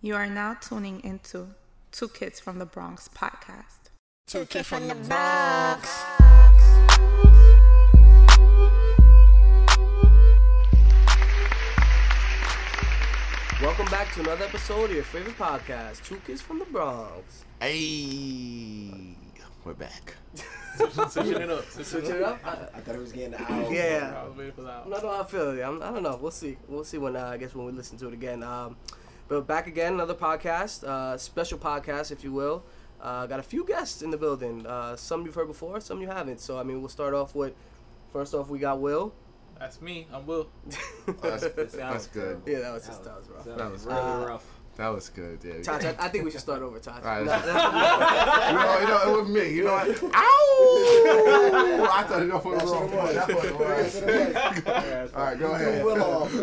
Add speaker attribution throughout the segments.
Speaker 1: You are now tuning into Two Kids from the Bronx podcast.
Speaker 2: Two kids from the Bronx.
Speaker 3: Welcome back to another episode of your favorite podcast, Two Kids from the Bronx.
Speaker 4: Hey, we're back.
Speaker 5: Switching it up.
Speaker 3: Switch it up. I,
Speaker 2: I thought it was getting out.
Speaker 3: yeah.
Speaker 5: I was waiting for that.
Speaker 3: I don't know how I feel. Yeah, I'm, I don't know. We'll see. We'll see when uh, I guess when we listen to it again. Um, but back again, another podcast, uh, special podcast, if you will. Uh, got a few guests in the building. Uh, some you've heard before, some you haven't. So I mean, we'll start off with. First off, we got Will.
Speaker 5: That's me. I'm Will.
Speaker 4: Oh, That's,
Speaker 2: sounds
Speaker 4: that's good.
Speaker 3: yeah, that was just that was rough.
Speaker 4: That was
Speaker 2: really
Speaker 4: good.
Speaker 2: rough.
Speaker 4: That was good. Yeah.
Speaker 3: Taj, I, I think we should start over, Taj.
Speaker 4: All right.
Speaker 3: No, that's-
Speaker 4: you know, you know, it was me. You know, I, ow! I thought it was for the wrong one. That was the wrong one. All right, go ahead.
Speaker 2: Will off.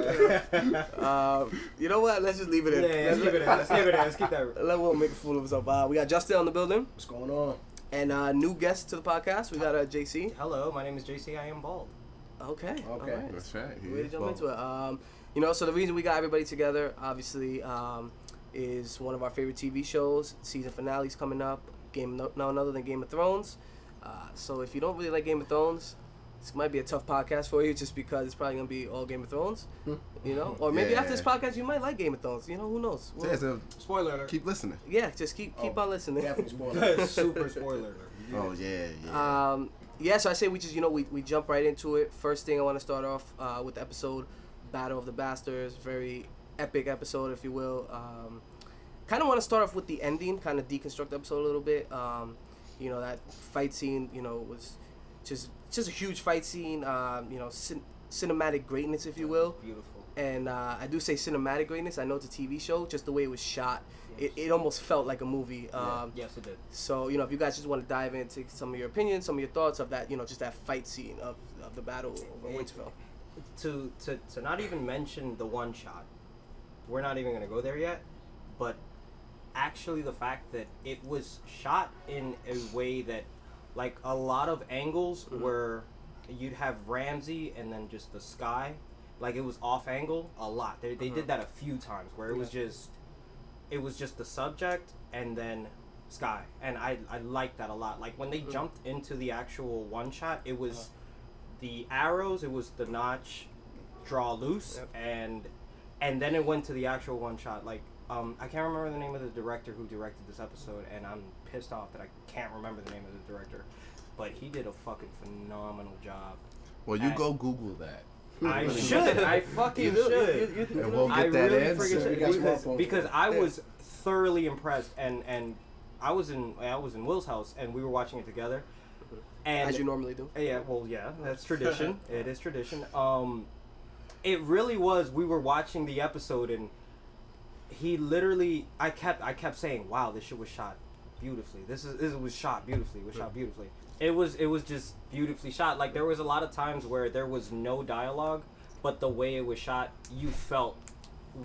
Speaker 2: Yeah,
Speaker 3: uh, you know what? Let's just leave it in.
Speaker 2: let's leave it in. Let's leave it in. Let's keep that.
Speaker 3: Let Will make a fool of himself. Uh, we got Justin on the building.
Speaker 2: What's going on?
Speaker 3: And uh, new guest to the podcast, we got uh, JC.
Speaker 6: Hello, my name is JC. I am bald.
Speaker 3: Okay. all
Speaker 2: Okay.
Speaker 3: right.
Speaker 4: That's right.
Speaker 3: Way to jump into it. Um, you know, so the reason we got everybody together, obviously, um, is one of our favorite TV shows. Season finale's coming up. Game no, none other than Game of Thrones. Uh, so if you don't really like Game of Thrones, this might be a tough podcast for you, just because it's probably gonna be all Game of Thrones.
Speaker 2: Hmm.
Speaker 3: You know, or maybe after this
Speaker 4: Yeah.
Speaker 3: podcast, you might like Game of Thrones. You know, who knows? Well,
Speaker 4: Yeah, so
Speaker 6: Spoiler alert.
Speaker 4: keep listening.
Speaker 3: yeah, just keep keep on listening.
Speaker 2: Definitely spoiler.
Speaker 6: Super spoiler alert.
Speaker 4: Oh yeah, yeah.
Speaker 3: Um, yeah, so I say we just, you know, we, we jump right into it. First thing I want to start off uh, with the episode Battle of the Bastards. Very epic episode, if you will. Um, kind of want to start off with the ending, kind of deconstruct the episode a little bit. Um, you know, that fight scene, you know, was just just a huge fight scene, um, you know, cin- cinematic greatness, if you will
Speaker 6: Beautiful.
Speaker 3: and uh, I do say cinematic greatness. I know it's a TV show, just the way it was shot, it, it almost felt like a movie. Um,
Speaker 6: Yes, it did.
Speaker 3: So you know, if you guys just want to dive into some of your opinions, some of your thoughts of that, you know, just that fight scene of, of the battle over Winterfell.
Speaker 6: To, to to not even mention the one shot. We're not even gonna go there yet. But actually, the fact that it was shot in a way that, like, a lot of angles where you'd have Ramsey and then just the sky, like it was off angle a lot. They, they did that a few times where it was just it was just the subject and then sky and i i like that a lot like when they jumped into the actual one shot it was the arrows it was the notch draw loose
Speaker 3: Yep.
Speaker 6: and and then it went to the actual one shot like um, I can't remember the name of the director who directed this episode, and I'm pissed off that I can't remember the name of the director. But he did a fucking phenomenal job.
Speaker 4: Well, you
Speaker 6: I-
Speaker 4: go Google that.
Speaker 6: I should. I fucking should.
Speaker 4: And we'll
Speaker 6: I
Speaker 4: get that
Speaker 6: really
Speaker 4: answer.
Speaker 6: freaking
Speaker 2: You
Speaker 6: should
Speaker 2: guys were
Speaker 6: because,
Speaker 2: up on
Speaker 6: because
Speaker 2: it.
Speaker 6: I was thoroughly impressed and and I was in I was in Will's house and we were watching it together. And
Speaker 3: As you normally do.
Speaker 6: yeah, well, yeah, that's tradition. it is tradition. Um, it really was. We were watching the episode, and he literally, I kept, I kept saying, "Wow, this shit was shot beautifully. This is, this was shot beautifully. It was shot beautifully. It was, it was just beautifully shot. Like there was a lot of times where there was no dialogue, but the way it was shot, you felt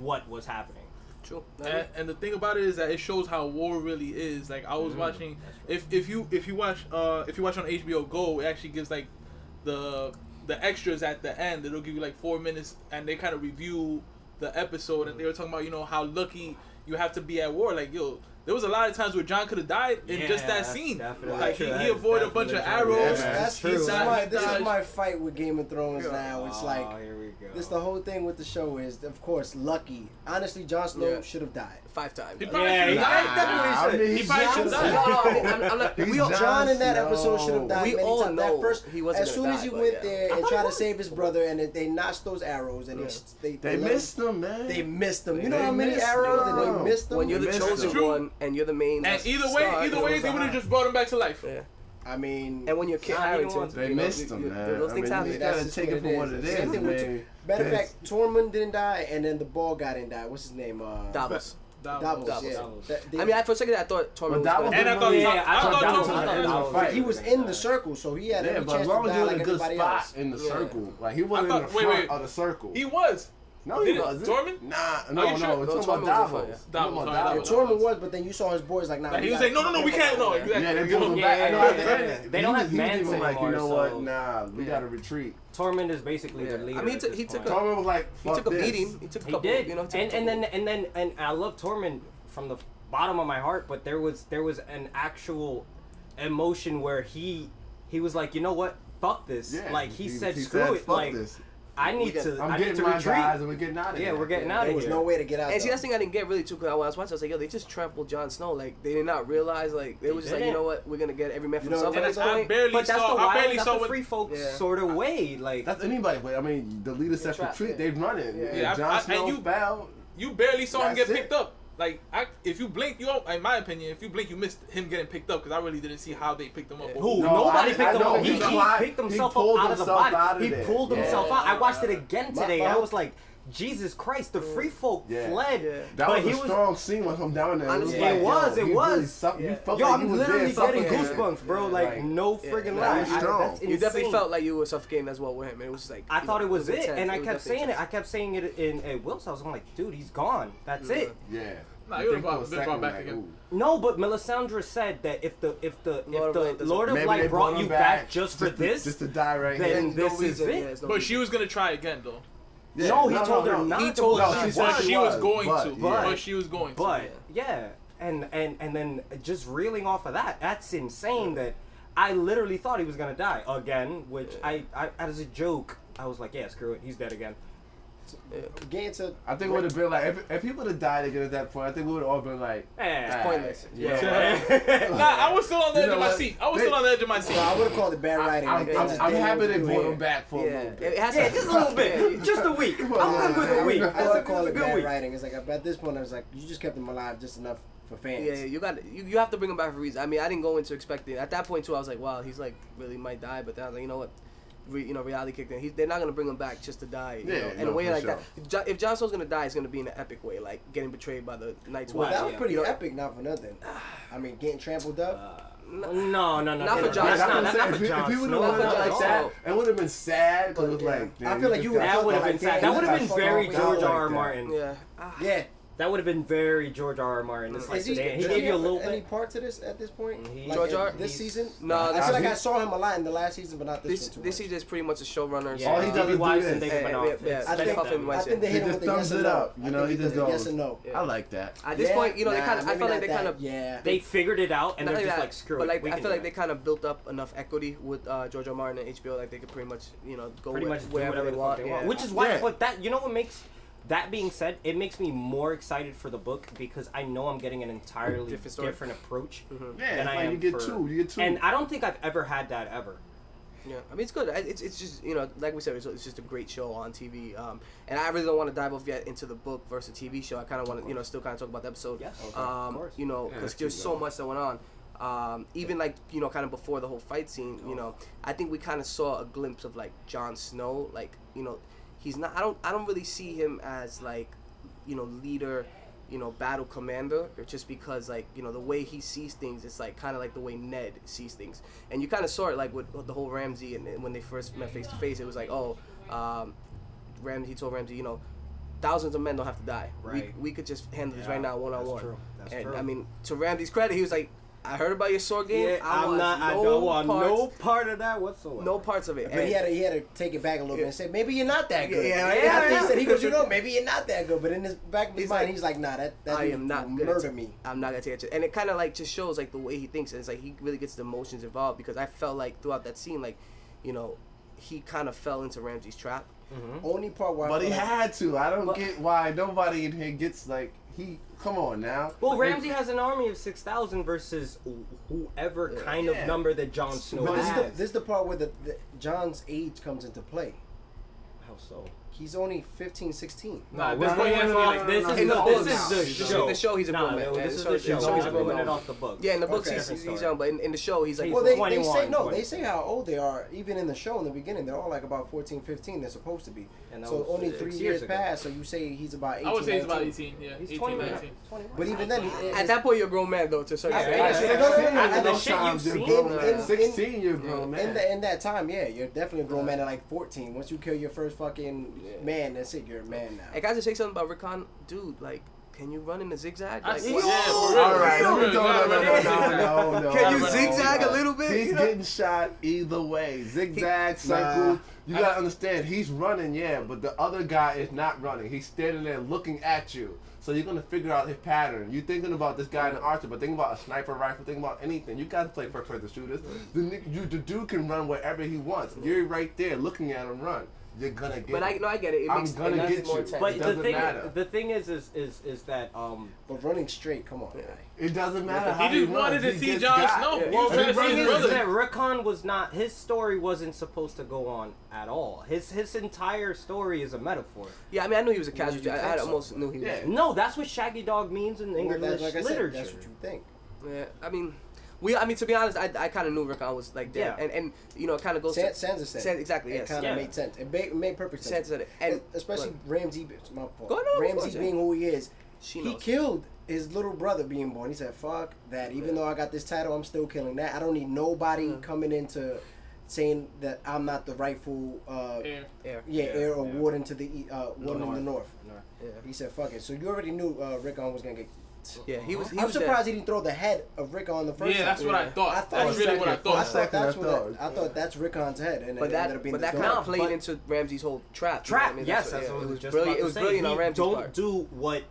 Speaker 6: what was happening.
Speaker 3: True.
Speaker 5: And, and the thing about it is that it shows how war really is. Like I was watching, if if you if you watch uh if you watch on HBO Go, it actually gives like the the extras at the end. It'll give you like four minutes, and they kind of review the episode. And they were talking about you know how lucky you have to be at war. Like yo, there was a lot of times where John could have died in just
Speaker 6: Yeah,
Speaker 5: that
Speaker 6: that's
Speaker 5: scene.
Speaker 6: definitely
Speaker 5: Like he,
Speaker 6: true. That
Speaker 5: he
Speaker 6: is
Speaker 5: avoided a bunch of
Speaker 6: definitely true.
Speaker 5: arrows.
Speaker 4: Yeah, man.
Speaker 2: That's
Speaker 6: That's
Speaker 2: This is
Speaker 6: true.
Speaker 2: my this is my fight with Game of Thrones
Speaker 3: Yeah.
Speaker 2: now. It's
Speaker 6: Oh,
Speaker 2: like
Speaker 6: here we go.
Speaker 2: this the whole thing with the show is of course lucky. Honestly, Jon Snow
Speaker 3: Yeah.
Speaker 2: should have died.
Speaker 3: Five times.
Speaker 5: He
Speaker 3: Uh,
Speaker 5: probably
Speaker 6: Yeah,
Speaker 5: should
Speaker 6: yeah.
Speaker 5: have died.
Speaker 4: I
Speaker 2: definitely
Speaker 4: mean,
Speaker 5: He probably
Speaker 4: John-
Speaker 5: should have
Speaker 3: no,
Speaker 5: died.
Speaker 3: no, no, I'm, I'm not, we all,
Speaker 4: He's
Speaker 2: John in that
Speaker 4: Jon
Speaker 2: episode
Speaker 4: Snow.
Speaker 2: should have died.
Speaker 3: We
Speaker 2: many
Speaker 3: all
Speaker 2: times.
Speaker 3: know
Speaker 2: that first.
Speaker 3: he wasn't
Speaker 2: as
Speaker 3: gonna
Speaker 2: soon as
Speaker 3: die,
Speaker 2: you
Speaker 3: but
Speaker 2: went
Speaker 3: yeah.
Speaker 2: there and tried to save his brother, and it, they notched those arrows, and
Speaker 3: Yeah.
Speaker 2: they they, let
Speaker 4: They
Speaker 2: him-
Speaker 4: missed them, man.
Speaker 2: They missed them. You
Speaker 4: They
Speaker 2: know how many
Speaker 4: missed them.
Speaker 2: arrows that
Speaker 4: When-
Speaker 2: they missed them.
Speaker 3: when you're the
Speaker 4: Missed
Speaker 3: chosen
Speaker 4: him.
Speaker 3: one and you're the main.
Speaker 5: And either way,
Speaker 3: star,
Speaker 5: either
Speaker 3: you
Speaker 5: way,
Speaker 3: know,
Speaker 5: they would have just brought him back to life.
Speaker 3: Yeah.
Speaker 2: I mean,
Speaker 3: And when you're Kit
Speaker 6: Nah, you know
Speaker 3: Harrington,
Speaker 6: what?
Speaker 4: They
Speaker 3: you know,
Speaker 4: missed
Speaker 3: you-
Speaker 4: them,
Speaker 3: you-
Speaker 4: man.
Speaker 3: Those things
Speaker 4: I mean,
Speaker 3: happen.
Speaker 4: you gotta
Speaker 2: That's
Speaker 4: take
Speaker 2: what
Speaker 4: it for
Speaker 2: it
Speaker 4: what
Speaker 2: is.
Speaker 4: it
Speaker 2: Same
Speaker 4: is,
Speaker 2: thing with-
Speaker 4: man.
Speaker 2: matter of
Speaker 4: That's-
Speaker 2: fact, Tormund didn't die, and then the ball guy didn't die. What's his name? Uh,
Speaker 3: Davos.
Speaker 5: That
Speaker 2: Davos.
Speaker 5: was-
Speaker 3: Davos.
Speaker 2: Yeah.
Speaker 6: Davos.
Speaker 2: That- they-
Speaker 3: I mean, I, for a second, I thought Tormund
Speaker 4: But
Speaker 3: was
Speaker 4: that
Speaker 3: gonna
Speaker 4: was
Speaker 3: die.
Speaker 5: And I thought,
Speaker 6: Yeah,
Speaker 5: I
Speaker 6: I
Speaker 5: thought,
Speaker 6: thought
Speaker 5: Tom-
Speaker 6: that was-
Speaker 5: I
Speaker 6: that
Speaker 5: thought,
Speaker 6: was-
Speaker 2: he was in the circle, so he had
Speaker 4: Yeah,
Speaker 2: every
Speaker 4: but as
Speaker 2: chance
Speaker 4: long
Speaker 2: to
Speaker 4: as
Speaker 2: die
Speaker 4: you're in
Speaker 2: like
Speaker 4: a good
Speaker 2: everybody
Speaker 4: spot
Speaker 2: else.
Speaker 4: in the
Speaker 3: Yeah.
Speaker 4: circle, like he wasn't
Speaker 5: I
Speaker 4: in the
Speaker 5: thought- wait,
Speaker 4: front
Speaker 5: wait.
Speaker 4: of the circle.
Speaker 5: he was.
Speaker 4: No, he
Speaker 5: Did it-
Speaker 4: wasn't.
Speaker 5: Dorman?
Speaker 4: Nah, no, no.
Speaker 5: you sure?
Speaker 4: It's
Speaker 3: No,
Speaker 4: talking
Speaker 3: Dorman was
Speaker 4: about
Speaker 3: a
Speaker 4: Davos.
Speaker 3: fuck,
Speaker 5: yeah.
Speaker 4: Talking
Speaker 5: Davos,
Speaker 4: about
Speaker 5: sorry, Davos.
Speaker 2: And Tormund was, but then you saw his boys like, nah.
Speaker 5: Like,
Speaker 2: we
Speaker 5: he was like,
Speaker 2: gotta
Speaker 5: no, no,
Speaker 2: keep
Speaker 5: no, we
Speaker 2: him
Speaker 5: can't.
Speaker 2: out
Speaker 5: No,
Speaker 2: there.
Speaker 5: exactly.
Speaker 4: Yeah, they
Speaker 5: We
Speaker 4: pulled him
Speaker 5: don't-
Speaker 4: back.
Speaker 6: Yeah,
Speaker 4: No,
Speaker 6: yeah,
Speaker 4: at the
Speaker 6: yeah.
Speaker 4: end,
Speaker 6: They
Speaker 4: he
Speaker 6: don't
Speaker 4: was-
Speaker 6: have
Speaker 4: he was even
Speaker 6: Manson
Speaker 4: Like, you know
Speaker 6: anymore,
Speaker 4: what?
Speaker 6: so-
Speaker 4: Nah, we
Speaker 3: Yeah.
Speaker 4: gotta retreat.
Speaker 6: Tormund is basically
Speaker 3: Yeah.
Speaker 6: the leader.
Speaker 3: I
Speaker 6: at
Speaker 3: mean, he
Speaker 6: this
Speaker 3: took- he took
Speaker 6: point.
Speaker 3: a-
Speaker 4: Tormund was like,
Speaker 3: He
Speaker 4: fuck
Speaker 3: took a
Speaker 4: this.
Speaker 3: beating. He took a
Speaker 6: He
Speaker 3: couple.
Speaker 6: did,
Speaker 3: You know, he took
Speaker 6: and
Speaker 3: a
Speaker 6: and
Speaker 3: couple.
Speaker 6: then and then and I love Tormund from the bottom of my heart, but there was there was an actual emotion where he he was like, you know what, fuck this.
Speaker 4: Yeah,
Speaker 6: like he, said,
Speaker 4: he
Speaker 6: screw it.
Speaker 4: fuck
Speaker 6: like
Speaker 4: this.
Speaker 6: I need
Speaker 3: get-
Speaker 6: to,
Speaker 4: I'm
Speaker 6: i need
Speaker 4: getting
Speaker 6: to
Speaker 4: my
Speaker 6: retreat.
Speaker 4: guys and we're getting out of
Speaker 6: Yeah,
Speaker 4: here.
Speaker 6: we're getting
Speaker 4: Yeah.
Speaker 6: out
Speaker 2: There
Speaker 6: of
Speaker 2: was
Speaker 6: here.
Speaker 2: no way to get out.
Speaker 3: And see,
Speaker 2: though.
Speaker 3: that's the thing I didn't get really too. Cause I was watching, I was like, yo, they just trampled Jon Snow. Like they did not realize. Like they,
Speaker 6: They
Speaker 3: was just like, you
Speaker 6: didn't.
Speaker 3: know what, we're gonna get every man for
Speaker 2: You know,
Speaker 3: himself at
Speaker 2: and
Speaker 3: this
Speaker 2: I
Speaker 3: point.
Speaker 5: barely
Speaker 6: But that's
Speaker 5: saw-
Speaker 6: the
Speaker 5: I
Speaker 6: wild,
Speaker 5: barely
Speaker 6: that's
Speaker 5: saw
Speaker 6: the
Speaker 5: what-
Speaker 6: free folks
Speaker 3: Yeah.
Speaker 6: sort of way. Like
Speaker 4: That's anybody, but I mean, the leader said
Speaker 3: trapped,
Speaker 4: retreat.
Speaker 3: yeah.
Speaker 4: They're running.
Speaker 3: Yeah,
Speaker 4: Yeah,
Speaker 5: I- I-
Speaker 4: Jon
Speaker 5: and
Speaker 4: Snow
Speaker 5: you-
Speaker 4: fell.
Speaker 5: You barely saw him
Speaker 4: That's
Speaker 5: get
Speaker 4: it.
Speaker 5: picked up. Like, I, if you blink, you, all in my opinion, if you blink, you missed him getting picked up because I really didn't see how they picked him up.
Speaker 6: Who?
Speaker 4: No,
Speaker 6: Nobody
Speaker 4: I-
Speaker 6: picked
Speaker 4: I
Speaker 6: him
Speaker 4: know
Speaker 6: up. He,
Speaker 4: he
Speaker 6: he
Speaker 4: climbed-
Speaker 6: picked
Speaker 4: he
Speaker 6: himself
Speaker 4: pulled
Speaker 6: up out of the
Speaker 4: himself
Speaker 6: body.
Speaker 4: out of
Speaker 6: he
Speaker 4: there.
Speaker 6: pulled
Speaker 4: Yeah.
Speaker 6: himself out. I watched it again
Speaker 2: My-
Speaker 6: today. I
Speaker 2: my-
Speaker 6: was like, Jesus Christ, the free folk
Speaker 4: Yeah.
Speaker 6: fled.
Speaker 3: Yeah.
Speaker 4: That
Speaker 6: but
Speaker 4: was
Speaker 6: he
Speaker 4: a
Speaker 6: was
Speaker 4: strong scene when I'm down there.
Speaker 3: Honestly,
Speaker 4: like,
Speaker 3: it
Speaker 6: was,
Speaker 4: yo,
Speaker 6: it
Speaker 4: you
Speaker 6: was.
Speaker 4: really suck- you
Speaker 3: Yeah.
Speaker 4: felt
Speaker 6: Yo,
Speaker 4: like you
Speaker 6: I'm
Speaker 4: was
Speaker 6: literally
Speaker 4: there
Speaker 6: getting
Speaker 4: suffocating.
Speaker 6: goosebumps, bro.
Speaker 4: Yeah,
Speaker 6: Like,
Speaker 4: like,
Speaker 6: no
Speaker 3: yeah.
Speaker 6: friggin'
Speaker 4: That
Speaker 6: lie.
Speaker 4: was
Speaker 6: I-
Speaker 4: strong.
Speaker 6: that's
Speaker 4: You
Speaker 3: You definitely
Speaker 6: insane.
Speaker 3: felt like you were suffocating as well with him. It was just like
Speaker 6: I thought it was it,
Speaker 3: intense.
Speaker 6: and I
Speaker 3: was
Speaker 6: kept
Speaker 3: definitely
Speaker 6: saying it. I
Speaker 3: intense.
Speaker 6: kept saying it in at Will's house. I'm like, dude, he's gone. That's
Speaker 3: Yeah.
Speaker 6: it.
Speaker 4: Yeah.
Speaker 5: Nah,
Speaker 4: I
Speaker 5: you would've
Speaker 4: think for
Speaker 5: brought-
Speaker 4: a
Speaker 5: been
Speaker 4: second,
Speaker 5: brought back
Speaker 4: like,
Speaker 5: again.
Speaker 4: ooh.
Speaker 6: No, but Melisandre said that if the if the
Speaker 3: Lord of Light
Speaker 6: if the
Speaker 3: doesn't-
Speaker 6: Lord of
Speaker 4: Maybe they
Speaker 6: Light
Speaker 4: brought
Speaker 6: brought you
Speaker 4: him
Speaker 6: back just for
Speaker 4: to-
Speaker 6: this,
Speaker 4: just to die right
Speaker 6: then
Speaker 4: here.
Speaker 3: There's no
Speaker 6: this is
Speaker 3: reason, yeah,
Speaker 6: it.
Speaker 3: there's no
Speaker 5: But
Speaker 3: reason.
Speaker 5: she was gonna try again though.
Speaker 4: Yeah,
Speaker 6: No, he told her not.
Speaker 3: He
Speaker 6: to pull
Speaker 3: told
Speaker 4: No,
Speaker 6: that
Speaker 4: she
Speaker 5: But
Speaker 4: said
Speaker 6: one.
Speaker 4: she
Speaker 5: she
Speaker 4: was,
Speaker 5: was going
Speaker 4: but-
Speaker 5: to.
Speaker 4: yeah.
Speaker 5: But she was going
Speaker 6: But
Speaker 5: to.
Speaker 6: yeah, and and and then just reeling off of that, that's insane. That I literally thought he was gonna die again, which I, I as a joke, I was like, yeah, screw it, he's dead again.
Speaker 2: Getting to
Speaker 4: I think it would have been like if, if he would have died again at that point, I think we would have all been like,
Speaker 6: Eh. It's
Speaker 4: "Ah,
Speaker 3: pointless."
Speaker 4: Yeah.
Speaker 5: Nah, I was still on the
Speaker 4: You
Speaker 5: edge
Speaker 4: know
Speaker 5: of my
Speaker 4: what?
Speaker 5: seat. I was
Speaker 4: They-
Speaker 5: still on the edge of my seat.
Speaker 2: Well, I would have called it bad
Speaker 4: I,
Speaker 2: writing.
Speaker 4: am
Speaker 2: like,
Speaker 4: I'm,
Speaker 2: just
Speaker 4: I'm
Speaker 2: didn't
Speaker 4: happy they
Speaker 2: do
Speaker 4: brought
Speaker 2: it.
Speaker 4: him back for a
Speaker 3: Yeah,
Speaker 4: little
Speaker 3: it
Speaker 4: bit.
Speaker 3: has
Speaker 6: yeah,
Speaker 3: to
Speaker 6: just a little bit, just a week. I'm good with a week.
Speaker 2: I
Speaker 6: I
Speaker 2: would
Speaker 6: said,
Speaker 2: have called
Speaker 6: a
Speaker 2: it
Speaker 6: good
Speaker 2: bad
Speaker 6: week.
Speaker 2: writing. It's like at this point, I was like, you just kept him alive just enough for fans.
Speaker 3: Yeah, you got you, you have to bring him back for a reason. I mean, I didn't go into expecting at that point too. I was like, wow, he's like really might die, but then I was like, you know what, Re, you know, reality kicked in. He's, they're not gonna bring him back just to die. you
Speaker 4: Yeah,
Speaker 3: know, in
Speaker 4: no,
Speaker 3: a way
Speaker 4: for
Speaker 3: like
Speaker 4: sure.
Speaker 3: that. Jo- If Jon Snow's gonna die, it's gonna be in an epic way, like getting betrayed by the Night's
Speaker 2: Well,
Speaker 3: Watch.
Speaker 2: that was
Speaker 3: you know?
Speaker 2: pretty
Speaker 3: You know,
Speaker 2: epic, not for nothing. I mean, getting trampled up.
Speaker 6: No, no, no, no.
Speaker 3: Not for
Speaker 6: no,
Speaker 3: Jon
Speaker 6: That's
Speaker 3: Snow.
Speaker 6: not, that's not
Speaker 4: That's what I'm saying.
Speaker 6: for
Speaker 4: If
Speaker 6: Jon
Speaker 4: he- if he would
Speaker 6: Snow.
Speaker 4: have
Speaker 3: Not for
Speaker 4: went out
Speaker 3: Jon
Speaker 4: like that,
Speaker 3: Snow.
Speaker 4: it would have been sad because it was
Speaker 3: Yeah.
Speaker 4: like,
Speaker 2: I feel like you would
Speaker 4: could-
Speaker 2: have
Speaker 6: That would have
Speaker 2: like
Speaker 6: been sad.
Speaker 2: that.
Speaker 6: That
Speaker 2: You
Speaker 6: would have
Speaker 2: got
Speaker 6: been
Speaker 2: fucked
Speaker 6: very
Speaker 2: off
Speaker 6: George
Speaker 4: like
Speaker 6: R. R.
Speaker 4: that.
Speaker 6: Martin.
Speaker 3: Yeah. Ah,
Speaker 2: yeah.
Speaker 6: That would have been very George R. R. Martin. It's like
Speaker 2: Is he,
Speaker 6: today.
Speaker 2: does
Speaker 6: He gave you a
Speaker 2: have
Speaker 6: little
Speaker 2: any
Speaker 6: bit. Mm-hmm.
Speaker 2: part to this at this point?
Speaker 6: He-
Speaker 2: Like,
Speaker 3: George
Speaker 2: in
Speaker 3: R-
Speaker 2: This
Speaker 6: he's-
Speaker 2: season?
Speaker 3: No,
Speaker 2: I feel
Speaker 3: that's
Speaker 2: like I saw him a lot in the last season, but not this,
Speaker 3: this
Speaker 2: one. Too
Speaker 3: this
Speaker 2: much.
Speaker 3: season is pretty much a showrunner.
Speaker 6: Yeah,
Speaker 4: All he does
Speaker 6: DB
Speaker 4: is do
Speaker 6: Weiss
Speaker 4: this.
Speaker 6: and David
Speaker 3: Hey,
Speaker 6: Manoff.
Speaker 3: yeah,
Speaker 6: It's
Speaker 3: yeah.
Speaker 2: I
Speaker 6: just
Speaker 2: think,
Speaker 3: Steph
Speaker 6: them.
Speaker 3: and
Speaker 2: I
Speaker 3: West,
Speaker 2: think they
Speaker 3: yeah.
Speaker 2: hit
Speaker 4: He
Speaker 2: him
Speaker 4: just
Speaker 2: with a yes
Speaker 4: thumbs
Speaker 2: and
Speaker 4: it
Speaker 2: no.
Speaker 4: up. You
Speaker 2: I
Speaker 4: know,
Speaker 2: think
Speaker 4: he
Speaker 2: they
Speaker 4: just
Speaker 2: did a
Speaker 4: goes,
Speaker 2: yes and no.
Speaker 4: I like that.
Speaker 3: At this
Speaker 2: Yeah,
Speaker 3: point, you know they
Speaker 2: nah,
Speaker 3: kind of. I
Speaker 2: maybe
Speaker 3: felt like
Speaker 2: not
Speaker 3: they kind
Speaker 2: that.
Speaker 3: of.
Speaker 2: Yeah.
Speaker 6: They figured it out and they're
Speaker 3: Not like
Speaker 6: just
Speaker 3: that,
Speaker 6: like screw
Speaker 3: but
Speaker 6: it.
Speaker 3: like
Speaker 6: we
Speaker 3: I
Speaker 6: can
Speaker 3: feel
Speaker 6: do
Speaker 3: like they
Speaker 6: it.
Speaker 3: kind of built up enough equity with uh, George R. R. Martin and HBO, like they could pretty much you know go
Speaker 6: pretty
Speaker 3: wh-
Speaker 6: much do
Speaker 3: wherever
Speaker 6: whatever
Speaker 3: they want.
Speaker 6: the fuck they want.
Speaker 3: yeah.
Speaker 6: Which is why,
Speaker 4: Yeah.
Speaker 6: but that you know what makes that being said, it makes me more excited for the book because I know I'm getting an entirely
Speaker 3: Different story.
Speaker 6: different, approach.
Speaker 4: Yeah,
Speaker 6: than
Speaker 4: it's
Speaker 6: I
Speaker 4: like
Speaker 6: am
Speaker 4: you get
Speaker 6: for-
Speaker 4: two, you get two.
Speaker 6: And I don't think I've ever had that ever.
Speaker 3: Yeah, I mean it's good. I- It's, it's just you know, like we said, it's, it's just a great show on TV. Um, and I really don't want to dive off yet into the book versus TV show. I kind of want to you know still kind of talk about the episode.
Speaker 6: Yes, okay, of
Speaker 3: um,
Speaker 6: course.
Speaker 3: you know,
Speaker 4: Yeah,
Speaker 3: because
Speaker 4: keep
Speaker 3: there's so
Speaker 4: going.
Speaker 3: much that went on. Um, even like you know, kind of before the whole fight scene, you know, I think we kind of saw a glimpse of like Jon Snow. Like you know, he's not. I don't. I don't really see him as like, you know, leader. You know, battle commander, or just because like you know the way he sees things, it's like kind of like the way Ned sees things, and you kind of saw it like with the whole Ramsey and when they first met face to face, it was like oh, um, Ramsey he told Ramsey, you know, thousands of men don't have to die.
Speaker 6: Right.
Speaker 3: We, we could just handle this
Speaker 6: Yeah,
Speaker 3: right now, one on
Speaker 6: that's
Speaker 3: one.
Speaker 6: true. That's
Speaker 3: and
Speaker 6: true.
Speaker 3: I mean, to Ramsey's credit, he was like, "I heard about your sword game. I want No parts,
Speaker 6: part of that whatsoever.
Speaker 3: no parts of it."
Speaker 2: But
Speaker 3: And-
Speaker 2: he had, to, he had to take it back a little bit and say, maybe you're not that good.
Speaker 3: Yeah,
Speaker 2: And
Speaker 3: yeah,
Speaker 2: after
Speaker 3: yeah.
Speaker 2: he said, he goes, you know, maybe you're not that good. But in his back of his
Speaker 3: He's
Speaker 2: mind,
Speaker 3: like,
Speaker 2: he's like, nah, that, that
Speaker 3: I
Speaker 2: dude
Speaker 3: am not
Speaker 2: will
Speaker 3: gonna
Speaker 2: murder
Speaker 3: t-
Speaker 2: me.
Speaker 3: I'm not gonna take a chance. And it kind of like just shows like the way he thinks, and it's like he really gets the emotions involved because I felt like throughout that scene, like, you know, he kind of fell into Ramsey's trap.
Speaker 2: Only part where I
Speaker 4: But he
Speaker 2: feel like-
Speaker 4: had to. I don't
Speaker 3: But-
Speaker 4: get why nobody in here gets like he. Come on now.
Speaker 6: Well, Ramsey has an army of six thousand versus wh- whoever kind
Speaker 4: Yeah.
Speaker 6: of number that Jon Snow
Speaker 2: But this is, the,
Speaker 6: has.
Speaker 2: this is the part where the, the John's age comes into play.
Speaker 6: How so?
Speaker 2: He's only 15, 16.
Speaker 5: Nah, at
Speaker 6: We're
Speaker 5: this point,
Speaker 6: running it
Speaker 5: you have to
Speaker 6: off.
Speaker 5: like-
Speaker 6: This
Speaker 3: Hey,
Speaker 6: is
Speaker 3: no,
Speaker 6: the,
Speaker 3: this
Speaker 6: this
Speaker 3: is
Speaker 6: is the
Speaker 3: the
Speaker 6: show.
Speaker 3: show. The show, he's a grown
Speaker 6: Nah,
Speaker 3: man,
Speaker 6: no,
Speaker 3: man.
Speaker 6: This
Speaker 3: The
Speaker 6: is
Speaker 3: show
Speaker 6: the
Speaker 3: is- the
Speaker 6: show. I'm
Speaker 3: show is a
Speaker 6: not
Speaker 3: grown
Speaker 6: doing
Speaker 3: man.
Speaker 6: it off the book.
Speaker 3: Yeah, in the books
Speaker 2: Okay.
Speaker 3: he's,
Speaker 6: Different
Speaker 3: he's
Speaker 6: story.
Speaker 3: young, but in, in the show he's like
Speaker 2: Well,
Speaker 6: He's
Speaker 2: they, they
Speaker 6: 21,
Speaker 2: say no. They
Speaker 6: 22.
Speaker 2: say how old they are. Even in the show in the beginning, they're all like about 14, 15. They're supposed to be.
Speaker 6: And that
Speaker 2: so
Speaker 6: was
Speaker 2: only
Speaker 6: six
Speaker 2: three
Speaker 6: years
Speaker 2: years
Speaker 6: ago.
Speaker 2: passed. So you say he's about 18.
Speaker 5: I would say he's about
Speaker 2: 19.
Speaker 5: 18. Yeah,
Speaker 6: He's
Speaker 5: 18,
Speaker 6: 20 now.
Speaker 5: 19.
Speaker 2: But even then, he-
Speaker 3: At that point, you're a grown man, though, to a certain
Speaker 6: Yeah,
Speaker 3: extent.
Speaker 6: yeah,
Speaker 3: Actually,
Speaker 6: yeah.
Speaker 2: No, no, no, no,
Speaker 4: After
Speaker 2: no,
Speaker 4: those
Speaker 6: shit you've
Speaker 4: times, you're
Speaker 6: seen,
Speaker 4: grown
Speaker 2: uh,
Speaker 4: man.
Speaker 2: in-
Speaker 4: Sixteen, you're a grown
Speaker 2: in,
Speaker 4: man.
Speaker 2: the, in that time, yeah, you're definitely a grown man at like 14. Once you kill your first fucking
Speaker 3: Uh, Yeah.
Speaker 2: Man, that's it. You're a man now.
Speaker 3: Hey, guys, I say something about Rickon, dude. Like, can you run in a zigzag?
Speaker 5: I
Speaker 3: Like,
Speaker 5: see.
Speaker 3: what-
Speaker 5: Yeah, for real.
Speaker 4: All right,
Speaker 5: For
Speaker 4: no,
Speaker 5: real,
Speaker 4: no, no,
Speaker 5: gotta
Speaker 4: no,
Speaker 5: run
Speaker 4: no,
Speaker 5: in
Speaker 4: no,
Speaker 5: zigzag.
Speaker 4: no, no.
Speaker 3: Can you
Speaker 5: Gotta run in
Speaker 3: zigzag a little bit?
Speaker 4: He's
Speaker 3: you know?
Speaker 4: getting shot either way. Zigzag, circle. You gotta understand, he's running, yeah, but the other guy is not running. He's standing there looking at you. So you're gonna figure out his pattern. You're thinking about this guy in the archer, but think about a sniper rifle, think about anything. You gotta play first person shooters. The, ni- you, the dude can run wherever he wants. You're right there looking at him run. You're gonna get
Speaker 3: But I
Speaker 4: him.
Speaker 3: no, I get it. It
Speaker 4: I'm
Speaker 3: makes it
Speaker 4: gonna
Speaker 3: makes
Speaker 4: get
Speaker 3: more
Speaker 4: you.
Speaker 3: Sense.
Speaker 4: It
Speaker 6: But the
Speaker 4: doesn't
Speaker 6: thing,
Speaker 4: matter.
Speaker 6: the thing is, is, is, is that um,
Speaker 2: But running straight, come on. man.
Speaker 4: It doesn't matter how
Speaker 5: He just
Speaker 4: runs.
Speaker 5: wanted to
Speaker 4: He
Speaker 5: see
Speaker 4: gets
Speaker 5: Jon
Speaker 4: got.
Speaker 5: Snow.
Speaker 4: Yeah.
Speaker 5: Well,
Speaker 4: And he
Speaker 6: The
Speaker 5: that's Right,
Speaker 4: runs
Speaker 6: thing is,
Speaker 5: his
Speaker 4: into
Speaker 6: is
Speaker 5: brother.
Speaker 6: that Rickon was not his story wasn't supposed to go on at all. His his entire story is a metaphor.
Speaker 3: Yeah, I mean, I knew he was a casualty.
Speaker 2: you
Speaker 3: I, I
Speaker 2: think so?
Speaker 3: almost knew he was.
Speaker 4: Yeah.
Speaker 6: No, that's what Shaggy Dog means in
Speaker 2: Well,
Speaker 6: English
Speaker 2: that's, like I
Speaker 6: literature.
Speaker 2: said, that's what you think.
Speaker 3: Yeah, I mean, we. I mean, to be honest, I, I kind of knew Rickon was like that,
Speaker 6: Yeah.
Speaker 3: and and you know, it kind of goes. to,
Speaker 2: San- Sansa said
Speaker 3: San-
Speaker 2: it.
Speaker 3: exactly.
Speaker 2: It
Speaker 3: yes.
Speaker 2: kind of
Speaker 6: Yeah.
Speaker 2: made sense. It made, it made perfect sense.
Speaker 3: Sansa said it. And-
Speaker 2: especially
Speaker 3: look.
Speaker 2: Ramsey. It's my fault.
Speaker 3: Go, no, of
Speaker 2: Ramsey
Speaker 3: course, yeah.
Speaker 2: being who he is,
Speaker 3: She
Speaker 2: he
Speaker 3: knows.
Speaker 2: killed his little brother being born. He said, "Fuck that." Even though I got this title, I'm still killing that. I don't need nobody coming into saying that I'm not the rightful. Uh, yeah.
Speaker 5: Yeah.
Speaker 3: Yeah.
Speaker 2: heir or warden to the e- uh, warden of the north.
Speaker 3: Yeah.
Speaker 2: He said, "Fuck it." So you already knew uh, Rickon was gonna get.
Speaker 3: Yeah, he was. He
Speaker 2: I'm
Speaker 3: was dead.
Speaker 2: surprised he didn't throw the head of Rickon the first.
Speaker 5: Yeah,
Speaker 2: time.
Speaker 5: that's what I thought.
Speaker 2: I thought
Speaker 5: that's
Speaker 2: he
Speaker 5: really what I
Speaker 4: second- I
Speaker 5: thought.
Speaker 4: second-
Speaker 2: that's
Speaker 4: I
Speaker 2: what that-
Speaker 4: thought.
Speaker 2: I thought that's Rickon's head, and
Speaker 3: But
Speaker 2: it ended
Speaker 3: that,
Speaker 2: up being
Speaker 3: but
Speaker 2: the
Speaker 3: that kind
Speaker 2: dog.
Speaker 3: of played
Speaker 6: But-
Speaker 3: into Ramsey's whole trap.
Speaker 6: Trap.
Speaker 3: I mean,
Speaker 6: yes,
Speaker 3: what-
Speaker 6: that's
Speaker 3: yeah,
Speaker 6: what I
Speaker 3: it was
Speaker 6: just about
Speaker 3: brilliant.
Speaker 6: to
Speaker 3: It was
Speaker 6: say.
Speaker 3: brilliant
Speaker 6: He-
Speaker 3: on Ramsey's
Speaker 6: Don't
Speaker 3: part.
Speaker 6: do what.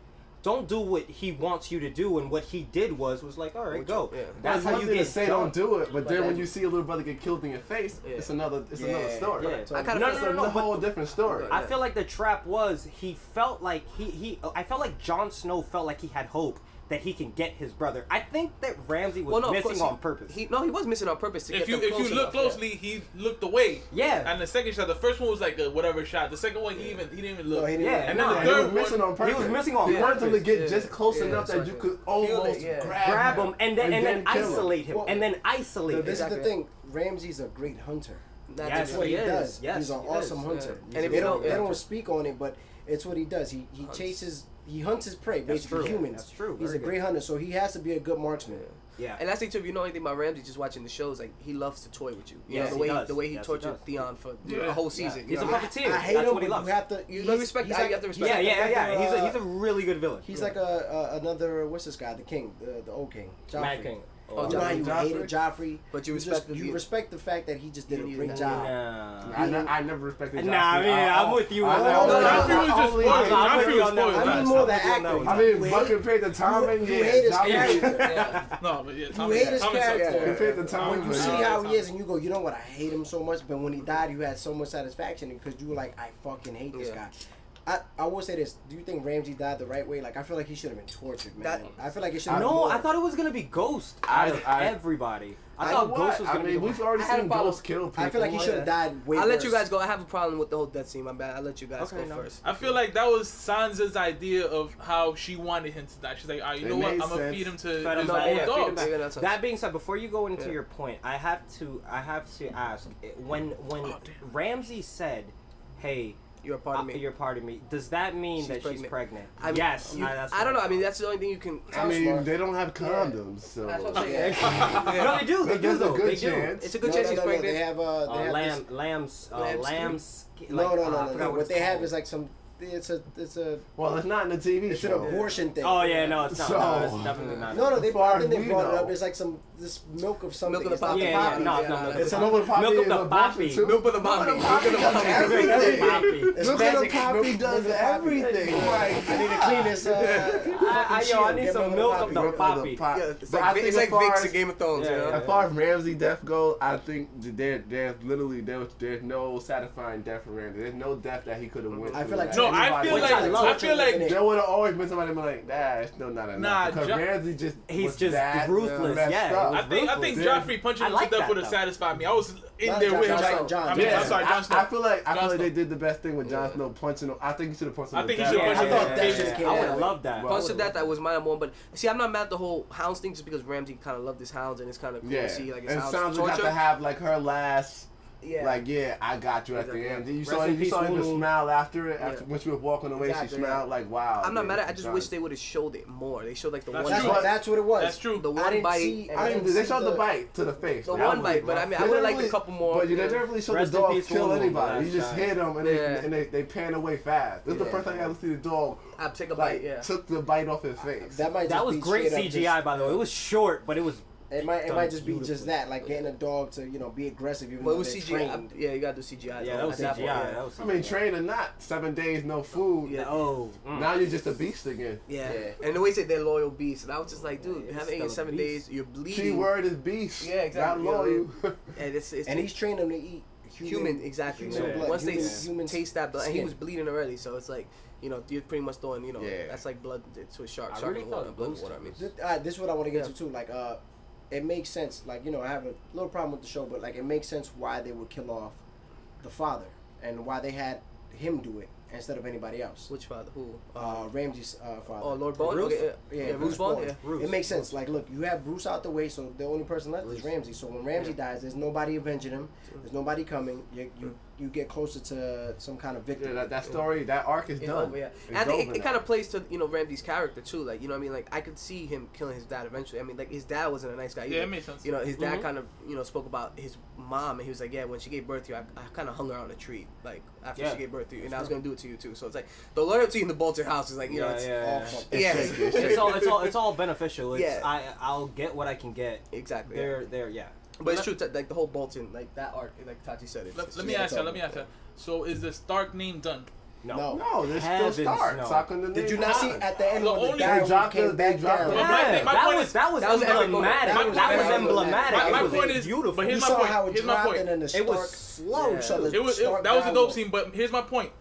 Speaker 6: Don't do what he wants you to do, and what he did was was like, all right, go.
Speaker 3: yeah.
Speaker 4: That's
Speaker 6: That's how
Speaker 4: one
Speaker 6: you
Speaker 4: thing
Speaker 6: get
Speaker 4: to say
Speaker 6: jumped.
Speaker 4: don't do it, but then
Speaker 3: that-
Speaker 4: when you see a little brother get killed in your face,
Speaker 3: Yeah.
Speaker 4: it's another it's
Speaker 2: Yeah,
Speaker 4: another story.
Speaker 6: yeah.
Speaker 4: It's
Speaker 3: I kind
Speaker 6: No,
Speaker 3: of
Speaker 6: no,
Speaker 4: a
Speaker 6: no, but-
Speaker 4: whole different story.
Speaker 6: I feel like the trap was he felt like he he I felt like Jon Snow felt like he had hope that he can get his brother. I think that Ramsey was
Speaker 3: well, no, of
Speaker 6: missing
Speaker 3: course
Speaker 6: on
Speaker 3: he-
Speaker 6: purpose.
Speaker 3: He no, he was missing on purpose to
Speaker 5: If
Speaker 3: get
Speaker 5: you
Speaker 3: them
Speaker 5: if
Speaker 3: close
Speaker 5: you look
Speaker 3: enough, yeah.
Speaker 5: closely, he looked away.
Speaker 6: Yeah.
Speaker 5: And the second shot, the first one was like a whatever shot. The second one, he even he didn't even look.
Speaker 2: No, he didn't.
Speaker 6: Yeah,
Speaker 5: And
Speaker 6: no,
Speaker 5: then the
Speaker 6: he
Speaker 4: He was
Speaker 5: third
Speaker 4: missing
Speaker 5: one.
Speaker 4: on purpose.
Speaker 6: was missing on
Speaker 4: He wanted him to
Speaker 3: purpose,
Speaker 4: get
Speaker 3: yeah.
Speaker 4: just close
Speaker 3: Yeah,
Speaker 4: enough that
Speaker 3: sorry.
Speaker 4: you
Speaker 3: Feel
Speaker 4: could
Speaker 3: it,
Speaker 4: almost
Speaker 3: yeah.
Speaker 4: grab,
Speaker 6: grab him and then and, then,
Speaker 4: kill him.
Speaker 6: isolate him,
Speaker 2: Well,
Speaker 6: and then isolate
Speaker 2: So
Speaker 6: him.
Speaker 2: this
Speaker 3: Exactly.
Speaker 2: is the thing. Ramsey's a great hunter.
Speaker 3: That's
Speaker 6: Yes,
Speaker 2: That's
Speaker 3: it.
Speaker 2: what he,
Speaker 6: he is.
Speaker 2: does.
Speaker 6: Yes,
Speaker 2: he's an
Speaker 6: he
Speaker 2: awesome
Speaker 6: is.
Speaker 2: hunter.
Speaker 3: Yeah. And if
Speaker 2: they
Speaker 3: you
Speaker 2: don't
Speaker 3: don't- yeah.
Speaker 2: they don't speak on it, but it's what he does. He he chases. He hunts his prey, basically
Speaker 6: true.
Speaker 2: humans.
Speaker 6: That's true.
Speaker 2: He's
Speaker 6: Very
Speaker 2: a great hunter, so he has to be a good marksman.
Speaker 6: yeah.
Speaker 3: And that's the thing too. If you know anything about Ramsey, just watching the shows, like he loves to toy with you. you
Speaker 6: Yes,
Speaker 3: know, the
Speaker 6: he
Speaker 3: way
Speaker 6: does.
Speaker 3: the way he
Speaker 6: Yes, he
Speaker 3: tortured
Speaker 6: does.
Speaker 3: Theon for
Speaker 5: Yeah.
Speaker 3: the whole
Speaker 6: Yeah.
Speaker 3: season. you
Speaker 6: He's a
Speaker 3: know?
Speaker 6: puppeteer.
Speaker 2: I hate
Speaker 6: That's
Speaker 2: him,
Speaker 6: what he
Speaker 2: but
Speaker 6: loves.
Speaker 2: you have to. You, he's-
Speaker 3: respect-
Speaker 2: he's
Speaker 3: I-
Speaker 2: like-
Speaker 3: you have to
Speaker 2: he's
Speaker 3: respect
Speaker 6: yeah,
Speaker 2: like
Speaker 6: yeah,
Speaker 2: another,
Speaker 6: yeah. He's a
Speaker 2: uh,
Speaker 6: he's a really good villain.
Speaker 2: He's like a, a another what's this guy? The king, the, the old king, Joffrey.
Speaker 6: Mad King.
Speaker 3: Oh,
Speaker 2: You know how
Speaker 3: Joffrey.
Speaker 2: you hated Joffrey,
Speaker 3: But you
Speaker 2: just-
Speaker 3: respected
Speaker 2: you
Speaker 3: the-
Speaker 2: respect the fact that he just did a
Speaker 3: Yeah.
Speaker 2: great job.
Speaker 6: Nah.
Speaker 4: I, ne- I never respected.
Speaker 6: Nah, I
Speaker 4: Joffrey.
Speaker 6: mean, I'm with you.
Speaker 4: I,
Speaker 6: on
Speaker 4: I,
Speaker 6: that
Speaker 2: no,
Speaker 6: one.
Speaker 2: I
Speaker 6: I'm
Speaker 2: feel
Speaker 5: it
Speaker 6: not-
Speaker 5: was just
Speaker 6: I'm
Speaker 5: spoiled.
Speaker 6: not
Speaker 5: I
Speaker 6: with
Speaker 5: feel
Speaker 6: you
Speaker 5: it was
Speaker 6: on that
Speaker 5: spoiled.
Speaker 6: one.
Speaker 2: I
Speaker 5: Nice.
Speaker 2: mean more
Speaker 6: I'm
Speaker 2: than
Speaker 6: with you on that
Speaker 2: acting.
Speaker 6: one.
Speaker 4: I mean, but compared to Tom and
Speaker 2: you
Speaker 4: yeah,
Speaker 2: hate his
Speaker 4: Joffrey-
Speaker 2: character.
Speaker 5: No, but yeah,
Speaker 2: You
Speaker 5: Tommy,
Speaker 2: hate his
Speaker 5: Tommy
Speaker 2: character.
Speaker 5: sucks.
Speaker 4: Compared to Tom
Speaker 2: When you
Speaker 4: and
Speaker 2: see
Speaker 5: Cruise.
Speaker 4: yeah.
Speaker 2: how he is, and you go, you know what? I hate him so much. But when he died, you had so much satisfaction because you were like, I fucking hate this
Speaker 3: Yeah.
Speaker 2: guy. I, I will say this. Do you think Ramsey died the right way? Like I feel like he should have been tortured, man.
Speaker 3: That-
Speaker 2: I feel like it should.
Speaker 6: No, I thought it was gonna be Ghost out
Speaker 4: I-
Speaker 6: of
Speaker 4: I-
Speaker 6: everybody. I,
Speaker 4: I
Speaker 6: thought
Speaker 4: what?
Speaker 6: Ghost was
Speaker 4: I
Speaker 6: gonna
Speaker 4: mean,
Speaker 6: be.
Speaker 4: we've already
Speaker 3: I had a
Speaker 4: seen
Speaker 3: problem.
Speaker 4: ghosts kill people.
Speaker 2: I feel like he should have died way.
Speaker 3: I'll let
Speaker 2: worse.
Speaker 3: you guys go. I have a problem with the whole death scene. My bad. I'll let you guys
Speaker 6: Okay,
Speaker 3: go
Speaker 6: no.
Speaker 3: first.
Speaker 5: I feel like that was Sansa's idea of how she wanted him to die. She's like, all right, you
Speaker 4: It
Speaker 5: know what? I'm
Speaker 4: made
Speaker 5: gonna
Speaker 4: sense.
Speaker 5: feed him to
Speaker 6: Fed him back,
Speaker 5: his old
Speaker 6: yeah, feed him
Speaker 5: dogs.
Speaker 6: back.
Speaker 3: Yeah, that's
Speaker 6: That being said, before you go into
Speaker 3: Yeah.
Speaker 6: your point, I have to, I have to ask it- when when
Speaker 5: Oh, damn.
Speaker 6: Ramsey said, "Hey,
Speaker 3: You're a part of
Speaker 6: uh,
Speaker 3: me.
Speaker 6: you're part of me," does that mean
Speaker 3: She's
Speaker 6: that she's
Speaker 3: pregnant.
Speaker 6: pregnant?
Speaker 3: I,
Speaker 6: yes,
Speaker 3: you-
Speaker 6: I, that's
Speaker 3: I don't know.
Speaker 6: what
Speaker 3: I mean, that's the only thing you can.
Speaker 4: I mean,
Speaker 2: Smart.
Speaker 4: they don't have condoms, so
Speaker 3: That's what I'm saying.
Speaker 6: thought. no, they do. They do.
Speaker 4: there's a
Speaker 6: Though. They
Speaker 4: good
Speaker 6: do.
Speaker 4: chance.
Speaker 3: It's a
Speaker 2: No,
Speaker 3: good
Speaker 2: no,
Speaker 3: chance
Speaker 2: no,
Speaker 3: she's
Speaker 2: no, They
Speaker 3: pregnant.
Speaker 2: have uh, they
Speaker 6: Uh,
Speaker 2: have
Speaker 6: lamb,
Speaker 2: this-
Speaker 6: lambs, uh,
Speaker 3: Lamb
Speaker 6: lamb,
Speaker 3: skin?
Speaker 6: skin-
Speaker 2: No,
Speaker 6: like,
Speaker 2: no,
Speaker 6: uh, I
Speaker 2: no, no,
Speaker 6: forgot
Speaker 2: no. What
Speaker 6: it's
Speaker 2: they have
Speaker 6: called.
Speaker 2: is like some. It's a it's a
Speaker 4: Well, it's not in the TV
Speaker 2: it's an
Speaker 4: show.
Speaker 2: abortion thing.
Speaker 6: Oh yeah, no, it's not. no,
Speaker 4: So-
Speaker 6: it's definitely not.
Speaker 2: No, no, they,
Speaker 4: Far
Speaker 2: I think they
Speaker 4: we
Speaker 2: brought it
Speaker 4: know.
Speaker 2: up. It's like some this milk of something.
Speaker 3: Milk of the
Speaker 2: It's not
Speaker 3: poppy.
Speaker 6: Yeah,
Speaker 2: the
Speaker 6: yeah,
Speaker 2: poppy.
Speaker 6: no,
Speaker 3: yeah,
Speaker 6: no, no.
Speaker 3: yeah.
Speaker 4: It's
Speaker 6: no.
Speaker 4: an over poppy.
Speaker 6: Milk of
Speaker 4: is
Speaker 6: the
Speaker 4: an abortion,
Speaker 6: poppy.
Speaker 4: too.
Speaker 3: Milk of the mommy. Milk of the
Speaker 4: does
Speaker 3: mommy.
Speaker 4: everything.
Speaker 2: It's
Speaker 4: Milk of the
Speaker 2: magic.
Speaker 4: poppy
Speaker 2: Milk-
Speaker 4: does
Speaker 2: milk of the poppy.
Speaker 4: everything. Like,
Speaker 2: I need to clean this. Uh,
Speaker 6: I, I, yo, I need some milk of the
Speaker 4: Milk of the
Speaker 6: poppy.
Speaker 4: pop-
Speaker 3: Yeah, it's
Speaker 4: But I
Speaker 3: like,
Speaker 4: think
Speaker 3: it's
Speaker 4: as
Speaker 3: like
Speaker 4: far
Speaker 3: Vicks
Speaker 4: as-
Speaker 3: in Game of Thrones.
Speaker 6: Yeah,
Speaker 3: you know?
Speaker 6: yeah.
Speaker 4: As far as Ramsey death goes, I think there, there's literally there, there's no satisfying death for Ramsey. There's no death that he could have went.
Speaker 2: I feel
Speaker 4: through
Speaker 2: like-
Speaker 4: that
Speaker 5: No, I
Speaker 4: anybody
Speaker 5: feel
Speaker 4: would
Speaker 5: like
Speaker 4: have done.
Speaker 5: I feel like
Speaker 4: there would have always been somebody been like, nah, it's still not enough.
Speaker 5: Nah,
Speaker 4: because
Speaker 5: Jo-
Speaker 4: Ramsey just
Speaker 6: He's
Speaker 4: was
Speaker 6: just
Speaker 4: that uh,
Speaker 6: ruthless,
Speaker 4: messed
Speaker 6: yeah,
Speaker 4: up.
Speaker 6: it
Speaker 5: I
Speaker 6: was
Speaker 5: think I think
Speaker 4: Ruthless.
Speaker 5: Joffrey punching
Speaker 6: I
Speaker 5: him
Speaker 6: like
Speaker 5: to
Speaker 6: that,
Speaker 5: death would have
Speaker 6: though.
Speaker 5: satisfied me. I was in
Speaker 2: Not
Speaker 5: there with him.
Speaker 2: Jon-
Speaker 5: like,
Speaker 2: Jon-
Speaker 5: I mean,
Speaker 2: Jon
Speaker 5: I'm sorry, Jon Snow.
Speaker 4: I, I feel like I
Speaker 5: Jon
Speaker 4: feel like
Speaker 5: Snow.
Speaker 4: they did the best thing with Jon Snow punching him. I think he should have punched him.
Speaker 5: I
Speaker 4: to
Speaker 5: think he
Speaker 4: death.
Speaker 5: should
Speaker 6: Yeah,
Speaker 5: have
Speaker 6: I
Speaker 5: punched
Speaker 2: thought
Speaker 5: him.
Speaker 2: that
Speaker 5: Yeah,
Speaker 2: just
Speaker 5: yeah.
Speaker 2: came-
Speaker 6: I would have loved that.
Speaker 4: Well,
Speaker 3: Plus of that, that was my one. But see, I'm not mad at the whole hounds thing just because Ramsey kind of loved his hounds and it's kind of cool
Speaker 4: Yeah,
Speaker 3: to see like his
Speaker 4: and
Speaker 3: hounds
Speaker 4: Sansa got
Speaker 3: torture.
Speaker 4: to have like her last
Speaker 3: Yeah.
Speaker 4: Like yeah, I got you at
Speaker 3: Exactly.
Speaker 4: the end. You
Speaker 6: Rest
Speaker 4: saw
Speaker 6: in
Speaker 4: you
Speaker 6: peace,
Speaker 4: saw her
Speaker 6: Lulu.
Speaker 4: smile after it. After
Speaker 3: Yeah.
Speaker 4: when she was walking away,
Speaker 3: Exactly,
Speaker 4: she smiled like wow.
Speaker 3: I'm not
Speaker 4: yeah,
Speaker 3: mad at.
Speaker 4: she
Speaker 3: I just
Speaker 4: done.
Speaker 3: wish they would have showed it more. They showed like the
Speaker 5: That's
Speaker 3: one
Speaker 2: That's
Speaker 5: true.
Speaker 2: what,
Speaker 3: bite,
Speaker 2: that's what it was.
Speaker 5: That's true.
Speaker 3: the
Speaker 2: I
Speaker 3: one
Speaker 2: didn't
Speaker 3: bite,
Speaker 2: see-
Speaker 3: and
Speaker 2: I
Speaker 4: I
Speaker 3: then-
Speaker 4: didn't. They
Speaker 2: see
Speaker 4: showed the,
Speaker 2: the-
Speaker 4: bite to the face.
Speaker 3: The
Speaker 4: That
Speaker 3: one
Speaker 4: was
Speaker 3: bite, but I
Speaker 4: rough.
Speaker 3: mean, I
Speaker 4: They
Speaker 3: would've
Speaker 4: didn't
Speaker 3: liked a
Speaker 4: really-
Speaker 3: couple more,
Speaker 4: But you
Speaker 3: yeah.
Speaker 4: they never really showed
Speaker 6: Rest
Speaker 4: the
Speaker 6: in
Speaker 4: dog
Speaker 6: peace,
Speaker 4: kill
Speaker 6: Lulu,
Speaker 4: anybody. You
Speaker 6: last
Speaker 4: just
Speaker 6: time.
Speaker 4: hit him and they
Speaker 3: Yeah.
Speaker 4: and they they pan away fast. This is the
Speaker 3: Yeah.
Speaker 4: first time I ever see the dog
Speaker 3: I take a
Speaker 4: like
Speaker 3: bite. Yeah.
Speaker 4: took the bite off his face.
Speaker 2: That might
Speaker 6: That
Speaker 2: just
Speaker 6: was
Speaker 2: be
Speaker 6: great
Speaker 2: straight up just-
Speaker 6: CGI, by the way. It was short, but it was.
Speaker 2: It might it
Speaker 6: Done
Speaker 2: might just be just
Speaker 6: beautifully.
Speaker 2: that, like getting a dog to you know be aggressive even
Speaker 3: But it
Speaker 2: though
Speaker 3: was
Speaker 2: they're
Speaker 3: CGI.
Speaker 2: trained.
Speaker 3: I- yeah, you gotta do CGI.
Speaker 6: Yeah,
Speaker 3: though,
Speaker 6: that was
Speaker 3: at
Speaker 6: CGI.
Speaker 3: point, yeah.
Speaker 6: That was CGI.
Speaker 4: I mean, train or not, seven days no food.
Speaker 3: Yeah.
Speaker 6: Oh. mm.
Speaker 4: Now you're just a beast again.
Speaker 3: Yeah.
Speaker 2: Yeah.
Speaker 3: and the way they said they're loyal beasts, and I was just like, dude,
Speaker 6: Yeah,
Speaker 3: you
Speaker 6: it's
Speaker 3: haven't
Speaker 6: still
Speaker 3: eaten seven
Speaker 6: beast.
Speaker 3: days, you're bleeding.
Speaker 4: Key word is beast.
Speaker 3: Yeah, exactly.
Speaker 4: Not loyal.
Speaker 3: And it's, it's
Speaker 2: and he's trained them to eat
Speaker 3: human, exactly.
Speaker 2: human
Speaker 3: Yeah.
Speaker 2: blood,
Speaker 3: Once they
Speaker 2: human-
Speaker 3: s-
Speaker 2: human
Speaker 3: taste that blood, and he
Speaker 2: skin.
Speaker 3: was bleeding already, so it's like, you know, you're pretty much throwing, you know,
Speaker 4: Yeah.
Speaker 3: that's like blood to a shark.
Speaker 6: I
Speaker 3: Shark
Speaker 6: really
Speaker 3: in the water,
Speaker 6: thought
Speaker 3: blood in the
Speaker 6: those
Speaker 3: water. I mean,
Speaker 2: This, uh, this is what I want to get
Speaker 3: Yeah.
Speaker 2: to too. Like, uh, it makes sense. Like, you know, I have a little problem with the show, but like, it makes sense why they would kill off the father and why they had him do it instead of anybody else.
Speaker 3: which father? Who?
Speaker 2: Uh, Ramsey's uh, father.
Speaker 3: Oh, Lord Bond.
Speaker 6: Bruce?
Speaker 3: Okay, yeah,
Speaker 2: yeah,
Speaker 3: yeah, Bruce Bond. Yeah.
Speaker 6: Bruce.
Speaker 2: It makes sense. Like, look, you have Bruce out the way, so the only person left is Ramsey. So when Ramsey dies, there's nobody avenging him. There's nobody coming. You you, you get closer to some kind of victory.
Speaker 4: Yeah, that, that story, that arc is
Speaker 3: It's
Speaker 4: done.
Speaker 3: over, yeah. And
Speaker 4: It's
Speaker 3: I think
Speaker 4: over
Speaker 3: it, it
Speaker 4: now.
Speaker 3: kind of plays to you know Ramsey's character too. Like you know, what I mean, like I could see him killing his dad eventually. I mean, like his dad wasn't a nice guy. Either.
Speaker 5: Yeah, it makes sense.
Speaker 3: You know, his dad
Speaker 6: Mhm.
Speaker 3: kind of you know spoke about his mom, and he was like, yeah, when she gave birth to you, I, I kind of hung her on a tree, like after
Speaker 6: Yeah.
Speaker 3: she gave birth to you, and I
Speaker 6: That's
Speaker 3: was gonna do it to you too. So it's like the loyalty in the Bolter house is like you know,
Speaker 6: Yeah,
Speaker 3: it's,
Speaker 2: all
Speaker 6: yeah, yeah.
Speaker 2: fucked up.
Speaker 3: Yeah.
Speaker 4: It's
Speaker 6: It's all. It's all. It's all beneficial. It's,
Speaker 3: Yeah.
Speaker 6: I. I'll get what I can get.
Speaker 3: exactly. yeah.
Speaker 6: There. There. Yeah.
Speaker 3: But it's true, that, like the whole Bolton, like that arc, like Tachi said it.
Speaker 5: Let, let me
Speaker 2: Yeah,
Speaker 5: ask you.
Speaker 2: that's
Speaker 5: Let me ask you. So is the Stark name done?
Speaker 6: No.
Speaker 2: No.
Speaker 4: No, there's
Speaker 6: Heavens,
Speaker 4: still Stark.
Speaker 6: no.
Speaker 4: Sock on the
Speaker 2: Did
Speaker 4: name
Speaker 2: you not see
Speaker 4: Khan.
Speaker 2: at the end
Speaker 5: The
Speaker 2: when the
Speaker 5: only-
Speaker 2: guy
Speaker 4: They dropped
Speaker 2: came
Speaker 4: the-
Speaker 2: back
Speaker 4: they dropped
Speaker 2: down?
Speaker 4: the-
Speaker 5: But my thing- my
Speaker 6: that
Speaker 5: point
Speaker 6: was
Speaker 5: is-
Speaker 6: that was
Speaker 3: that was every moment.
Speaker 6: emblematic.
Speaker 5: My-
Speaker 6: that
Speaker 5: my
Speaker 6: was
Speaker 5: point-
Speaker 6: emblematic.
Speaker 5: my- my
Speaker 6: it was
Speaker 5: point is-
Speaker 6: beautiful.
Speaker 5: but
Speaker 2: You
Speaker 5: here's my
Speaker 2: saw
Speaker 5: point,
Speaker 2: how it
Speaker 5: here's my
Speaker 2: dropped
Speaker 5: point.
Speaker 2: and then the
Speaker 6: It
Speaker 2: Stark
Speaker 6: was
Speaker 2: slow.
Speaker 3: Yeah.
Speaker 2: So the
Speaker 5: It was it,
Speaker 2: Stark
Speaker 5: that was a
Speaker 2: guy
Speaker 5: dope scene, but here's my point.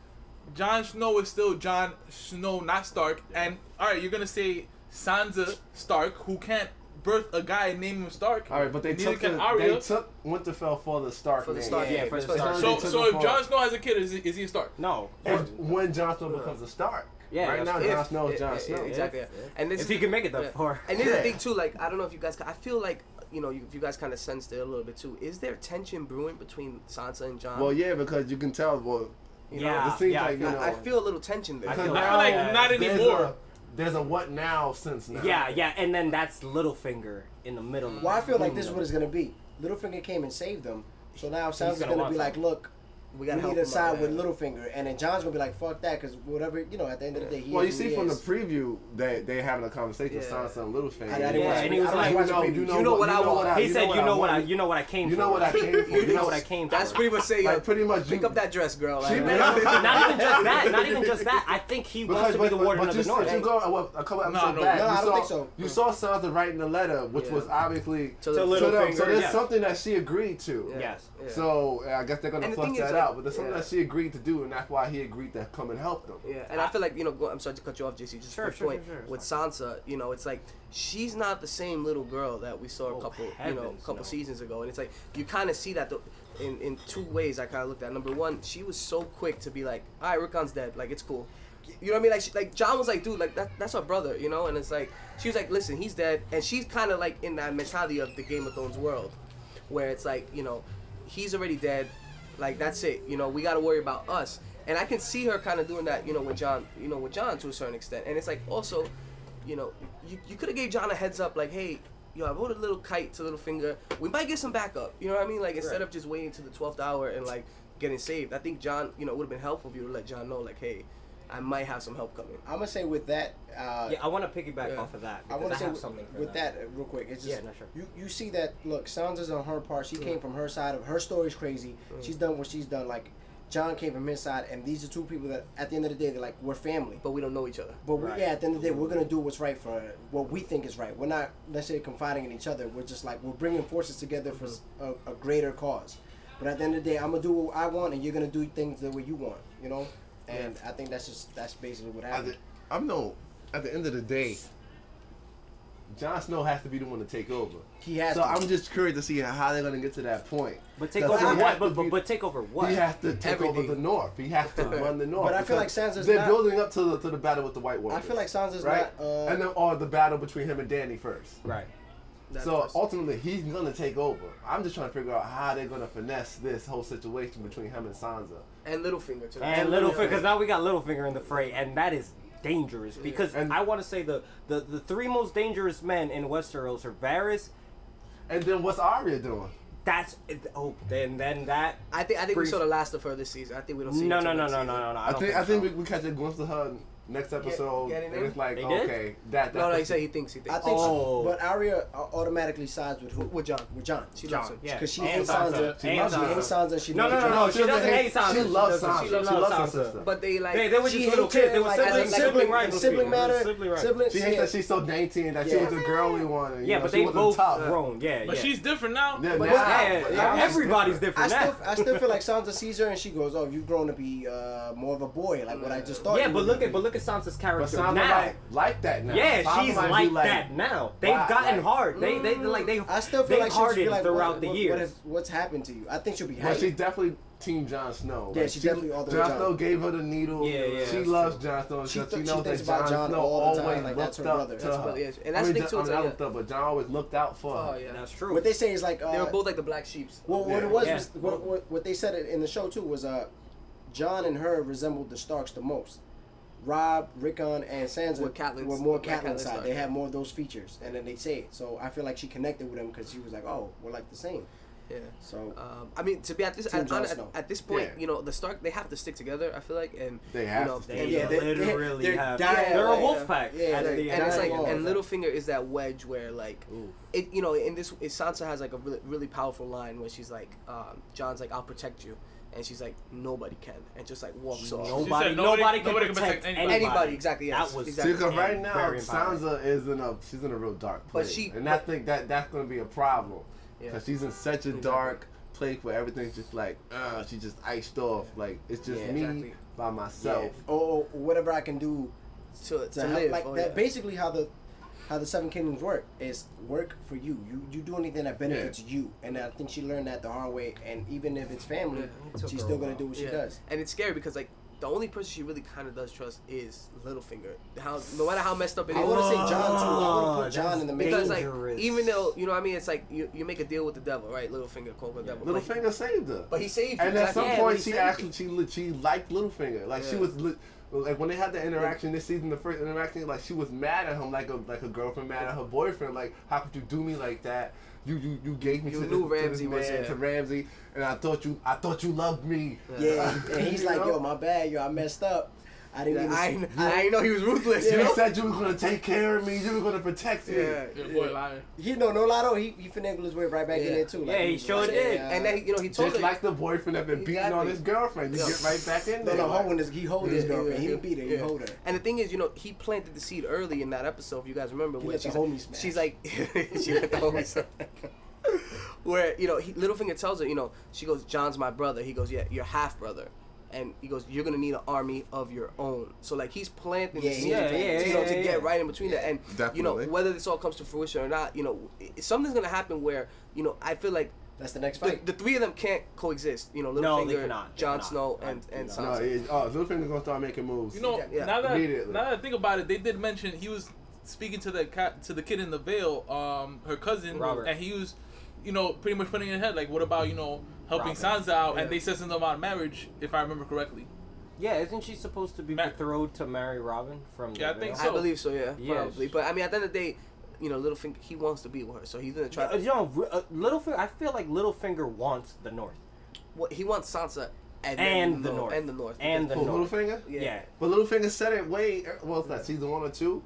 Speaker 5: Jon Snow is still Jon Snow, not Stark. And all right, you're gonna say Sansa Stark, who can't birth a guy and name him Stark.
Speaker 4: All right, but they
Speaker 5: Neither
Speaker 4: took
Speaker 5: can
Speaker 4: the,
Speaker 5: Arya.
Speaker 4: they took Winterfell for the Stark
Speaker 3: for the
Speaker 4: name.
Speaker 3: Stark,
Speaker 6: Yeah,
Speaker 3: yeah,
Speaker 6: for the
Speaker 3: especially-
Speaker 6: Stark.
Speaker 5: so
Speaker 4: They took
Speaker 5: so
Speaker 4: the
Speaker 5: if
Speaker 4: fall.
Speaker 5: Jon Snow has a kid, is he, is he a Stark?
Speaker 6: no.
Speaker 4: If, when Jon Snow becomes a Stark.
Speaker 6: Yeah,
Speaker 4: right now
Speaker 6: that's-
Speaker 4: Jon
Speaker 3: If-
Speaker 4: Snow
Speaker 3: yeah,
Speaker 4: is Jon
Speaker 3: yeah,
Speaker 4: Snow.
Speaker 3: yeah, exactly.
Speaker 6: If-
Speaker 3: yeah. And this
Speaker 6: if
Speaker 3: is-
Speaker 6: he can make it that
Speaker 3: yeah.
Speaker 6: far.
Speaker 3: And here's
Speaker 2: Yeah.
Speaker 3: the thing too, like I don't know if you guys, I feel like you know, you, if you guys kind of sensed it a little bit too. Is there tension brewing between Sansa and John?
Speaker 4: Well, yeah, because you can tell. Well,
Speaker 3: You
Speaker 6: yeah,
Speaker 4: know, it seems
Speaker 6: yeah,
Speaker 4: like,
Speaker 6: I
Speaker 4: you
Speaker 6: feel-
Speaker 4: know,
Speaker 3: I, I feel a little tension there.
Speaker 6: I feel
Speaker 4: because
Speaker 6: like-
Speaker 5: I feel like
Speaker 6: Yeah.
Speaker 5: not
Speaker 4: there's
Speaker 5: anymore.
Speaker 4: a, there's a what now since now.
Speaker 6: yeah, yeah, and then that's Littlefinger in the middle.
Speaker 2: Well, I feel like
Speaker 6: Mm-hmm.
Speaker 2: this is what it's gonna be. Littlefinger came and saved them, so now Sansa's
Speaker 6: gonna
Speaker 2: gonna,
Speaker 6: want
Speaker 2: be like,
Speaker 6: some.
Speaker 2: "Look,
Speaker 3: we
Speaker 2: we
Speaker 3: gotta help
Speaker 2: need to
Speaker 3: him out,
Speaker 2: side with
Speaker 3: yeah.
Speaker 2: Littlefinger," and then John's gonna be like, "Fuck that," because whatever you know, at the end of the day, he
Speaker 4: Well, you
Speaker 2: is who
Speaker 4: see
Speaker 2: he
Speaker 4: from the
Speaker 2: is.
Speaker 4: preview that they having a conversation with
Speaker 3: Yeah.
Speaker 4: Sansa and Littlefinger.
Speaker 2: I, I didn't
Speaker 6: Yeah,
Speaker 2: watch
Speaker 6: and
Speaker 2: the
Speaker 6: he was
Speaker 2: preview. I
Speaker 6: like,
Speaker 2: didn't watch
Speaker 4: you
Speaker 2: the
Speaker 4: know,
Speaker 2: preview.
Speaker 4: you know,
Speaker 3: You know what I
Speaker 4: you know
Speaker 3: want.
Speaker 4: what I,
Speaker 6: he
Speaker 4: you
Speaker 6: said,
Speaker 4: know what
Speaker 6: "You know what I,
Speaker 4: wanted."
Speaker 6: you know what I came
Speaker 4: You know
Speaker 6: for."
Speaker 4: what I came for.
Speaker 6: You know what I came for.
Speaker 3: That's pretty much say, yo,
Speaker 4: Like pretty much.
Speaker 3: pick
Speaker 4: you-
Speaker 3: up that dress, girl.
Speaker 4: She
Speaker 3: Like,
Speaker 4: made
Speaker 6: not even just that. Not even just that. I think he wants to be the warden of
Speaker 4: you,
Speaker 6: the North.
Speaker 4: you go well, a couple episodes
Speaker 5: no,
Speaker 4: back.
Speaker 2: no,
Speaker 4: you
Speaker 2: I don't
Speaker 4: saw,
Speaker 2: think so.
Speaker 4: You saw Sansa writing the letter, which
Speaker 3: Yeah.
Speaker 4: was obviously
Speaker 3: To
Speaker 4: to,
Speaker 3: the-
Speaker 4: them. So
Speaker 6: Littlefinger,
Speaker 4: there's
Speaker 6: yeah.
Speaker 4: something that she agreed to.
Speaker 3: yeah,
Speaker 6: Yes.
Speaker 3: yeah.
Speaker 4: So I guess they're gonna
Speaker 3: And the
Speaker 4: flush
Speaker 3: thing
Speaker 4: that
Speaker 3: is, like,
Speaker 4: out, but there's something
Speaker 3: yeah.
Speaker 4: that she agreed to do, and that's why he agreed to come and help them.
Speaker 3: Yeah, and I, feel like you know. Go, I'm sorry to cut you off, JC. Just
Speaker 6: Sure,
Speaker 3: for a
Speaker 6: sure,
Speaker 3: point
Speaker 6: sure, sure, it's
Speaker 3: with Sansa, you know, it's like she's not the same little girl that we saw
Speaker 6: Oh,
Speaker 3: a couple, you know,
Speaker 6: heavens,
Speaker 3: couple
Speaker 6: no.
Speaker 3: seasons ago, and it's like you kind of see that though, in in two ways. I kind of looked at number one, she was so quick to be like, "All right, Rickon's dead. Like it's cool." You know what I mean? Like, she, like John was like, "Dude, like that, that's our brother," you know, and it's like she was like, "Listen, he's dead," and she's kind of like in that mentality of the Game of Thrones world, where it's like, you know, he's already dead. Like that's it. You know, we got to worry about us. And I can see her kind of doing that. You know, with John. You know, with John to a certain extent. And it's like also, you know, you, you could have gave John a heads up, like, hey, yo, I wrote a little kite to Littlefinger. We might get some backup. You know what I mean? Like instead of just waiting to the twelfth hour and like getting saved, I think John, you know, would have been helpful if you to let John know, like, hey, I might have some help coming.
Speaker 2: I'm gonna say with that, uh,
Speaker 6: Yeah, I want to piggyback
Speaker 3: Yeah.
Speaker 6: off of that
Speaker 2: I
Speaker 6: because
Speaker 2: want
Speaker 6: I,
Speaker 2: to say
Speaker 6: have
Speaker 2: with,
Speaker 6: something for
Speaker 2: with that. uh, real quick. It's just
Speaker 6: Yeah, no, sure. Mm.
Speaker 2: you you see that look. Sansa's on her part. She came from her side of her story's crazy. She's done what she's done. Like John came from his side, and these are two people that at the end of the day they're like we're family.
Speaker 3: But we don't know each other.
Speaker 2: But we,
Speaker 6: Right.
Speaker 2: yeah, at the end of the day, we're gonna do what's right for what we think is right. We're not necessarily confiding in each other. We're just like we're bringing forces together for s a
Speaker 6: Mm-hmm.
Speaker 2: a a greater cause. But at the end of the day, I'm gonna do what I want, and you're gonna do things the way you want. You know. And I think that's just that's basically what
Speaker 4: At
Speaker 2: happened.
Speaker 4: the, I'm no. At the end of the day, Jon Snow has to be the one to take over.
Speaker 2: He has.
Speaker 4: So
Speaker 2: to.
Speaker 4: I'm just curious to see how they're gonna get to that point.
Speaker 6: But take
Speaker 4: Because
Speaker 6: over
Speaker 4: he has
Speaker 6: what?
Speaker 4: to
Speaker 6: But,
Speaker 4: be-
Speaker 6: but, but take over what?
Speaker 4: He has to take
Speaker 3: Everything.
Speaker 4: over the north. He has to run the north.
Speaker 2: But I feel
Speaker 4: because
Speaker 2: like Sansa's
Speaker 4: They're
Speaker 2: not-
Speaker 4: building up to the, to the battle with the White Walkers.
Speaker 2: I feel like Sansa's
Speaker 4: right,
Speaker 2: not. Uh,
Speaker 4: and then or the battle between him and Danny first.
Speaker 6: Right.
Speaker 3: That's
Speaker 4: so
Speaker 3: first.
Speaker 4: ultimately, he's gonna take over. I'm just trying to figure out how they're gonna finesse this whole situation between him and Sansa.
Speaker 3: and Littlefinger too.
Speaker 6: And Littlefinger, because now we got Littlefinger in the fray, and that is dangerous. Because
Speaker 4: And-
Speaker 6: I want to say the, the the three most dangerous men in Westeros are Varys.
Speaker 4: And then what's Arya doing?
Speaker 6: That's oh, then then that.
Speaker 3: I think I think we
Speaker 6: Brief-
Speaker 3: saw the last of her this season. I think we don't see.
Speaker 6: No,
Speaker 3: her
Speaker 6: no,
Speaker 3: till
Speaker 6: no,
Speaker 3: next
Speaker 6: no, no,
Speaker 3: season.
Speaker 6: no, no. I,
Speaker 4: I
Speaker 6: don't
Speaker 4: think I
Speaker 6: so.
Speaker 4: think we, we catch a glimpse of her next episode.
Speaker 3: get it
Speaker 4: and it's
Speaker 3: in?
Speaker 4: like
Speaker 6: They did?
Speaker 4: okay, that that.
Speaker 3: No, no, he said he thinks he
Speaker 2: I
Speaker 3: thinks.
Speaker 2: think,
Speaker 6: Oh.
Speaker 2: but Arya uh, automatically sides with who?
Speaker 3: With John.
Speaker 2: With John.
Speaker 3: She
Speaker 6: John,
Speaker 3: loves him.
Speaker 6: yeah,
Speaker 2: Because she
Speaker 6: and
Speaker 2: hates Sansa.
Speaker 6: Sansa,
Speaker 4: She
Speaker 2: She
Speaker 6: and
Speaker 4: loves
Speaker 2: hates
Speaker 4: him.
Speaker 6: Sansa.
Speaker 2: Sansa. She
Speaker 6: No, no,
Speaker 2: loves
Speaker 6: no,
Speaker 2: Jon.
Speaker 6: no. She doesn't hate Sansa.
Speaker 4: She
Speaker 6: She
Speaker 4: loves
Speaker 6: doesn't-
Speaker 4: Sansa.
Speaker 6: she
Speaker 4: She
Speaker 6: loves
Speaker 4: loves her
Speaker 6: Sansa.
Speaker 4: sister.
Speaker 3: but they like
Speaker 6: They, they were
Speaker 2: She
Speaker 6: just
Speaker 2: hates
Speaker 6: little kids. They
Speaker 2: it,
Speaker 6: were
Speaker 2: like,
Speaker 6: sibling,
Speaker 2: as a
Speaker 6: sibling
Speaker 2: sibling-
Speaker 6: rivalry.
Speaker 2: sibling matter,
Speaker 6: Sibling rivalry.
Speaker 2: sibling-
Speaker 4: She hates
Speaker 2: Yeah.
Speaker 4: that she's so dainty and that she
Speaker 2: Yeah.
Speaker 4: was the girl we wanted. you
Speaker 6: Yeah,
Speaker 4: know,
Speaker 6: but
Speaker 4: she
Speaker 6: they
Speaker 4: wasn't
Speaker 6: both
Speaker 4: tough.
Speaker 6: grown. Yeah,
Speaker 5: But
Speaker 6: yeah.
Speaker 5: she's different now.
Speaker 4: Yeah,
Speaker 2: But
Speaker 4: now,
Speaker 6: yeah,
Speaker 4: but
Speaker 6: yeah,
Speaker 4: now it's
Speaker 6: everybody's
Speaker 2: I
Speaker 6: different
Speaker 2: still,
Speaker 6: now.
Speaker 2: I still feel like Sansa sees her and she goes, "Oh, you've grown to be uh, more of a boy, like what I just thought."
Speaker 6: Mm. yeah,
Speaker 2: you
Speaker 6: but
Speaker 2: were
Speaker 6: look
Speaker 2: gonna
Speaker 6: at
Speaker 2: be."
Speaker 6: but look at Sansa's
Speaker 4: But
Speaker 6: character
Speaker 4: Sansa
Speaker 6: now.
Speaker 4: like, like that now.
Speaker 6: Yeah,
Speaker 4: Sansa
Speaker 6: she's
Speaker 4: might be
Speaker 6: like, that now. They've
Speaker 4: why-
Speaker 6: gotten
Speaker 4: like-
Speaker 6: hard. They they like they
Speaker 2: I still
Speaker 6: they've
Speaker 2: feel like she'll just
Speaker 6: hardened
Speaker 2: be like,
Speaker 6: throughout
Speaker 2: what,
Speaker 6: the
Speaker 2: what,
Speaker 6: years.
Speaker 2: What has, what's happened to you? I think she'll be
Speaker 4: But
Speaker 2: happy.
Speaker 4: she's definitely Team Jon Snow.
Speaker 2: Yeah,
Speaker 4: Like,
Speaker 2: she's definitely all the way
Speaker 4: Jon
Speaker 2: Jon.
Speaker 4: Snow gave her the needle.
Speaker 6: Yeah, yeah,
Speaker 4: She
Speaker 6: that's
Speaker 4: loves Jon Snow.
Speaker 2: She
Speaker 4: because
Speaker 2: th-
Speaker 4: she
Speaker 2: she
Speaker 4: knows
Speaker 2: thinks
Speaker 4: that
Speaker 2: about
Speaker 4: Jon
Speaker 2: Jon
Speaker 4: Snow
Speaker 2: all the time,
Speaker 4: always
Speaker 2: like,
Speaker 4: looked
Speaker 2: that's her
Speaker 4: up
Speaker 2: brother.
Speaker 4: to
Speaker 2: That's
Speaker 4: her.
Speaker 3: brother, yes. And that's
Speaker 4: I
Speaker 3: the
Speaker 4: mean,
Speaker 3: thing, too,
Speaker 4: Jon- I mean,
Speaker 3: it's
Speaker 4: not
Speaker 3: like,
Speaker 4: looked up, but Jon always looked out for
Speaker 3: oh
Speaker 4: her.
Speaker 3: yeah,
Speaker 6: That's true.
Speaker 2: what they say is like, uh,
Speaker 3: they were both like the black sheeps.
Speaker 2: well, what
Speaker 4: Yeah.
Speaker 2: it was,
Speaker 6: Yeah.
Speaker 2: was what, what, what they said in the show too was uh, John and her resembled the Starks the most. Rob, Rickon, and Sansa
Speaker 3: Were Catelyn's-
Speaker 2: were more
Speaker 3: like Catelyn
Speaker 2: Catelyn side.
Speaker 3: Stark.
Speaker 2: They had more of those features, and then they say it. So I feel like she connected with him because she was like, "Oh, we're like the same."
Speaker 3: Yeah.
Speaker 2: So
Speaker 3: Um, I mean, to be at this
Speaker 2: Team
Speaker 3: at,
Speaker 2: Jon
Speaker 3: at-
Speaker 2: Snow.
Speaker 3: at this point,
Speaker 4: Yeah.
Speaker 3: you know, the Stark they have to stick together. I feel like, and
Speaker 4: They have
Speaker 3: you know,
Speaker 4: to
Speaker 6: They
Speaker 4: stick
Speaker 3: and-
Speaker 2: Yeah, they- they-
Speaker 6: literally
Speaker 2: they're
Speaker 6: have.
Speaker 2: dying
Speaker 6: they're a
Speaker 3: like-
Speaker 6: wolf pack.
Speaker 2: Yeah,
Speaker 6: at
Speaker 2: they're-
Speaker 6: the end
Speaker 3: and
Speaker 6: of
Speaker 3: it's
Speaker 6: the
Speaker 3: like,
Speaker 2: dying
Speaker 6: day.
Speaker 2: wolf.
Speaker 3: and Littlefinger is that wedge where like, it you know, in this it, Sansa has like a really, really powerful line where she's like, um, John's like, I'll protect you, and she's like, nobody can, and just like walks off.
Speaker 5: She
Speaker 6: nobody, nobody,
Speaker 5: said nobody-
Speaker 6: can
Speaker 5: nobody can
Speaker 6: protect
Speaker 5: protect anybody.
Speaker 6: anybody.
Speaker 3: Anybody, exactly, yes.
Speaker 6: That was
Speaker 3: Exactly.
Speaker 4: Because right
Speaker 6: and
Speaker 4: now,
Speaker 6: very empowering.
Speaker 4: Sansa is in a she's in a real dark
Speaker 3: But
Speaker 4: place,
Speaker 3: she-
Speaker 4: and I think that that's gonna be a problem
Speaker 3: Yeah.
Speaker 4: because she's in such a dark place where everything's just like, uh, she's just iced off. Like it's just
Speaker 3: Yeah,
Speaker 4: me
Speaker 3: exactly.
Speaker 4: by myself.
Speaker 2: oh, whatever I can do
Speaker 3: to,
Speaker 2: to
Speaker 3: to
Speaker 2: help,
Speaker 3: live.
Speaker 2: like
Speaker 3: oh,
Speaker 2: that.
Speaker 3: yeah.
Speaker 2: Basically, how the how the Seven Kingdoms work is work for you. You you do anything that benefits you, and I think she learned that the hard way. And even if it's family,
Speaker 3: Yeah,
Speaker 6: it took
Speaker 2: she's
Speaker 6: her a
Speaker 2: still gonna
Speaker 6: while.
Speaker 2: do what she
Speaker 3: Yeah.
Speaker 2: does.
Speaker 3: And it's scary because like the only person she really kind of does trust is Littlefinger. How no matter how messed up it is.
Speaker 2: I would have said John too. I would
Speaker 6: Oh,
Speaker 2: have put John in the mix.
Speaker 3: because like
Speaker 6: Dangerous.
Speaker 3: even though you know what I mean, it's like you, you make a deal with the devil, right? Littlefinger, quote the devil. but,
Speaker 4: Littlefinger saved her.
Speaker 3: but he saved.
Speaker 4: And
Speaker 3: you,
Speaker 4: at
Speaker 3: like,
Speaker 4: some
Speaker 3: yeah, but
Speaker 4: point,
Speaker 3: he
Speaker 4: she
Speaker 3: saved you.
Speaker 4: actually she li- she liked Littlefinger. Like she
Speaker 3: Yeah.
Speaker 4: was li- like when they had the interaction this season, the first interaction, like she was mad at him, like a like a girlfriend mad at her boyfriend. Like how could you do me like that? You you, you gave me
Speaker 3: You
Speaker 4: to,
Speaker 3: knew
Speaker 4: this, to this
Speaker 3: Ramsay was
Speaker 4: man,
Speaker 3: it.
Speaker 4: to Ramsey, and I thought you I thought you loved me.
Speaker 2: Yeah, and he's
Speaker 4: You
Speaker 2: like,
Speaker 4: know?
Speaker 2: yo, my bad, yo, I messed up. I didn't.
Speaker 3: I
Speaker 2: even,
Speaker 3: ain't- I ain't know he was ruthless. You
Speaker 4: You
Speaker 3: know?
Speaker 4: said you were gonna take care of me. You were gonna protect me.
Speaker 3: Yeah.
Speaker 5: Your boy liar.
Speaker 2: he no no lotto. He he finagled his way right back in
Speaker 3: Yeah.
Speaker 2: there too.
Speaker 6: Yeah, he
Speaker 2: was
Speaker 6: sure
Speaker 2: like,
Speaker 6: did.
Speaker 2: yeah.
Speaker 3: And then you know he told
Speaker 4: Just
Speaker 3: her
Speaker 4: like the boyfriend that been beating on
Speaker 3: Exactly.
Speaker 4: his girlfriend, you
Speaker 3: Yeah.
Speaker 4: get right back in
Speaker 2: no
Speaker 4: there.
Speaker 2: no,
Speaker 4: like,
Speaker 2: holding his, he hold his
Speaker 3: Yeah,
Speaker 2: girlfriend.
Speaker 3: yeah,
Speaker 2: he
Speaker 3: yeah.
Speaker 2: didn't beat her. He
Speaker 3: Yeah.
Speaker 2: hold her.
Speaker 3: And the thing is, you know, he planted the seed early in that episode. If you guys remember, where
Speaker 2: let the
Speaker 3: she's,
Speaker 2: homies smash.
Speaker 3: she's like, she let the homies. smash. where you know, he, Littlefinger tells her, you know, she goes, "John's my brother." He goes, "Yeah, your half brother," and he goes, "You're gonna need an army of your own." So like he's planting
Speaker 2: Yeah,
Speaker 3: the seed,
Speaker 2: yeah,
Speaker 6: yeah,
Speaker 3: you know,
Speaker 6: yeah,
Speaker 3: to
Speaker 6: yeah,
Speaker 3: get
Speaker 6: yeah.
Speaker 3: right in between that. And you know,
Speaker 4: Definitely.
Speaker 3: whether this all comes to fruition or not, you know, i- something's gonna happen where you know, I feel like.
Speaker 2: That's the next
Speaker 3: The,
Speaker 2: fight.
Speaker 3: the three of them can't coexist, you know.
Speaker 6: No,
Speaker 3: Littlefinger,
Speaker 6: they cannot. They
Speaker 3: Jon
Speaker 6: cannot.
Speaker 3: Snow,
Speaker 6: I
Speaker 3: and
Speaker 6: do
Speaker 3: and
Speaker 6: not.
Speaker 3: Sansa.
Speaker 4: No, it, oh, Littlefinger's gonna start making moves.
Speaker 5: You know,
Speaker 3: Yeah.
Speaker 5: now that
Speaker 4: Immediately.
Speaker 5: now that I think about it, they did mention he was speaking to the cat to the kid in the veil, um, her cousin,
Speaker 6: Robert.
Speaker 5: and he was, you know, pretty much putting in her head like, what about you know helping
Speaker 6: Robert.
Speaker 5: Sansa out?
Speaker 3: Yeah.
Speaker 5: And they said something about marriage, if I remember correctly.
Speaker 6: Yeah, isn't she supposed to be
Speaker 5: Ma-
Speaker 6: betrothed to marry Robin from?
Speaker 5: Yeah, I
Speaker 6: the
Speaker 5: think
Speaker 6: Vale?
Speaker 5: so.
Speaker 3: I believe so, yeah,
Speaker 6: Yeah,
Speaker 3: probably.
Speaker 6: she-
Speaker 3: But I mean, at the end of the day, you know, Littlefinger he wants to be with her, so he's gonna try.
Speaker 6: Uh, you know, r- uh, Littlefinger. I feel like Littlefinger wants the North
Speaker 3: well, he wants Sansa and,
Speaker 6: and the
Speaker 3: Nor-
Speaker 6: North
Speaker 3: and the North
Speaker 6: and the
Speaker 4: Who,
Speaker 6: North.
Speaker 4: Littlefinger.
Speaker 3: Yeah.
Speaker 6: Yeah,
Speaker 4: But Littlefinger said it way er, well, it's not season one or two.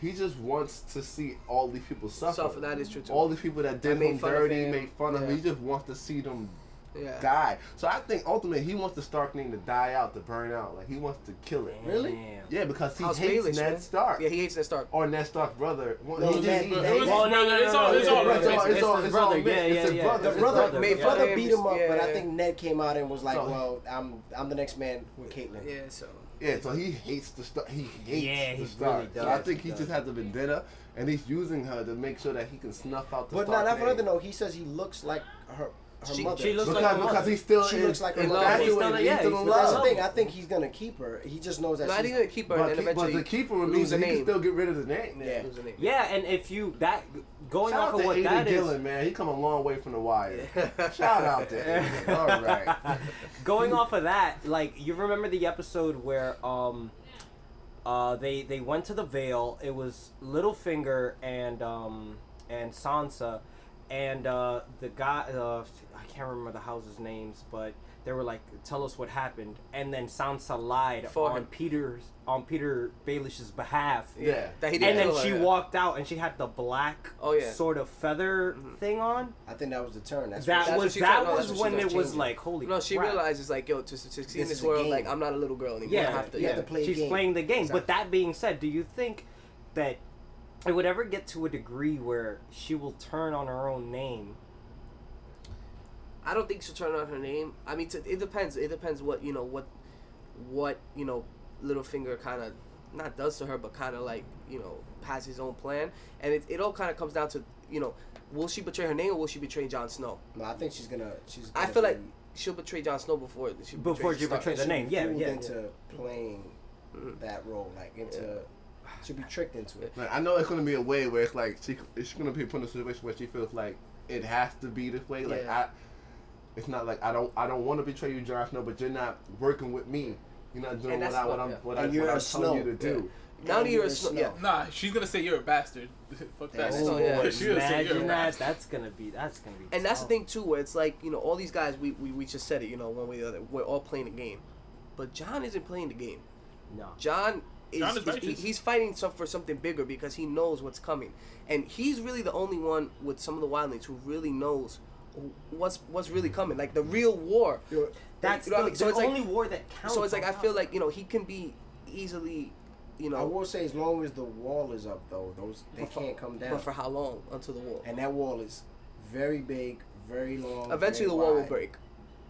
Speaker 4: He just wants to see all these people suffer.
Speaker 3: suffer. That is true too.
Speaker 4: all these people that did
Speaker 3: made
Speaker 4: him
Speaker 3: fun of
Speaker 4: dirty,
Speaker 3: him.
Speaker 4: made fun of
Speaker 3: Yeah.
Speaker 4: him. He just wants to see them
Speaker 3: yeah.
Speaker 4: die. So I think ultimately he wants the Stark name to die out, to burn out. Like he wants to kill it.
Speaker 2: Really?
Speaker 6: Damn.
Speaker 4: Yeah, because he
Speaker 3: House
Speaker 4: hates
Speaker 3: Baelish,
Speaker 4: Ned
Speaker 3: man.
Speaker 4: Stark.
Speaker 3: Yeah, he hates Ned Stark.
Speaker 4: or Ned Stark's brother. Well,
Speaker 2: No,
Speaker 4: he
Speaker 2: Ned-
Speaker 4: just, he,
Speaker 2: Ned-
Speaker 4: hates-
Speaker 5: It was-
Speaker 6: Well, no, no,
Speaker 5: it's
Speaker 6: no,
Speaker 5: all
Speaker 6: no,
Speaker 5: it's
Speaker 6: no,
Speaker 5: all
Speaker 6: no,
Speaker 5: it's all-
Speaker 6: it's
Speaker 5: it's all-
Speaker 6: his
Speaker 4: it's
Speaker 6: brother.
Speaker 4: all
Speaker 6: Yeah,
Speaker 4: mixed.
Speaker 6: yeah,
Speaker 4: It's a
Speaker 6: yeah.
Speaker 4: brother.
Speaker 2: The
Speaker 4: His
Speaker 2: brother,
Speaker 6: brother,
Speaker 2: the
Speaker 6: yeah.
Speaker 2: brother beat him up,
Speaker 3: Yeah,
Speaker 2: but I
Speaker 3: yeah.
Speaker 2: think Ned came out and was like,
Speaker 4: So-
Speaker 2: "Well, I'm I'm the next man with Caitlyn."
Speaker 3: Yeah, so
Speaker 4: yeah, so he hates the Stark. He hates
Speaker 6: Yeah, he
Speaker 4: the Stark.
Speaker 6: really
Speaker 4: so I
Speaker 6: does.
Speaker 4: think
Speaker 6: He
Speaker 4: he just
Speaker 6: does.
Speaker 4: has a vendetta, and he's using her to make sure that he can snuff out the
Speaker 2: But
Speaker 4: Stark
Speaker 2: not, not for
Speaker 4: name.
Speaker 2: nothing though. He says he looks like her, her
Speaker 6: She-
Speaker 2: mother.
Speaker 6: she looks
Speaker 4: because,
Speaker 6: like her
Speaker 4: because
Speaker 6: mother.
Speaker 4: he's still
Speaker 2: She
Speaker 4: in,
Speaker 2: looks like her
Speaker 4: in
Speaker 2: mother.
Speaker 4: infatuated.
Speaker 6: He's still like-
Speaker 4: he's
Speaker 6: yeah,
Speaker 4: still in
Speaker 6: he's-
Speaker 2: but that's the
Speaker 4: love.
Speaker 2: thing. I think he's gonna keep her. He just knows that.
Speaker 3: Not
Speaker 2: she's,
Speaker 3: even gonna keep her,
Speaker 4: But,
Speaker 3: and then
Speaker 4: keep, but
Speaker 3: eventually
Speaker 4: the keeper means
Speaker 3: lose
Speaker 4: he
Speaker 3: a
Speaker 4: can
Speaker 3: name.
Speaker 4: still get rid of the name.
Speaker 2: Yeah.
Speaker 3: Lose a name.
Speaker 6: Yeah, and if you that going
Speaker 4: Shout
Speaker 6: off
Speaker 4: out
Speaker 6: of
Speaker 4: to
Speaker 6: what
Speaker 4: Aiden
Speaker 6: that is,
Speaker 4: Gillen, man. He come a long way from the wire. Shout out to Aiden. All right.
Speaker 6: going off of that, like you remember the episode where um, uh, they they went to the Vale. It was Littlefinger and um and Sansa, and uh, the guy uh, I can't remember the house's names, but they were like, "Tell us what happened," and then Sansa lied
Speaker 3: For
Speaker 6: on
Speaker 3: him.
Speaker 6: Peter's on Peter Baelish's behalf.
Speaker 4: Yeah.
Speaker 3: That he didn't
Speaker 6: And then
Speaker 3: kill her,
Speaker 6: she
Speaker 3: yeah.
Speaker 6: walked out, and she had the black
Speaker 3: Oh, yeah. Mm-hmm.
Speaker 6: sort of feather thing on.
Speaker 2: I think that was the turn. That's
Speaker 6: That
Speaker 3: That's what
Speaker 6: was
Speaker 3: she
Speaker 6: that
Speaker 3: tried- no,
Speaker 6: was
Speaker 3: that's what
Speaker 6: when
Speaker 2: she
Speaker 6: it
Speaker 2: tried
Speaker 6: was
Speaker 2: changing.
Speaker 6: like holy.
Speaker 3: No, she
Speaker 6: crap.
Speaker 3: realizes like, yo, to to succeed in
Speaker 2: This
Speaker 3: this
Speaker 2: is a
Speaker 3: world,
Speaker 2: game.
Speaker 3: like I'm not a little girl anymore.
Speaker 6: Yeah,
Speaker 3: I have to.
Speaker 2: you
Speaker 3: Yeah,
Speaker 2: have to play a
Speaker 6: she's
Speaker 2: game.
Speaker 6: playing the game.
Speaker 2: Exactly.
Speaker 6: But that being said, do you think that it would ever get to a degree where she will turn on her own name?
Speaker 3: I don't think she'll turn on her name. I mean, to, it depends. It depends what you know what what you know Littlefinger kind of not does to her, but kind of like you know has his own plan, and it, it all kind of comes down to you know will she betray her name or will she betray Jon Snow?
Speaker 2: No, I think she's gonna. She's.
Speaker 3: I
Speaker 2: gonna
Speaker 3: feel like
Speaker 2: be-
Speaker 3: she'll betray Jon Snow before she
Speaker 6: Before
Speaker 3: betrays
Speaker 6: she
Speaker 3: Stark.
Speaker 6: betrays the
Speaker 2: she'll
Speaker 6: name.
Speaker 2: be
Speaker 6: Yeah,
Speaker 2: fooled
Speaker 6: yeah,
Speaker 2: Into playing
Speaker 3: Mm.
Speaker 2: that role, like into. She'll be tricked into it.
Speaker 4: Man, I know it's gonna be a way where it's like she, she's gonna be put in a situation where she feels like it has to be this way. Like
Speaker 3: Yeah.
Speaker 4: I, it's not like I don't I don't want to betray you, Jon Snow, but you're not working with me. You're not doing
Speaker 3: And
Speaker 4: what
Speaker 3: that's
Speaker 4: I what
Speaker 3: what-
Speaker 4: I'm
Speaker 3: yeah.
Speaker 4: what,
Speaker 2: And
Speaker 4: I,
Speaker 2: you're
Speaker 4: what
Speaker 2: a
Speaker 4: I'm telling you
Speaker 2: Snow.
Speaker 4: to do.
Speaker 3: Now that you're a Snow,
Speaker 2: Snow.
Speaker 3: yeah.
Speaker 5: Nah, she's gonna say you're a bastard. Fuck that.
Speaker 2: Damn. Oh,
Speaker 3: yeah.
Speaker 5: She gonna say you're a
Speaker 6: Imagine that.
Speaker 5: bastard.
Speaker 6: That's gonna be. That's gonna be.
Speaker 3: And that's the
Speaker 6: tough.
Speaker 3: thing too, where it's like you know all these guys, we, we, we just said it, you know, one way or the other, we're all playing the game, but John isn't playing the game.
Speaker 6: No.
Speaker 3: John is,
Speaker 5: John is
Speaker 3: is- he,
Speaker 5: righteous.
Speaker 3: he's fighting some, for something bigger because he knows what's coming, and he's really the only one with some of the wildlings who really knows wh- what's what's really coming, like the real war.
Speaker 2: You're-
Speaker 6: That's
Speaker 3: You know what I
Speaker 6: the,
Speaker 3: mean? So
Speaker 6: the
Speaker 3: it's like-
Speaker 6: only war that counts.
Speaker 3: So it's like
Speaker 6: on
Speaker 3: I feel
Speaker 6: top.
Speaker 3: like you know he can be easily, you
Speaker 2: I
Speaker 3: know,
Speaker 2: will say, as long as the wall is up, though, those they
Speaker 3: But for-
Speaker 2: can't come down.
Speaker 3: but for how long until the wall?
Speaker 2: and that wall is very big, very long.
Speaker 3: Eventually the
Speaker 2: very
Speaker 3: wall will
Speaker 2: wide.
Speaker 3: break.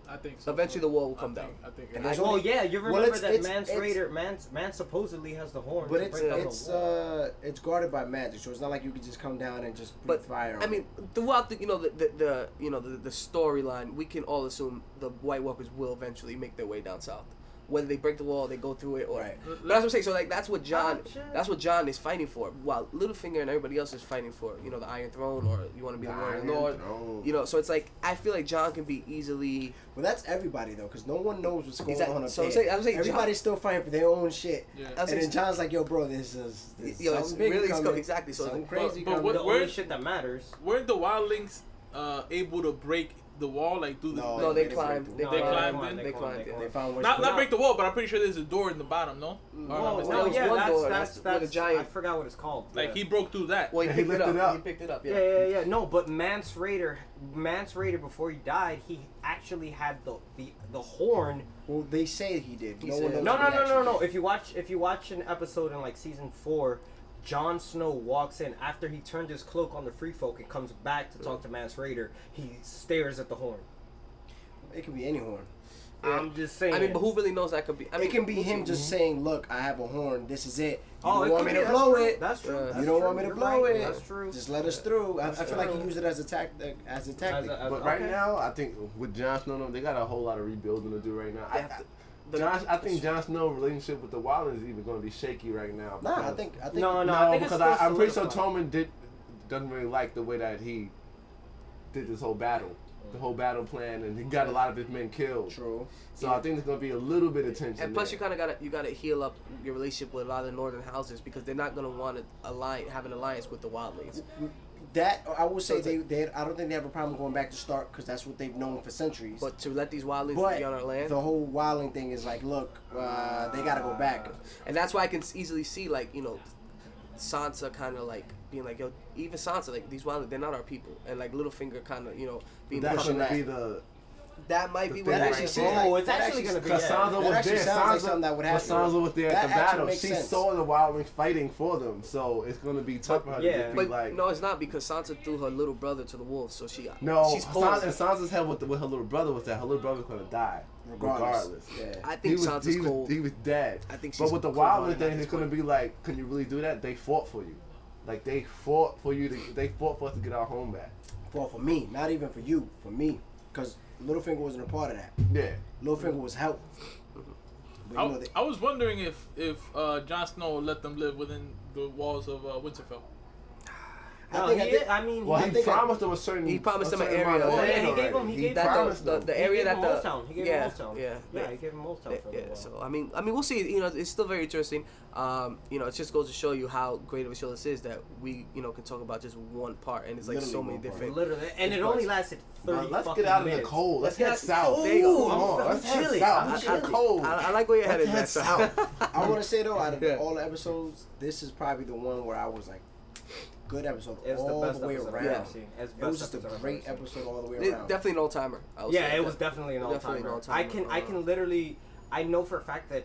Speaker 5: I think so.
Speaker 3: Eventually the wall will
Speaker 5: I
Speaker 3: come
Speaker 5: think-
Speaker 3: down.
Speaker 5: I think.
Speaker 2: And
Speaker 5: I
Speaker 2: there's
Speaker 6: Oh
Speaker 2: only-
Speaker 6: yeah, you
Speaker 2: Well,
Speaker 6: remember
Speaker 2: it's-
Speaker 6: that
Speaker 2: it's-
Speaker 6: Man's
Speaker 2: it's-
Speaker 6: Raider? Man's man supposedly has the horn.
Speaker 2: But
Speaker 6: to
Speaker 2: it's
Speaker 6: break down the
Speaker 2: it's
Speaker 6: wall.
Speaker 2: uh it's guarded by magic, so it's not like you can just come down and just breathe
Speaker 3: But
Speaker 2: fire.
Speaker 3: I
Speaker 2: on
Speaker 3: mean,
Speaker 2: it.
Speaker 3: throughout the you know the the, the you know the, the storyline, we can all assume the White Walkers will eventually make their way down south. Whether they break the wall, they go through it, or
Speaker 2: Right.
Speaker 3: but that's what I'm saying. So like that's what John,
Speaker 6: Gotcha.
Speaker 3: that's what John is fighting for, while Littlefinger and everybody else is fighting for you know the Iron Throne, or you want to be the
Speaker 4: The
Speaker 3: Warrior
Speaker 4: Iron
Speaker 3: Lord,
Speaker 4: Throne.
Speaker 3: you know. So it's like I feel like John can be easily.
Speaker 2: Well, that's everybody though, because no one knows what's going
Speaker 3: Exactly.
Speaker 2: on up
Speaker 3: So I'm
Speaker 2: there.
Speaker 3: saying- I'm saying John-
Speaker 2: Everybody's still fighting for their own shit.
Speaker 5: Yeah. I'm
Speaker 2: And
Speaker 3: saying-
Speaker 2: then John's like, "Yo, bro, this is this
Speaker 3: Yo, it's
Speaker 2: something big
Speaker 3: really- it's
Speaker 2: coming.
Speaker 3: go- exactly, so
Speaker 2: something
Speaker 3: it's
Speaker 2: crazy."
Speaker 5: But- but
Speaker 2: coming."
Speaker 6: the
Speaker 5: where-
Speaker 6: only shit that matters.
Speaker 5: Weren't the wildlings uh, able to break the wall like through the?
Speaker 2: No,
Speaker 3: No, they
Speaker 2: they
Speaker 3: climbed.
Speaker 2: break
Speaker 3: They
Speaker 6: No,
Speaker 5: the wall. Oh, They
Speaker 3: climbed.
Speaker 5: climbed
Speaker 6: won,
Speaker 5: in?
Speaker 3: They
Speaker 6: won,
Speaker 3: climbed in.
Speaker 2: they
Speaker 6: won.
Speaker 2: found where
Speaker 5: Not
Speaker 2: she-
Speaker 5: not break the wall, but I'm pretty sure there's a door in the bottom. No. Or am I
Speaker 6: Whoa,
Speaker 5: mistaken?
Speaker 3: There
Speaker 6: no,
Speaker 3: was
Speaker 6: yeah,
Speaker 3: one
Speaker 6: that's,
Speaker 3: door,
Speaker 6: that's,
Speaker 3: that's with a
Speaker 6: that's-
Speaker 3: giant-
Speaker 6: I forgot what it's called.
Speaker 5: Like
Speaker 6: Yeah.
Speaker 5: he broke through that.
Speaker 3: Well, he
Speaker 4: Yeah,
Speaker 3: picked
Speaker 4: he
Speaker 3: it
Speaker 4: lifted
Speaker 3: up.
Speaker 4: up.
Speaker 3: He picked it up.
Speaker 6: Yeah,
Speaker 3: Yeah.
Speaker 6: yeah, yeah. No, but Mance Raider, Mance Raider, before he died, he actually had the the, the horn.
Speaker 2: Well, they say he did.
Speaker 3: He
Speaker 2: no
Speaker 3: said-
Speaker 2: one knows.
Speaker 6: No,
Speaker 2: if
Speaker 6: no,
Speaker 2: he
Speaker 6: no, no,
Speaker 2: actually
Speaker 6: no.
Speaker 2: did.
Speaker 6: If you watch, if you watch an episode in like season four, Jon Snow walks in after he turned his cloak on the Free Folk and comes back to talk to Mance Raider. He stares at the horn.
Speaker 2: It could be any horn.
Speaker 3: Yeah.
Speaker 6: I'm just saying.
Speaker 3: I mean, but who really knows that could be? I mean,
Speaker 2: it can be him just saying, "Look, I have a horn. This is it. You
Speaker 6: Oh,
Speaker 2: don't
Speaker 6: it
Speaker 2: want
Speaker 6: could
Speaker 2: me
Speaker 6: be,
Speaker 2: to
Speaker 6: that's
Speaker 2: blow
Speaker 6: true,
Speaker 2: it. Uh,
Speaker 6: That's true.
Speaker 2: You
Speaker 6: that's
Speaker 2: don't
Speaker 6: true,
Speaker 2: want me to
Speaker 6: you're
Speaker 2: blow
Speaker 6: right,
Speaker 2: it.
Speaker 6: That's true.
Speaker 2: Just let us through." I, I feel like he
Speaker 3: true.
Speaker 2: used it as a tactic. As a
Speaker 6: As
Speaker 2: tactic.
Speaker 6: a- as
Speaker 4: But
Speaker 6: a-
Speaker 4: right
Speaker 6: okay.
Speaker 4: now, I think with Jon Snow, and them, they got a whole lot of rebuilding to do right now. I,
Speaker 3: They have to-
Speaker 4: I, Jon, I think Jon Snow's relationship with the Wildlings is even going to be shaky right now.
Speaker 2: Nah, I
Speaker 4: because-
Speaker 2: think I think
Speaker 6: No, no,
Speaker 4: No,
Speaker 6: I think it's
Speaker 4: because I,
Speaker 6: still
Speaker 4: I'm pretty sure
Speaker 6: solidified.
Speaker 4: Toman did doesn't really like the way that he did this whole battle, the whole battle plan, and he got a lot of his men killed.
Speaker 2: True.
Speaker 4: So I think there's gonna be a little bit of tension.
Speaker 3: And plus,
Speaker 4: there.
Speaker 3: you kind of gotta you gotta heal up your relationship with a lot of the northern houses because they're not gonna want to align have an alliance with the wildlings.
Speaker 2: That I will say
Speaker 3: it's
Speaker 2: they, they I don't think they have a problem going back to Stark because that's what they've known for centuries.
Speaker 3: But to let these wildlings
Speaker 2: But
Speaker 3: be on our land,
Speaker 2: the whole wilding thing is like, look, uh, they gotta go back.
Speaker 3: and that's why I can easily see like you know, Sansa kind of like being like yo, even Sansa like these wildlings they're not our people, and like Littlefinger kind of you know being
Speaker 4: that's
Speaker 3: pushing
Speaker 4: gonna
Speaker 3: that.
Speaker 4: be the
Speaker 3: That might be
Speaker 4: the
Speaker 3: what
Speaker 4: thing
Speaker 3: it
Speaker 4: right
Speaker 3: is.
Speaker 4: there.
Speaker 6: Oh, it's actually gonna be-
Speaker 4: because
Speaker 6: Yeah,
Speaker 4: Sansa
Speaker 2: that
Speaker 4: was
Speaker 2: actually
Speaker 4: there.
Speaker 2: sounds like
Speaker 4: Sansa,
Speaker 2: something that would
Speaker 4: but
Speaker 2: happen.
Speaker 4: Sansa was there
Speaker 2: That
Speaker 4: at the
Speaker 2: actually
Speaker 4: battle.
Speaker 2: makes
Speaker 4: She
Speaker 2: sense.
Speaker 4: saw the Wildlings fighting for them, so it's gonna be tough for her to
Speaker 6: yeah.
Speaker 4: just be
Speaker 3: But
Speaker 4: like.
Speaker 3: no, it's not because Sansa threw her little brother to the wolves, so she
Speaker 4: No,
Speaker 3: she's
Speaker 4: Sansa,
Speaker 3: cold.
Speaker 4: and Sansa's hell with, the, with her little brother was that her little brother was gonna die regardless.
Speaker 2: Yeah.
Speaker 3: I think
Speaker 4: he was,
Speaker 3: Sansa's
Speaker 4: he was,
Speaker 3: cold.
Speaker 4: He was dead.
Speaker 3: I think
Speaker 4: But
Speaker 3: she's
Speaker 4: with the
Speaker 3: cold-blooded
Speaker 4: Wildling
Speaker 3: at
Speaker 4: thing,
Speaker 3: this
Speaker 4: it's gonna be like, can you really do that? They fought for you, like they fought for you. To, they fought for us to get our home back.
Speaker 2: Well, for me, not even for you, for me. because Littlefinger wasn't a part of that.
Speaker 4: Yeah.
Speaker 2: Littlefinger was helped. But,
Speaker 5: I,
Speaker 6: Oh.
Speaker 2: you know, they,
Speaker 5: I was wondering if if uh, Jon Snow let them live within the walls of uh, Winterfell.
Speaker 6: No,
Speaker 2: I think
Speaker 6: he
Speaker 2: I did.
Speaker 6: did- I mean,
Speaker 4: Well,
Speaker 2: I
Speaker 4: he
Speaker 2: think I-
Speaker 4: promised them a certain.
Speaker 3: He promised
Speaker 4: a
Speaker 3: them an
Speaker 4: certain
Speaker 3: area.
Speaker 4: amount of
Speaker 3: Well,
Speaker 6: yeah,
Speaker 4: land
Speaker 6: he gave
Speaker 4: already.
Speaker 6: him- he gave him-
Speaker 3: that
Speaker 4: promised
Speaker 3: the, the,
Speaker 4: them.
Speaker 3: the
Speaker 6: He
Speaker 3: area
Speaker 6: gave
Speaker 3: that
Speaker 6: him
Speaker 3: the
Speaker 6: Old Town. He gave him
Speaker 3: yeah,
Speaker 6: Old Town.
Speaker 3: yeah
Speaker 6: yeah, he gave him Old Town
Speaker 3: yeah,
Speaker 6: for a
Speaker 3: Eh, yeah,
Speaker 6: little while.
Speaker 3: so I mean, I mean, we'll see. You know, it's still very interesting. Um, you know, it just goes to show you how great of a show this is that we, you know, can talk about just one part, and it's like
Speaker 2: Literally
Speaker 3: so many
Speaker 2: one part.
Speaker 3: different.
Speaker 6: Literally, and it only lasted
Speaker 4: Now,
Speaker 6: thirty.
Speaker 4: let's
Speaker 6: fucking
Speaker 4: get out of the
Speaker 6: minutes.
Speaker 4: cold. Let's,
Speaker 3: Let's
Speaker 4: head
Speaker 3: get
Speaker 4: south.
Speaker 3: out- there you go.
Speaker 4: Come on,
Speaker 6: I'm
Speaker 4: let's head
Speaker 6: chilly.
Speaker 4: south.
Speaker 6: I'm
Speaker 4: It's so
Speaker 6: chilly.
Speaker 4: cold.
Speaker 3: I, I like where your head
Speaker 4: Let's
Speaker 3: is
Speaker 4: head
Speaker 3: at. so-
Speaker 4: south.
Speaker 2: I want to say though, out of
Speaker 3: Yeah.
Speaker 2: all the episodes, this is probably the one where I was like, good episode
Speaker 6: It's
Speaker 2: all
Speaker 6: the best
Speaker 2: the way
Speaker 6: episode
Speaker 2: around.
Speaker 6: I've seen. It's
Speaker 2: It was
Speaker 6: best
Speaker 2: just a
Speaker 6: episode I've
Speaker 2: great
Speaker 6: ever seen.
Speaker 2: episode all the way
Speaker 3: It-
Speaker 2: around.
Speaker 3: definitely an all timer. I would
Speaker 6: Yeah,
Speaker 3: say
Speaker 6: it
Speaker 3: that.
Speaker 6: was definitely an all
Speaker 3: Definitely an
Speaker 6: timer.
Speaker 3: all-timer.
Speaker 6: I can I
Speaker 3: Uh,
Speaker 6: can literally I know for a fact that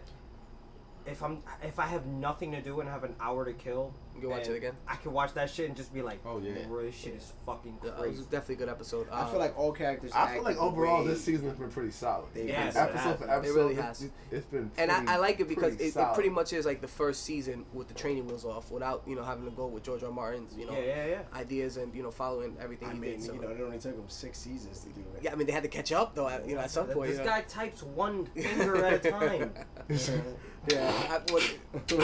Speaker 6: if I'm if I have nothing to do and have an hour to kill,
Speaker 3: You can watch it
Speaker 6: and
Speaker 3: again?
Speaker 6: I can watch that shit and just be like,
Speaker 4: Oh, yeah.
Speaker 6: bro, this shit is fucking
Speaker 3: Yeah, it was
Speaker 6: crazy.
Speaker 3: definitely a good episode.
Speaker 2: I feel
Speaker 3: Um,
Speaker 2: like all characters.
Speaker 4: I feel like
Speaker 2: acted the
Speaker 4: overall
Speaker 2: way
Speaker 4: this season has been pretty solid.
Speaker 2: they
Speaker 6: Yeah,
Speaker 2: did.
Speaker 6: so-
Speaker 4: episode for
Speaker 6: It
Speaker 4: episode,
Speaker 3: really
Speaker 4: it's-
Speaker 3: has.
Speaker 4: it's been.
Speaker 3: and
Speaker 4: pretty-
Speaker 3: I, I like it because
Speaker 4: pretty
Speaker 3: it, it
Speaker 4: solid.
Speaker 3: pretty much is like the first season with the training wheels off, without you know having to go with George R. R. Martin's you know
Speaker 6: yeah, yeah, yeah.
Speaker 3: ideas and you know following everything
Speaker 2: I
Speaker 3: he
Speaker 2: mean,
Speaker 3: did. So.
Speaker 2: you know, it only took them six seasons to do it.
Speaker 3: yeah, I mean they had to catch up though. At, you know, at some
Speaker 6: Th-
Speaker 3: point.
Speaker 6: this
Speaker 3: you know.
Speaker 6: guy types one finger at a time.
Speaker 3: Yeah. I, what, no,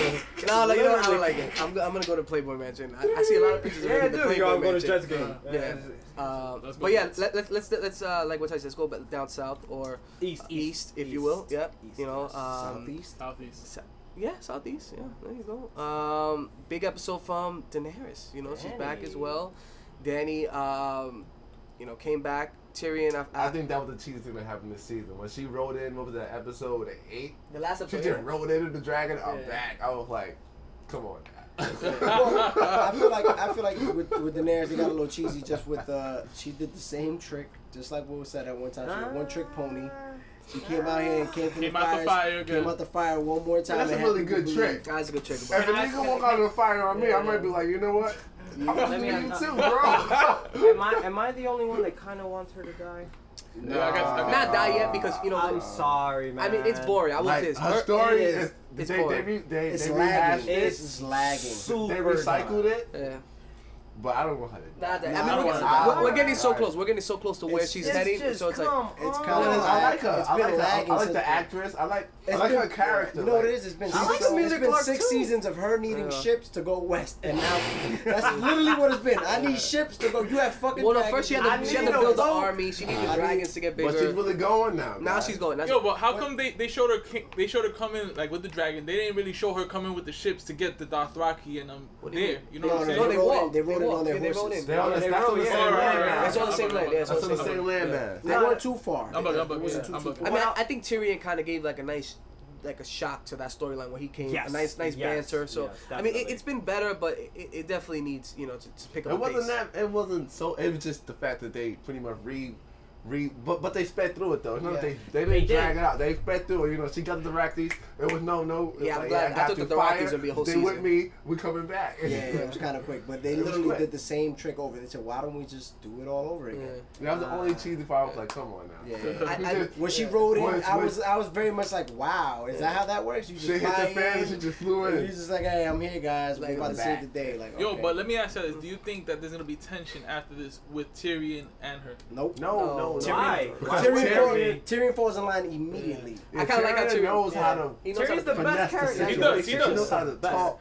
Speaker 3: no, you know what? I don't like it. I'm, go- I'm gonna go to Playboy Mansion. I, I see a lot of pictures
Speaker 6: yeah,
Speaker 3: of him in the
Speaker 6: dude,
Speaker 3: Playboy
Speaker 6: y'all go to
Speaker 3: Mansion.
Speaker 6: Jets game.
Speaker 3: Yeah.
Speaker 6: it's-
Speaker 3: Uh,
Speaker 5: Let's go
Speaker 3: but yeah,
Speaker 5: Jets.
Speaker 3: let, let, let's let's uh, like what I said, let's go back down south or
Speaker 6: Uh, East,
Speaker 3: east, if you will. Yep.
Speaker 6: East,
Speaker 3: you know,
Speaker 6: yes.
Speaker 3: um,
Speaker 2: Southeast.
Speaker 5: Southeast.
Speaker 3: So- yeah, Southeast. Yeah, there you go. Um, big episode from Daenerys. You know, she's back as
Speaker 6: Danny.
Speaker 3: well. Danny, um, you know, came back. Tyrion. I,
Speaker 4: I think that was the cheesiest thing that happened this season. When she rode in, what was that episode eight?
Speaker 3: the last
Speaker 4: She
Speaker 6: Oh,
Speaker 3: episode.
Speaker 4: just rode in with the dragon. I'm
Speaker 3: Yeah.
Speaker 4: back. I was like, come on.
Speaker 2: well, I feel like I feel like with, with Daenerys, they got a little cheesy just with uh, she did the same trick, just like what was said at one time. She had one trick pony. She came out here and came through
Speaker 5: Came
Speaker 2: the,
Speaker 5: out the
Speaker 2: fires,
Speaker 5: fire,
Speaker 2: Came
Speaker 5: good.
Speaker 2: out the fire one more time.
Speaker 4: that's a
Speaker 2: and had
Speaker 4: really
Speaker 2: people
Speaker 4: good
Speaker 2: believe-
Speaker 4: trick.
Speaker 3: Guys, a good trick.
Speaker 4: If a
Speaker 3: About
Speaker 4: nigga walk out of the fire on me, I might be like, you know what? I'm
Speaker 6: Let
Speaker 4: gonna
Speaker 6: me-
Speaker 4: you too, bro.
Speaker 6: Am I am I the only one that kind of wants her to die?
Speaker 4: No,
Speaker 5: I guess- I guess-
Speaker 3: Not die yet because you know.
Speaker 6: I'm
Speaker 3: I'm,
Speaker 6: sorry, man.
Speaker 3: I mean, it's boring. I will say
Speaker 4: Like,
Speaker 3: this.
Speaker 4: her
Speaker 3: Her-
Speaker 4: story
Speaker 6: it
Speaker 4: is,
Speaker 6: is-
Speaker 4: they,
Speaker 3: it's
Speaker 4: they,
Speaker 3: boring.
Speaker 4: re- they,
Speaker 2: It's
Speaker 4: they
Speaker 2: lagging.
Speaker 4: rehashed it,
Speaker 2: This is lagging.
Speaker 4: they
Speaker 6: Super
Speaker 4: recycled
Speaker 6: dumb.
Speaker 4: it,
Speaker 3: Yeah.
Speaker 4: but I don't know how they did.
Speaker 3: Not that.
Speaker 2: Nah,
Speaker 3: I
Speaker 2: I
Speaker 3: mean,
Speaker 2: don't
Speaker 3: we're,
Speaker 2: wanna
Speaker 3: getting-
Speaker 2: die.
Speaker 3: we're- we're getting so
Speaker 4: Alright.
Speaker 3: close. We're getting so close to where
Speaker 2: It's-
Speaker 3: she's
Speaker 6: It's
Speaker 3: heading.
Speaker 6: just,
Speaker 3: so it's like.
Speaker 6: come
Speaker 2: it's
Speaker 6: on.
Speaker 2: kinda
Speaker 4: I like her.
Speaker 2: It's
Speaker 4: I
Speaker 2: been
Speaker 4: like, her. I
Speaker 2: lagging
Speaker 4: like
Speaker 2: since-
Speaker 4: the actress. I like I
Speaker 2: It's
Speaker 4: like
Speaker 2: been-
Speaker 4: her character.
Speaker 2: You know what
Speaker 4: like-
Speaker 2: it is? It's been,
Speaker 6: I like
Speaker 2: six-
Speaker 6: the
Speaker 2: it's
Speaker 6: music
Speaker 2: been
Speaker 6: part,
Speaker 2: six
Speaker 6: too.
Speaker 2: seasons of her needing
Speaker 3: Yeah.
Speaker 2: ships to go west, and now that's literally what it's been. I need ships to go. You have fucking.
Speaker 3: Well, no.
Speaker 2: dragons.
Speaker 3: First, she
Speaker 2: I
Speaker 3: had to, she had
Speaker 2: need
Speaker 3: to
Speaker 2: a
Speaker 3: build the
Speaker 2: boat.
Speaker 3: army. She needed
Speaker 2: I mean,
Speaker 3: dragons to get
Speaker 4: But she's
Speaker 3: bigger.
Speaker 4: really going now.
Speaker 3: Now
Speaker 4: guys.
Speaker 3: she's going. Now
Speaker 5: Yo,
Speaker 3: she's-
Speaker 5: but how come they, they showed her ki- they showed her coming like with the dragon? They didn't really show her coming with the ships to get the Dothraki and um
Speaker 3: What do you
Speaker 5: there.
Speaker 3: mean?
Speaker 5: You know
Speaker 2: No,
Speaker 5: what
Speaker 2: no,
Speaker 5: I'm saying?
Speaker 3: No,
Speaker 2: no,
Speaker 3: they
Speaker 2: they rode
Speaker 3: walked.
Speaker 2: in- they rode
Speaker 3: They
Speaker 2: in on their
Speaker 3: walked. They rode
Speaker 2: horses.
Speaker 3: in.
Speaker 4: They on the,
Speaker 6: they
Speaker 4: that's on the
Speaker 6: really-
Speaker 4: same
Speaker 6: yeah,
Speaker 4: land.
Speaker 6: right, right,
Speaker 4: now.
Speaker 6: right.
Speaker 3: It's on the same land. Yeah, it's on
Speaker 4: That's
Speaker 3: the
Speaker 4: on the
Speaker 3: same
Speaker 4: same
Speaker 3: land.
Speaker 4: land
Speaker 3: Yeah.
Speaker 4: now.
Speaker 2: They weren't too far.
Speaker 5: I'm about- I'm about-
Speaker 2: It wasn't
Speaker 5: yeah,
Speaker 2: too-
Speaker 5: I'm
Speaker 2: too
Speaker 5: about-
Speaker 2: far.
Speaker 3: I mean, I, I think Tyrion kind of gave like a nice, like a shock to that storyline when he came.
Speaker 6: Yes,
Speaker 3: A nice, nice
Speaker 6: yes,
Speaker 3: banter. So
Speaker 6: yes,
Speaker 3: I mean, it,
Speaker 6: definitely.
Speaker 3: it's been better, but it, it definitely needs you know to, to pick up.
Speaker 4: It
Speaker 3: the
Speaker 4: wasn't
Speaker 3: pace.
Speaker 4: that. It wasn't so. It was just the fact that they pretty much re, re. But but they sped through it though. It's not that
Speaker 2: Yeah.
Speaker 4: they they
Speaker 6: They
Speaker 4: didn't drag
Speaker 6: did.
Speaker 4: it out. They sped through it. You know, she got the Diractys. It was no no. It
Speaker 3: Yeah, I'm
Speaker 4: was like,
Speaker 3: glad-
Speaker 4: I,
Speaker 3: I
Speaker 4: got
Speaker 3: thought
Speaker 4: you
Speaker 3: the Diractys
Speaker 4: fired.
Speaker 3: would be a whole
Speaker 4: Stay with
Speaker 3: season.
Speaker 4: me. We coming back.
Speaker 2: Yeah, yeah, it was kind of quick, but they
Speaker 4: It was
Speaker 2: literally
Speaker 4: quick.
Speaker 2: did the same trick over. They said, "Why don't we just do it all over again?"
Speaker 3: Yeah.
Speaker 4: That was the only cheesy part. I was like, come on now.
Speaker 2: Yeah.
Speaker 3: I- I-
Speaker 2: When she rode in,
Speaker 4: Once-
Speaker 2: I
Speaker 4: once-
Speaker 2: was I was very much like, "Wow, is that how that works?" You just
Speaker 4: She hit
Speaker 2: fly
Speaker 4: the fan
Speaker 2: in,
Speaker 4: and she just flew
Speaker 2: and
Speaker 4: in.
Speaker 2: you're just like, "Hey, I'm here, guys. We're
Speaker 3: Like,
Speaker 2: about
Speaker 3: I'm
Speaker 2: to save
Speaker 3: back.
Speaker 2: the day." Like,
Speaker 5: Yo,
Speaker 2: okay.
Speaker 5: but let me ask you this: Do you think that there's gonna be tension after this with Tyrion and her?
Speaker 2: nope.
Speaker 4: No, no,
Speaker 3: No.
Speaker 4: no.
Speaker 6: Why?
Speaker 4: Because
Speaker 2: Tyrion,
Speaker 4: Tyrion-
Speaker 2: falls, Tyrion falls in line immediately.
Speaker 4: Yeah,
Speaker 3: I kind of like how
Speaker 4: Tyrion
Speaker 3: Tyrion
Speaker 4: knows
Speaker 3: yeah.
Speaker 4: how to
Speaker 3: He knows how
Speaker 6: Tyrion's
Speaker 3: to-
Speaker 6: the best
Speaker 4: finesse the
Speaker 6: character.
Speaker 5: He does, he
Speaker 4: situation.
Speaker 5: does.
Speaker 4: how to talk.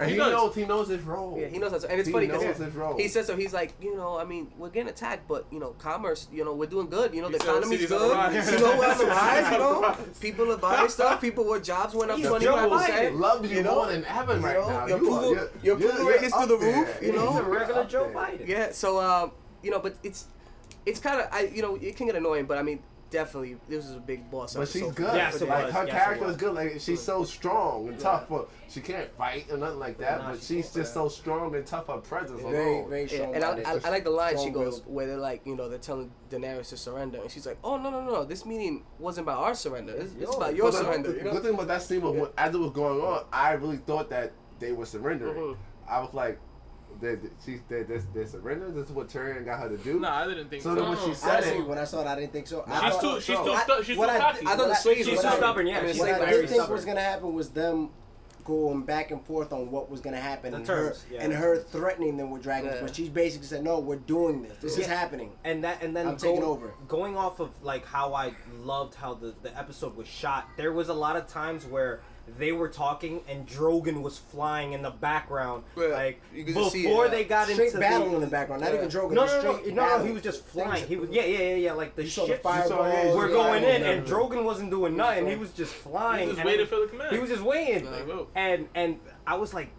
Speaker 4: And
Speaker 5: He
Speaker 4: he
Speaker 5: does.
Speaker 4: knows. He knows his role.
Speaker 3: Yeah, he knows how to, and it's
Speaker 4: He
Speaker 3: funny
Speaker 4: knows
Speaker 3: because
Speaker 4: his role.
Speaker 3: he says so. He's like, you know, I mean, we're getting attacked, but you know, commerce, you know, we're doing good. You know,
Speaker 5: He
Speaker 3: the
Speaker 5: said,
Speaker 3: economy's
Speaker 5: "Cities on
Speaker 3: good.
Speaker 5: the rise."
Speaker 3: You know, we're on the rise. You
Speaker 5: On the
Speaker 3: know,
Speaker 5: rise.
Speaker 3: people are buying stuff. People, where jobs went up
Speaker 6: He's
Speaker 3: twenty five
Speaker 4: They
Speaker 3: percent.
Speaker 4: love you,
Speaker 3: You know?
Speaker 4: more than ever right
Speaker 3: know?
Speaker 4: now.
Speaker 3: Your
Speaker 4: You
Speaker 3: approval-
Speaker 4: are- you're-
Speaker 3: your approval
Speaker 4: you're-
Speaker 3: rate is
Speaker 4: you're
Speaker 3: to the
Speaker 4: up there.
Speaker 3: roof, you
Speaker 4: Yeah,
Speaker 3: know?
Speaker 6: He's
Speaker 4: you're
Speaker 6: a regular
Speaker 4: up
Speaker 6: Joe
Speaker 4: there.
Speaker 6: Biden.
Speaker 3: Yeah. So, um, you know, but it's it's kind of I, you know, it can get annoying, but I mean, definitely, this is a big boss.
Speaker 4: But
Speaker 3: episode
Speaker 4: she's
Speaker 3: for
Speaker 4: good.
Speaker 3: me.
Speaker 6: Yes, it
Speaker 4: like
Speaker 6: was.
Speaker 4: her
Speaker 6: Yes, it
Speaker 4: character
Speaker 6: was.
Speaker 4: is good. Like she's so strong and tough. But she can't fight or nothing like that.
Speaker 6: Nah,
Speaker 4: but
Speaker 6: she
Speaker 4: she's
Speaker 6: can't
Speaker 4: just
Speaker 6: fight.
Speaker 4: so strong and tough. Her presence
Speaker 2: Very,
Speaker 4: alone.
Speaker 2: very strong.
Speaker 3: Yeah, and I,
Speaker 2: minded.
Speaker 3: I, I like the line she
Speaker 2: Strong-willed.
Speaker 3: goes where they're like, you know, they're telling Daenerys to surrender, and she's like, "Oh no, no, no! This meeting wasn't about our surrender. It's, it's about your
Speaker 4: But the-
Speaker 3: surrender."
Speaker 4: The
Speaker 3: you know?
Speaker 4: good thing about that scene was when- as it was going on, I really thought that they were surrendering.
Speaker 3: Mhm.
Speaker 5: Mm-hmm.
Speaker 4: I was like, they, they- she, they, they, they surrendered. This is what Tyrion got her to do.
Speaker 5: Nah, I didn't think
Speaker 4: so
Speaker 5: so.
Speaker 4: then when she said
Speaker 2: Honestly,
Speaker 4: it,
Speaker 2: when I saw it, I didn't think so. I
Speaker 5: she's
Speaker 2: thought-
Speaker 5: too, she's too,
Speaker 4: so
Speaker 5: stu- she's too
Speaker 2: what I-
Speaker 5: cocky.
Speaker 3: I thought the
Speaker 2: What I-
Speaker 3: slaves.
Speaker 6: she's
Speaker 3: were
Speaker 6: too
Speaker 3: like-
Speaker 6: stubborn, yeah.
Speaker 3: I mean,
Speaker 6: She's
Speaker 2: What
Speaker 3: slaves
Speaker 6: like
Speaker 3: were
Speaker 2: I
Speaker 6: very
Speaker 2: did
Speaker 3: very
Speaker 2: think
Speaker 3: stubborn.
Speaker 2: was gonna happen was them going back and forth on what was gonna happen
Speaker 6: The
Speaker 2: and
Speaker 6: terms,
Speaker 2: her
Speaker 6: yeah.
Speaker 2: and her threatening them with dragons,
Speaker 3: Yeah.
Speaker 2: but she basically said, "No, we're doing this. This is
Speaker 6: Yeah.
Speaker 2: happening."
Speaker 6: and that and then
Speaker 2: I'm taking over.
Speaker 6: going off of like how i loved how the, the episode was shot there was a lot of times where they were talking and drogan was flying in the background
Speaker 3: Yeah,
Speaker 6: like
Speaker 3: you could
Speaker 6: before
Speaker 3: just see it, yeah.
Speaker 6: they got
Speaker 2: Straight
Speaker 6: into
Speaker 2: battle
Speaker 6: the,
Speaker 2: in the background, not
Speaker 3: Yeah.
Speaker 2: even Drogon.
Speaker 6: no,
Speaker 2: just
Speaker 6: no, no,
Speaker 2: straight
Speaker 6: no, no, no,
Speaker 2: battle.
Speaker 6: He was just
Speaker 2: Things-
Speaker 6: flying. He was, yeah, yeah, yeah, yeah. Like the
Speaker 2: You saw the
Speaker 6: ships
Speaker 4: fire-
Speaker 2: fireballs.
Speaker 6: were
Speaker 4: Yeah,
Speaker 6: going
Speaker 4: yeah,
Speaker 6: in,
Speaker 4: yeah.
Speaker 6: and Drogon wasn't doing nothing. He was just flying.
Speaker 5: He was
Speaker 6: and
Speaker 5: waiting for the command.
Speaker 6: He was just waiting,
Speaker 5: Yeah, I know.
Speaker 6: and and I was like,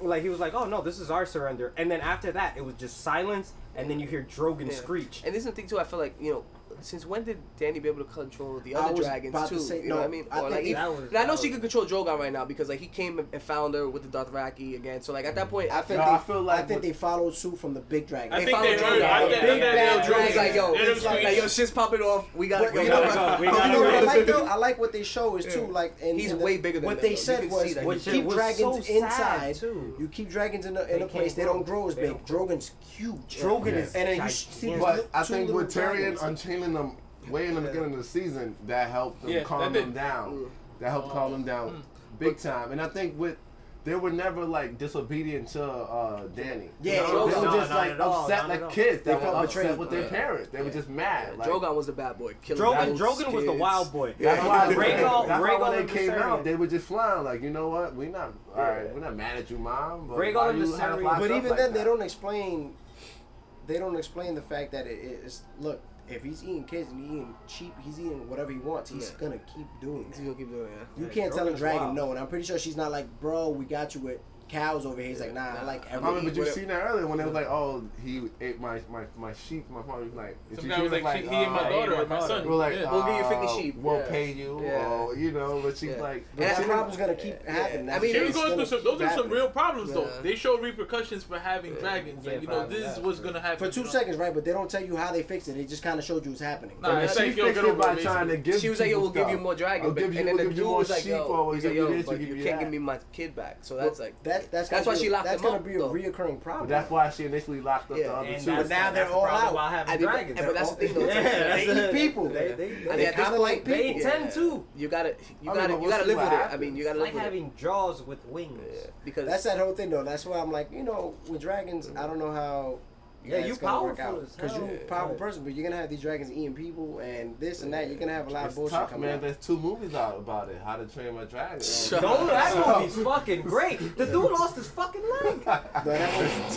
Speaker 6: like he was like, oh no, this is our surrender. And then after that, it was just silence, and then you hear Drogon
Speaker 3: Yeah.
Speaker 6: screech.
Speaker 3: And this is the thing too. I feel like you know, since when did Danny be able to control the
Speaker 2: I
Speaker 3: other
Speaker 2: was
Speaker 3: dragons
Speaker 2: about to
Speaker 3: too?
Speaker 2: say-
Speaker 3: you know
Speaker 2: no,
Speaker 3: what I mean?
Speaker 2: I
Speaker 3: Or
Speaker 2: think
Speaker 3: like, if-
Speaker 6: that was-
Speaker 3: and I know
Speaker 6: that
Speaker 3: she
Speaker 6: was-
Speaker 3: could control Drogon right now because like he came and found her with the Dothraki again. So like at that point,
Speaker 2: I think,
Speaker 4: No,
Speaker 2: they,
Speaker 4: I feel like
Speaker 2: I think
Speaker 4: with-
Speaker 2: they followed suit from the big dragon.
Speaker 5: I
Speaker 3: They
Speaker 5: think
Speaker 3: found
Speaker 5: they
Speaker 3: Drogon.
Speaker 5: heard. I
Speaker 2: Yeah,
Speaker 5: think
Speaker 2: big
Speaker 5: they heard
Speaker 2: bad
Speaker 5: Drogon.
Speaker 3: Drogon's like, yo,
Speaker 5: Let him
Speaker 3: it's like,
Speaker 5: screech.
Speaker 3: yo, shit's popping off. We gotta
Speaker 2: But
Speaker 3: go.
Speaker 2: you
Speaker 6: We
Speaker 2: know
Speaker 6: gotta
Speaker 2: what?
Speaker 6: go. We
Speaker 2: but you
Speaker 6: gotta
Speaker 2: know what I
Speaker 6: go.
Speaker 2: like though? I like what they show is too.
Speaker 5: Yeah.
Speaker 2: Like in,
Speaker 3: He's
Speaker 2: in the-
Speaker 3: way bigger than
Speaker 2: what
Speaker 3: them, though.
Speaker 2: they
Speaker 3: You
Speaker 2: said
Speaker 3: can
Speaker 2: was
Speaker 3: see that
Speaker 2: you
Speaker 6: he's
Speaker 2: keep
Speaker 6: big.
Speaker 2: dragons
Speaker 6: Which was so
Speaker 2: inside.
Speaker 6: sad, too.
Speaker 2: You keep dragons in a, in
Speaker 6: They
Speaker 2: a place
Speaker 6: can't
Speaker 2: they don't
Speaker 6: grow.
Speaker 2: grow as
Speaker 6: They
Speaker 2: big.
Speaker 6: don't grow.
Speaker 2: Drogon's huge.
Speaker 6: Drogon
Speaker 4: Yeah.
Speaker 6: is
Speaker 2: And then you see
Speaker 6: gigantic.
Speaker 2: this-
Speaker 4: But I
Speaker 2: Two
Speaker 4: think
Speaker 2: little
Speaker 4: with Tyrion
Speaker 2: dragons.
Speaker 4: unchaining them way in the beginning of the season, that helped them
Speaker 5: Yeah,
Speaker 4: calm
Speaker 5: that did. Mm.
Speaker 4: them down. That helped calm them down big time. And I think with they were never like disobedient to uh, Danny.
Speaker 2: Yeah,
Speaker 4: they were
Speaker 2: no,
Speaker 6: not
Speaker 4: just like
Speaker 6: at all,
Speaker 4: upset
Speaker 6: not at
Speaker 4: like
Speaker 6: all.
Speaker 4: kids. They,
Speaker 2: They
Speaker 4: felt
Speaker 2: felt
Speaker 4: upset
Speaker 2: betrayed.
Speaker 4: with their
Speaker 5: Yeah.
Speaker 4: parents. They were just mad. Like,
Speaker 3: Drogon was the bad boy. Killing
Speaker 6: Drogon,
Speaker 3: those
Speaker 6: Drogon was the
Speaker 3: kids.
Speaker 6: wild boy.
Speaker 4: That's why,
Speaker 6: Rhaegal,
Speaker 4: that's why
Speaker 6: Rhaegal
Speaker 4: when
Speaker 6: and
Speaker 4: they came out,
Speaker 6: Viserion.
Speaker 4: they were just flying like, you know what? We're not all right. We're not mad at you, mom. But
Speaker 6: Rhaegal
Speaker 4: why
Speaker 6: and
Speaker 4: you had us
Speaker 6: Viserion.
Speaker 4: locked
Speaker 2: But
Speaker 4: up
Speaker 2: even
Speaker 4: like
Speaker 2: then,
Speaker 4: that?
Speaker 2: they don't explain. They don't explain the fact that it is. Look, if he's eating kids and he's eating cheap, he's eating whatever he wants. He's
Speaker 3: Yeah.
Speaker 2: gonna keep doing
Speaker 3: He's
Speaker 2: that.
Speaker 3: gonna keep doing it.
Speaker 2: You
Speaker 6: Yeah,
Speaker 2: can't tell a
Speaker 6: Drogon's
Speaker 2: dragon
Speaker 6: wild.
Speaker 2: no, and I'm pretty sure she's not like, bro, we got you with cows over here. He's like, nah, I like
Speaker 4: I
Speaker 2: everything.
Speaker 4: mean, but you seen that earlier when they was like, "Oh, he ate my my, my sheep." My father was like,
Speaker 5: Some
Speaker 4: she-
Speaker 5: guy was like, she- he and
Speaker 4: uh,
Speaker 5: my daughter, and my son.
Speaker 4: We're like,
Speaker 5: Yeah.
Speaker 4: uh,
Speaker 3: We'll give you 50 sheep.
Speaker 4: We'll
Speaker 3: Yeah.
Speaker 4: pay you,
Speaker 3: Yeah.
Speaker 4: or you know. But she's
Speaker 3: Yeah.
Speaker 4: like,
Speaker 3: But
Speaker 4: but
Speaker 2: that
Speaker 4: she-
Speaker 2: problem's gonna keep happening.
Speaker 3: I mean,
Speaker 5: She was
Speaker 3: It's
Speaker 5: going through some. Those are some real problems, though.
Speaker 3: Yeah.
Speaker 5: They show repercussions for having dragons.
Speaker 6: Yeah,
Speaker 5: Like, you know,
Speaker 6: for
Speaker 5: this is
Speaker 6: that,
Speaker 5: what's
Speaker 6: for-
Speaker 5: gonna happen
Speaker 2: For two
Speaker 5: you know?
Speaker 2: seconds, right? But they don't tell you how they fixed it. They just kind of showed you it's happening.
Speaker 5: Nah,
Speaker 4: and
Speaker 5: it's
Speaker 4: she
Speaker 5: like, yo,
Speaker 4: fixed
Speaker 5: get
Speaker 4: it
Speaker 5: over
Speaker 4: by
Speaker 5: it,
Speaker 4: trying to
Speaker 5: basically.
Speaker 4: give
Speaker 3: She was like, "Yo,
Speaker 4: people
Speaker 3: we'll give
Speaker 4: stuff.
Speaker 3: you more dragons,"
Speaker 4: I'll
Speaker 3: but,
Speaker 4: give you-
Speaker 3: and then
Speaker 4: we'll
Speaker 3: the
Speaker 4: give you
Speaker 3: dude
Speaker 4: more
Speaker 3: was like,
Speaker 4: sheep,
Speaker 3: "Yo,
Speaker 4: or we'll
Speaker 3: he's like,
Speaker 4: give you
Speaker 3: yo,
Speaker 4: this, we'll
Speaker 3: but
Speaker 4: give
Speaker 3: you
Speaker 4: you
Speaker 3: can't
Speaker 4: that."
Speaker 3: give me my kid back." So that's like,
Speaker 2: That, that's
Speaker 3: That's why
Speaker 2: gonna be,
Speaker 3: she
Speaker 2: a-
Speaker 3: locked
Speaker 2: that's
Speaker 3: him
Speaker 2: gonna
Speaker 3: up,
Speaker 2: be a
Speaker 3: though.
Speaker 2: reoccurring problem.
Speaker 4: But that's why she initially locked up
Speaker 3: Yeah.
Speaker 4: the other
Speaker 6: And
Speaker 4: two.
Speaker 6: that's-
Speaker 2: now they're
Speaker 6: that's
Speaker 2: all
Speaker 6: probably
Speaker 2: out.
Speaker 6: Why I have
Speaker 3: I mean,
Speaker 6: dragons?
Speaker 3: but- but that's the thing, though.
Speaker 6: Yeah, that's
Speaker 2: they
Speaker 6: the-
Speaker 2: eat people.
Speaker 6: They,
Speaker 2: They,
Speaker 6: they,
Speaker 2: they,
Speaker 6: they,
Speaker 3: mean, at this
Speaker 2: kind of
Speaker 3: point,
Speaker 2: like
Speaker 6: they
Speaker 2: people.
Speaker 6: eat 10 too.
Speaker 3: You gotta, you
Speaker 4: I mean,
Speaker 3: gotta,
Speaker 4: but
Speaker 3: you
Speaker 4: we'll
Speaker 3: gotta
Speaker 4: see
Speaker 3: live with
Speaker 4: what
Speaker 3: it. I mean, you gotta
Speaker 6: It's like
Speaker 3: live with it
Speaker 6: having jaws with wings.
Speaker 3: Yeah, because
Speaker 2: That's that whole thing though. That's why I'm like, you know, with dragons, I don't know how.
Speaker 6: Yeah, you
Speaker 2: that's gonna work
Speaker 6: powerful
Speaker 2: out.
Speaker 6: as
Speaker 2: 'Cause
Speaker 6: hell.
Speaker 2: you
Speaker 6: Yeah.
Speaker 2: powerful person, but you're gonna have these dragons eating people and this and that. You're gonna have a lot of
Speaker 4: It's
Speaker 2: bullshit
Speaker 4: tough,
Speaker 2: coming
Speaker 4: man.
Speaker 2: out.
Speaker 4: There's two movies out about it. How to Train My Dragon.
Speaker 3: Shut
Speaker 6: No, that movie's fucking great. The dude lost his fucking leg.
Speaker 2: Though that was-
Speaker 4: It's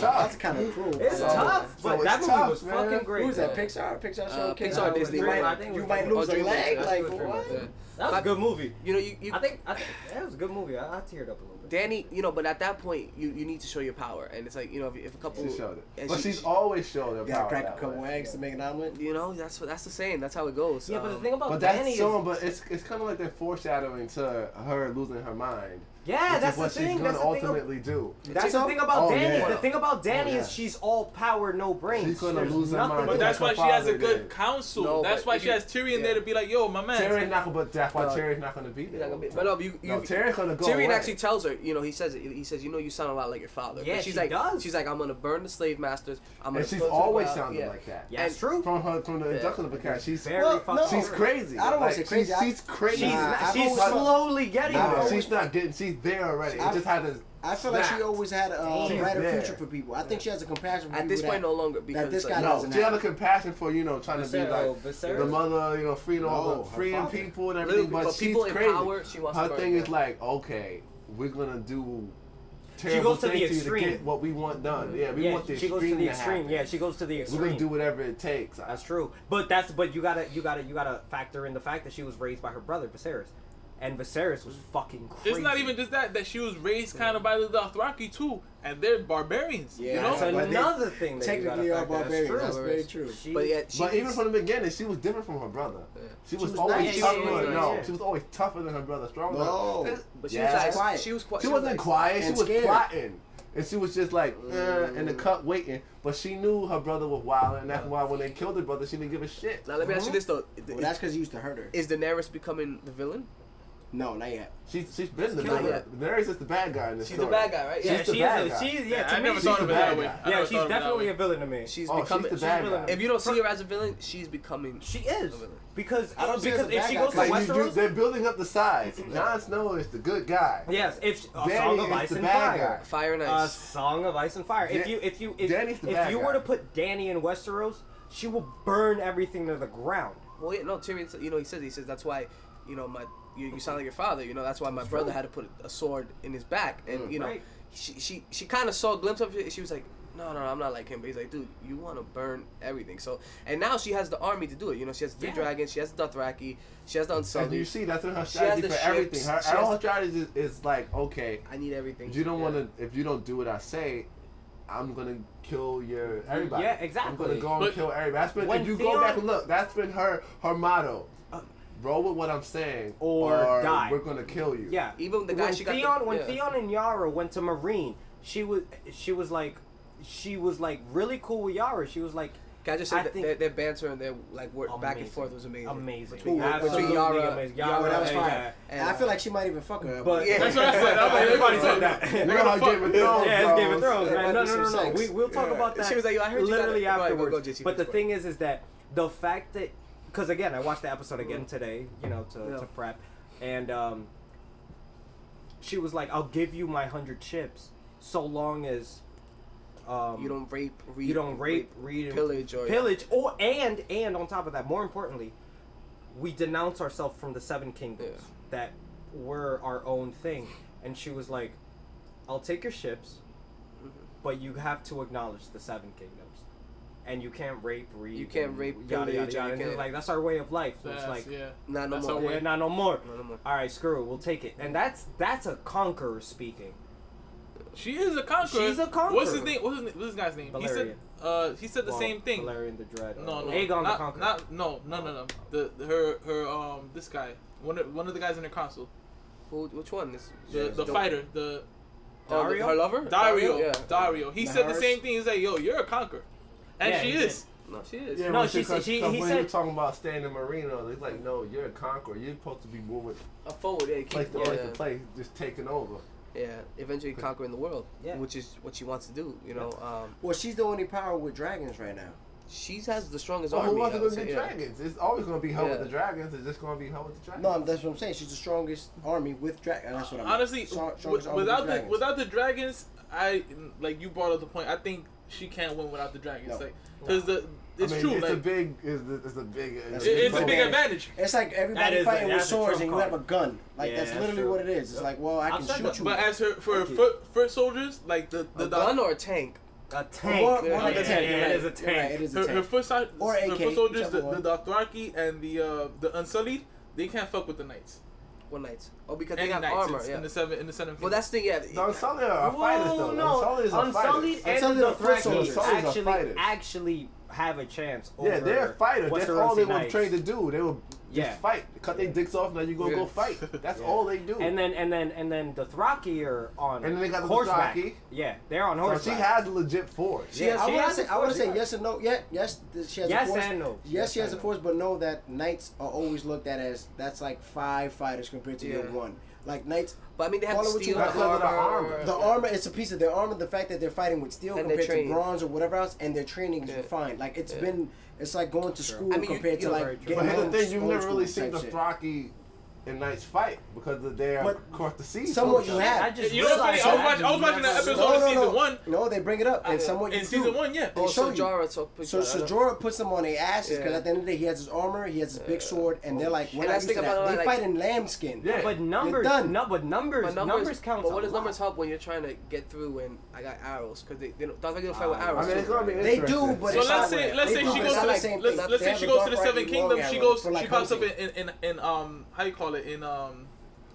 Speaker 2: That's
Speaker 4: tough.
Speaker 2: kind of cruel.
Speaker 6: It's
Speaker 2: So-
Speaker 6: tough,
Speaker 4: so
Speaker 6: but
Speaker 4: it's
Speaker 6: that movie
Speaker 4: tough,
Speaker 6: was
Speaker 4: man.
Speaker 6: fucking great.
Speaker 2: Who was that?
Speaker 6: though.
Speaker 2: Pixar? Pixar show?
Speaker 3: Uh,
Speaker 2: Kids?
Speaker 3: Pixar,
Speaker 2: Oh,
Speaker 3: Disney.
Speaker 2: You
Speaker 6: I
Speaker 2: might,
Speaker 6: think it
Speaker 2: you
Speaker 6: was
Speaker 2: might
Speaker 6: Dreamworks.
Speaker 2: lose
Speaker 3: Oh,
Speaker 2: a
Speaker 3: Dreamworks,
Speaker 2: leg.
Speaker 3: yeah.
Speaker 2: Like,
Speaker 6: Dreamworks,
Speaker 2: what?
Speaker 6: yeah.
Speaker 3: it.
Speaker 6: That was a good movie.
Speaker 3: You know, you, you
Speaker 6: I think I think that was a good movie. I, I teared up a little bit.
Speaker 3: Danny, you know, but at that point, you, you need to show your power, and it's like you know, if, if a couple,
Speaker 4: She showed it.
Speaker 3: and
Speaker 4: But
Speaker 3: she-
Speaker 4: she's always showed her
Speaker 2: You gotta
Speaker 4: power.
Speaker 2: crack
Speaker 4: that
Speaker 2: a couple
Speaker 4: way.
Speaker 2: eggs to make an omelet.
Speaker 3: you know, that's what that's the saying. That's how it goes.
Speaker 6: Yeah, but the
Speaker 3: Um,
Speaker 6: thing about
Speaker 4: But that's
Speaker 6: Oh, Danny
Speaker 4: showing,
Speaker 6: is
Speaker 4: but it's it's kind of like they're foreshadowing to her losing her mind.
Speaker 6: yeah,
Speaker 4: which
Speaker 6: that's
Speaker 4: is what
Speaker 6: the thing.
Speaker 4: she's
Speaker 6: That's
Speaker 4: gonna
Speaker 6: the thing.
Speaker 4: ultimately do.
Speaker 6: That's the
Speaker 2: all?
Speaker 6: thing about
Speaker 4: Oh,
Speaker 6: Danny.
Speaker 4: yeah.
Speaker 6: The thing about Danny
Speaker 4: yeah.
Speaker 6: is she's all power, no brains.
Speaker 4: She's gonna
Speaker 6: There's
Speaker 4: lose her
Speaker 6: nothing
Speaker 4: mind.
Speaker 6: to
Speaker 5: But that's
Speaker 4: Like
Speaker 5: why
Speaker 4: her
Speaker 5: she has a
Speaker 4: father
Speaker 5: good
Speaker 4: did.
Speaker 5: counsel.
Speaker 3: No,
Speaker 5: that's
Speaker 3: but
Speaker 5: why
Speaker 3: if
Speaker 5: she
Speaker 3: you-
Speaker 5: has Tyrion
Speaker 3: yeah.
Speaker 5: there to be like, yo, my
Speaker 4: Terry's
Speaker 5: man.
Speaker 4: not gonna, but that's why
Speaker 3: No.
Speaker 4: Terry's not gonna be there.
Speaker 3: He's not gonna be- but no, you, you,
Speaker 4: no, Terry's gonna go.
Speaker 3: Tyrion
Speaker 4: away.
Speaker 3: actually tells her, you know, he says it. He says, you know, you sound a lot like your father.
Speaker 6: Yeah,
Speaker 3: But she's
Speaker 6: she
Speaker 3: like,
Speaker 6: does.
Speaker 3: She's like, I'm gonna burn the slave masters. I'm gonna.
Speaker 4: and she's
Speaker 3: put to the
Speaker 4: always
Speaker 3: ground."
Speaker 4: sounded
Speaker 3: Yeah.
Speaker 4: like that.
Speaker 6: Yeah, it's
Speaker 3: And-
Speaker 6: true.
Speaker 4: From her, from the
Speaker 3: Yeah.
Speaker 4: introduction of the character, she's
Speaker 6: Very
Speaker 2: Well,
Speaker 6: fucking.
Speaker 2: no.
Speaker 4: she's crazy.
Speaker 2: I don't wanna
Speaker 4: Like,
Speaker 2: say crazy.
Speaker 4: She's,
Speaker 2: I-
Speaker 4: she's crazy.
Speaker 6: She's,
Speaker 2: Nah,
Speaker 6: not,
Speaker 2: I've
Speaker 6: she's
Speaker 2: always-
Speaker 6: slowly getting
Speaker 2: Nah,
Speaker 6: there.
Speaker 4: No,
Speaker 2: always-
Speaker 4: she's not getting. She's there already. It
Speaker 2: I've-
Speaker 4: just had to.
Speaker 2: I feel like she
Speaker 4: Snapped.
Speaker 2: always had a um,
Speaker 4: She's
Speaker 2: brighter
Speaker 4: there.
Speaker 2: future for people. I think she has a compassion for
Speaker 3: At
Speaker 2: people
Speaker 3: this point,
Speaker 2: that-
Speaker 3: no longer because
Speaker 2: this
Speaker 3: it's like,
Speaker 2: guy
Speaker 4: No,
Speaker 2: doesn't
Speaker 4: she had a
Speaker 2: have-
Speaker 4: compassion for you know trying to be
Speaker 6: Viserion-
Speaker 4: like the
Speaker 6: Viserion?
Speaker 4: mother, you know, freeing all
Speaker 2: No,
Speaker 4: the
Speaker 2: her
Speaker 4: freeing
Speaker 2: father.
Speaker 4: people and
Speaker 3: Little
Speaker 4: everything.
Speaker 3: people,
Speaker 4: But,
Speaker 3: but
Speaker 4: she's
Speaker 3: people in
Speaker 4: crazy.
Speaker 3: power, she wants to
Speaker 4: her
Speaker 3: burn
Speaker 4: thing
Speaker 3: them.
Speaker 4: is like, okay, we're gonna do. Terrible
Speaker 6: goes to the
Speaker 4: things you
Speaker 6: extreme.
Speaker 4: to get what we want
Speaker 3: Mm-hmm.
Speaker 4: done. Yeah, we
Speaker 6: yeah,
Speaker 4: want the
Speaker 6: she
Speaker 4: extreme.
Speaker 6: goes to the
Speaker 4: to
Speaker 6: extreme.
Speaker 4: happen.
Speaker 6: Yeah, she goes to the
Speaker 4: we're
Speaker 6: extreme.
Speaker 4: gonna do whatever it takes.
Speaker 6: That's true. But that's but you gotta you gotta you gotta factor in the fact that she was raised by her brother Viserys, and Viserys was fucking crazy.
Speaker 5: It's not even just that that she was raised kind of by the Dothraki too, and they're barbarians.
Speaker 2: Yeah.
Speaker 5: You know,
Speaker 6: That's
Speaker 2: So- But they
Speaker 6: another thing that
Speaker 2: Technically,
Speaker 6: you
Speaker 2: are
Speaker 6: gotta factor. That's
Speaker 2: barbarians.
Speaker 6: true.
Speaker 2: That's very true.
Speaker 6: She-
Speaker 3: But yet, she,
Speaker 4: But even from the beginning, she was different from her brother. She, was
Speaker 2: was
Speaker 4: always
Speaker 2: nice.
Speaker 4: tougher.
Speaker 3: Yeah, she was
Speaker 4: no,
Speaker 6: nice.
Speaker 4: she was always tougher than her brother, stronger.
Speaker 2: No.
Speaker 4: It's-
Speaker 3: but she
Speaker 4: Yes.
Speaker 3: was like,
Speaker 2: quiet.
Speaker 3: she was quiet.
Speaker 4: She wasn't quiet. She
Speaker 2: and
Speaker 4: was
Speaker 2: scared.
Speaker 4: plotting, and she was just like eh, in the cup waiting. But she knew her brother was wild, and that's why when they killed her brother, she didn't give a shit.
Speaker 3: Now let me ask you this though:
Speaker 2: Well, that's because he used to hurt her.
Speaker 3: Is Daenerys becoming the villain?
Speaker 2: No, not yet.
Speaker 4: She's she's been the
Speaker 3: Killing
Speaker 4: bad.
Speaker 3: it.
Speaker 4: Mary's just the bad guy in this
Speaker 3: She's
Speaker 4: story.
Speaker 3: the bad guy, right?
Speaker 4: She's
Speaker 3: Yeah,
Speaker 4: the
Speaker 6: she's
Speaker 4: bad
Speaker 6: a,
Speaker 4: guy.
Speaker 6: she's yeah. To
Speaker 5: I
Speaker 6: me,
Speaker 5: never
Speaker 6: she's
Speaker 5: thought
Speaker 4: the
Speaker 5: of it
Speaker 4: bad
Speaker 5: that way.
Speaker 4: guy.
Speaker 5: I
Speaker 6: yeah,
Speaker 5: never
Speaker 6: she's
Speaker 5: thought of it that
Speaker 6: definitely
Speaker 5: way.
Speaker 6: a villain to me.
Speaker 3: she's
Speaker 4: Oh, she's
Speaker 3: becoming.
Speaker 4: the bad
Speaker 6: villain.
Speaker 4: guy.
Speaker 3: if you don't see her as a villain, she's becoming.
Speaker 6: she is
Speaker 3: A villain.
Speaker 6: because
Speaker 2: I don't see her
Speaker 6: because
Speaker 2: as a
Speaker 6: if
Speaker 2: bad
Speaker 6: she
Speaker 2: guy,
Speaker 6: goes to
Speaker 2: because
Speaker 4: Like you, you,
Speaker 6: Westeros,
Speaker 4: they're building up the sides. Jon Snow is the good guy.
Speaker 6: yes, if a
Speaker 4: Danny
Speaker 6: Song of
Speaker 4: is
Speaker 6: Ice
Speaker 4: the
Speaker 6: and
Speaker 4: bad
Speaker 6: Fire.
Speaker 4: guy.
Speaker 3: Fire and
Speaker 6: A
Speaker 3: Ice.
Speaker 6: Song of Ice and Fire. If
Speaker 4: Da-
Speaker 6: you if you if,
Speaker 4: Danny's the
Speaker 6: if
Speaker 4: bad
Speaker 6: you
Speaker 4: guy.
Speaker 6: were to put Danny in Westeros, she will burn everything to the ground.
Speaker 3: well, yeah, no, Tyrion. You know, he says he says that's why. You know, my you, you sound like your father. You know, that's why my brother had to put a sword in his back, and
Speaker 4: Mm,
Speaker 3: you know,
Speaker 6: Right.
Speaker 3: she she she kind of saw a glimpse of it. She was like, no, no, no, I'm not like him. But he's like, dude, you want to burn everything. So, and now she has the army to do it. You know, she has three
Speaker 6: Yeah.
Speaker 3: dragons. She has the Dothraki. She has the
Speaker 4: And
Speaker 3: Unsullied.
Speaker 4: you see that's in her
Speaker 3: She has
Speaker 4: strategy
Speaker 3: the
Speaker 4: for everything.
Speaker 3: ships.
Speaker 4: Her,
Speaker 3: She
Speaker 4: her
Speaker 3: has
Speaker 4: whole
Speaker 3: the-
Speaker 4: strategy is, is like, okay,
Speaker 3: I need everything.
Speaker 4: if you don't
Speaker 3: Yeah.
Speaker 4: want to, if you don't do what I say, I'm gonna kill your everybody.
Speaker 6: Yeah,
Speaker 4: I'm gonna
Speaker 6: exactly.
Speaker 4: go and
Speaker 5: But-
Speaker 4: kill everybody. That's been,
Speaker 6: When
Speaker 4: if you go
Speaker 6: Theon-
Speaker 4: back and look, that's been her her motto. Roll with what I'm saying,
Speaker 6: Or die.
Speaker 4: We're gonna kill you.
Speaker 6: Yeah,
Speaker 3: Even the guy
Speaker 6: when
Speaker 3: she got the-
Speaker 6: Theon when
Speaker 3: yeah.
Speaker 6: Theon and Yara went to Marine, she was she was like she was like really cool with Yara. She was like
Speaker 3: Can I just say
Speaker 6: I
Speaker 3: that
Speaker 6: think-
Speaker 3: their, their banter and their like work back and
Speaker 6: Amazing.
Speaker 3: forth was amazing.
Speaker 6: amazing,
Speaker 2: Ooh, between
Speaker 6: absolutely
Speaker 3: Yara-
Speaker 6: amazing.
Speaker 3: Yara
Speaker 2: Oh,
Speaker 6: Yara
Speaker 2: that was
Speaker 6: and-
Speaker 3: fire.
Speaker 2: fire.
Speaker 6: yeah.
Speaker 3: and,
Speaker 2: I
Speaker 3: uh,
Speaker 2: feel like she might even fuck her. up.
Speaker 6: But
Speaker 3: Yeah.
Speaker 5: That's what I said. I'm like,
Speaker 6: everybody
Speaker 5: what the
Speaker 6: said
Speaker 5: fuck?
Speaker 6: that.
Speaker 4: Look at how Game of Thrones
Speaker 6: Yeah, it's Game of
Speaker 4: goes.
Speaker 6: Thrones,
Speaker 2: There
Speaker 6: man.
Speaker 2: might
Speaker 6: No,
Speaker 2: be
Speaker 6: no, no,
Speaker 2: some
Speaker 6: no.
Speaker 2: sex.
Speaker 6: We, we'll talk
Speaker 2: Yeah.
Speaker 6: about that.
Speaker 3: She was like, "Yo, I heard you got
Speaker 6: literally
Speaker 3: it." Right, go, go,
Speaker 6: afterwards.
Speaker 3: JC,
Speaker 6: but the
Speaker 3: please,
Speaker 6: thing is, is that the fact that, because again, I watched the episode again today, you know, to,
Speaker 3: Mm-hmm. Yeah.
Speaker 6: to prep, and um, she was like, "I'll give you my hundred chips, so long as." Um,
Speaker 3: you don't rape, read,
Speaker 6: you don't rape, read, and-
Speaker 3: pillage, or
Speaker 6: pillage, or and and on top of that, more importantly, we denounce ourselves from the Seven Kingdoms
Speaker 3: Yeah.
Speaker 6: that were our own thing. And she was like, "I'll take your ships,
Speaker 3: Mm-hmm.
Speaker 6: but you have to acknowledge the Seven Kingdoms, and you can't rape, read,
Speaker 3: You can't
Speaker 6: and
Speaker 3: rape,
Speaker 6: yada yada
Speaker 3: pillage, and
Speaker 6: yada."
Speaker 3: you
Speaker 6: And they're
Speaker 3: can't-
Speaker 6: like that's our way of life. So it's
Speaker 5: That's,
Speaker 6: like,
Speaker 5: yeah.
Speaker 3: Not no
Speaker 5: That's
Speaker 3: more.
Speaker 5: our way.
Speaker 6: "Yeah, not no more.
Speaker 3: No, no more.
Speaker 6: All right, screw it, we'll take it." And that's that's a conqueror speaking.
Speaker 5: She is a conqueror.
Speaker 6: She's a conqueror.
Speaker 5: What's his name? What's his, what's this guy's name? He
Speaker 6: Valerian.
Speaker 5: said. Uh, he said the
Speaker 6: Well,
Speaker 5: same thing.
Speaker 6: Valerian the Dread.
Speaker 5: No, no,
Speaker 6: Aegon the
Speaker 5: not,
Speaker 6: Conqueror.
Speaker 5: not- no, no, no, no. The, the- her, her, um, this guy, one of one of the guys in the council,
Speaker 3: Who, which one? This
Speaker 5: the, the fighter,
Speaker 3: oh,
Speaker 5: the
Speaker 3: the-
Speaker 6: Dario?
Speaker 3: her lover,
Speaker 5: Dario,
Speaker 3: Yeah.
Speaker 5: Dario. He said the
Speaker 2: Maharis?
Speaker 5: same thing. He's like, "Yo, you're a conqueror," and
Speaker 6: Yeah,
Speaker 5: she
Speaker 6: he
Speaker 5: is.
Speaker 3: No.
Speaker 5: She is.
Speaker 4: Yeah,
Speaker 6: No,
Speaker 4: when
Speaker 6: she said-
Speaker 4: comes-
Speaker 6: she-
Speaker 4: comes-
Speaker 6: he
Speaker 4: when
Speaker 6: said-
Speaker 4: were talking about staying in Marino. It's like, no, you're a conqueror. You're supposed to be moving
Speaker 3: A forward, yeah, keep,
Speaker 4: place to
Speaker 3: yeah,
Speaker 4: place to place, just taking over.
Speaker 3: yeah. Eventually conquering the world,
Speaker 6: Yeah.
Speaker 3: which is what she wants to do. You know, um,
Speaker 2: Well, she's the only power with dragons right now.
Speaker 3: she has the strongest
Speaker 4: So
Speaker 3: army.
Speaker 4: who wants
Speaker 3: I
Speaker 4: to go
Speaker 3: would
Speaker 4: get
Speaker 3: say, yeah.
Speaker 4: dragons? It's always gonna be her with
Speaker 3: Yeah.
Speaker 4: the dragons. It's just gonna be her with the dragons.
Speaker 2: No, that's what I'm saying. She's the strongest army with dragons. That's what I'm
Speaker 5: Honestly, with- without the without the dragons, I like you brought up the point. I think she can't win without the dragons,
Speaker 2: No.
Speaker 5: like because the
Speaker 4: I
Speaker 5: it's
Speaker 4: mean,
Speaker 5: true.
Speaker 4: It's
Speaker 5: like
Speaker 4: a big. It's, a- it's a big.
Speaker 2: That's
Speaker 5: it- it's a big
Speaker 2: Okay.
Speaker 5: advantage.
Speaker 2: It's like everybody
Speaker 6: is-
Speaker 2: fighting with
Speaker 6: that's a
Speaker 2: swords and
Speaker 6: trump
Speaker 2: you have a
Speaker 6: card.
Speaker 2: gun. Like
Speaker 6: Yeah,
Speaker 2: that's
Speaker 6: that's
Speaker 2: literally
Speaker 6: true.
Speaker 2: what it is. It's like, well, I can
Speaker 6: Outside
Speaker 2: shoot
Speaker 6: the-
Speaker 2: you.
Speaker 5: But as her for her
Speaker 6: Okay.
Speaker 5: foot foot soldiers, like the the,
Speaker 3: A
Speaker 5: the
Speaker 3: gun or a tank?
Speaker 6: A
Speaker 2: Or-
Speaker 6: tank.
Speaker 2: or
Speaker 3: Yeah,
Speaker 2: like a
Speaker 5: yeah,
Speaker 2: tank.
Speaker 5: yeah,
Speaker 2: you're
Speaker 6: it
Speaker 2: right.
Speaker 6: is a
Speaker 2: You're right,
Speaker 6: tank.
Speaker 2: It is
Speaker 5: her,
Speaker 2: a
Speaker 5: her
Speaker 2: tank.
Speaker 5: foot side,
Speaker 2: Or
Speaker 5: her
Speaker 2: AK,
Speaker 5: foot soldiers,
Speaker 2: whichever
Speaker 5: the, the Dothraki and the uh, the Unsullied, they can't fuck with the knights.
Speaker 3: One knight. Oh, because
Speaker 5: Any
Speaker 3: they have
Speaker 5: knights
Speaker 3: armor.
Speaker 5: it's
Speaker 3: Yeah.
Speaker 5: in the seven in the seven.
Speaker 3: well, that's the yeah.
Speaker 4: The Unsullied are fighters though.
Speaker 6: Whoa, no.
Speaker 4: Unsullied is a
Speaker 6: Unsullied
Speaker 4: fighter.
Speaker 6: and
Speaker 2: Unsullied are
Speaker 6: the
Speaker 2: foot soldiers.
Speaker 6: Thralkies
Speaker 4: Unsullied are
Speaker 6: actually
Speaker 4: fighters.
Speaker 6: actually have a chance. Over
Speaker 4: Yeah, they're fighters. That's
Speaker 6: Westerosi
Speaker 4: all they were
Speaker 6: Knights.
Speaker 4: trained to do. They were just
Speaker 6: Yeah.
Speaker 4: fight. Cut their dicks off. Now you gonna
Speaker 3: Yeah.
Speaker 4: go fight. That's
Speaker 6: Yeah.
Speaker 4: all they do.
Speaker 6: And then and then and then the Thraki are on
Speaker 4: And then they got the
Speaker 6: horseback.
Speaker 4: Dothraki.
Speaker 6: Yeah, they're on
Speaker 4: so
Speaker 6: horseback.
Speaker 4: she has a legit force.
Speaker 6: Yeah,
Speaker 2: I
Speaker 6: she
Speaker 2: would
Speaker 6: has
Speaker 2: say
Speaker 6: a
Speaker 2: I would
Speaker 6: force,
Speaker 2: say
Speaker 6: yeah.
Speaker 2: yes and no. Yeah, yes, th- she has
Speaker 6: Yes
Speaker 2: a force.
Speaker 6: and no.
Speaker 2: Yes, she
Speaker 6: Yes
Speaker 2: has a
Speaker 6: and
Speaker 2: force, but know that knights are always looked at as that's like five fighters compared to your
Speaker 3: Yeah.
Speaker 2: one. Like knights,
Speaker 3: But I mean, they have
Speaker 2: Follow what you
Speaker 3: steel
Speaker 2: want.
Speaker 4: Because of the armor.
Speaker 2: the armor it's a piece of their armor. The fact that they're fighting with steel
Speaker 3: And they're
Speaker 2: compared to
Speaker 3: trained.
Speaker 2: bronze or whatever else, and their training is
Speaker 3: Yeah.
Speaker 2: refined. Like it's
Speaker 3: Yeah.
Speaker 2: been, it's like going to school
Speaker 3: I mean, you-
Speaker 2: compared
Speaker 3: you
Speaker 2: to
Speaker 3: know,
Speaker 2: like
Speaker 6: very true.
Speaker 2: getting
Speaker 4: But here's the
Speaker 2: old-
Speaker 4: thing: you've
Speaker 2: old
Speaker 4: never
Speaker 2: school
Speaker 4: really
Speaker 2: type
Speaker 4: seen the
Speaker 2: shit.
Speaker 4: Thraki and Knights fight because of their
Speaker 2: But
Speaker 4: across the sea.
Speaker 2: somewhat
Speaker 4: soldiers.
Speaker 2: you have.
Speaker 6: I just
Speaker 5: You know what's funny? I was
Speaker 6: realized
Speaker 5: watching- I was
Speaker 6: that
Speaker 5: watching that
Speaker 6: never-
Speaker 5: episode of season one.
Speaker 2: No, they bring it up, and
Speaker 3: I-
Speaker 2: someone
Speaker 5: in season one. Yeah,
Speaker 2: They
Speaker 3: Oh,
Speaker 2: show
Speaker 3: so
Speaker 2: you.
Speaker 3: Jara took
Speaker 2: So,
Speaker 3: I
Speaker 2: so
Speaker 3: don't-
Speaker 2: Jorah puts them on their asses because
Speaker 3: Yeah.
Speaker 2: at the end of the day he has his armor, he has his big sword, and they're like, we're
Speaker 3: And
Speaker 2: not
Speaker 3: I
Speaker 2: used
Speaker 3: think
Speaker 2: to
Speaker 3: about
Speaker 2: that.
Speaker 3: it,
Speaker 2: They
Speaker 3: like-
Speaker 2: fight in lambskin.
Speaker 4: Yeah.
Speaker 6: But numbers,
Speaker 2: done.
Speaker 6: no, but numbers,
Speaker 3: But
Speaker 6: numbers,
Speaker 3: numbers,
Speaker 6: count.
Speaker 3: But
Speaker 6: a
Speaker 3: what does
Speaker 6: lot.
Speaker 3: numbers help when you're trying to get through and I got arrows? Because they, they don't, Dothraki don't fight with
Speaker 6: Ah.
Speaker 3: arrows.
Speaker 4: I mean, it's
Speaker 3: too.
Speaker 4: gonna be
Speaker 2: They do,
Speaker 4: interesting.
Speaker 2: but
Speaker 5: So let's
Speaker 2: it's not
Speaker 5: say
Speaker 2: right.
Speaker 5: let's
Speaker 2: They
Speaker 5: say
Speaker 2: do,
Speaker 5: she
Speaker 2: but
Speaker 5: goes to
Speaker 2: it's not
Speaker 5: the,
Speaker 2: the same
Speaker 5: let's,
Speaker 2: thing.
Speaker 5: let's
Speaker 2: They
Speaker 5: say
Speaker 2: have
Speaker 5: she
Speaker 2: a
Speaker 5: goes to
Speaker 2: dark
Speaker 5: the
Speaker 2: arrow
Speaker 5: Seven
Speaker 2: and
Speaker 5: Kingdom.
Speaker 2: long
Speaker 5: She
Speaker 2: arrow
Speaker 5: goes
Speaker 2: for, like,
Speaker 5: she pops up in
Speaker 2: hunting.
Speaker 5: in, in, in um how you call it in um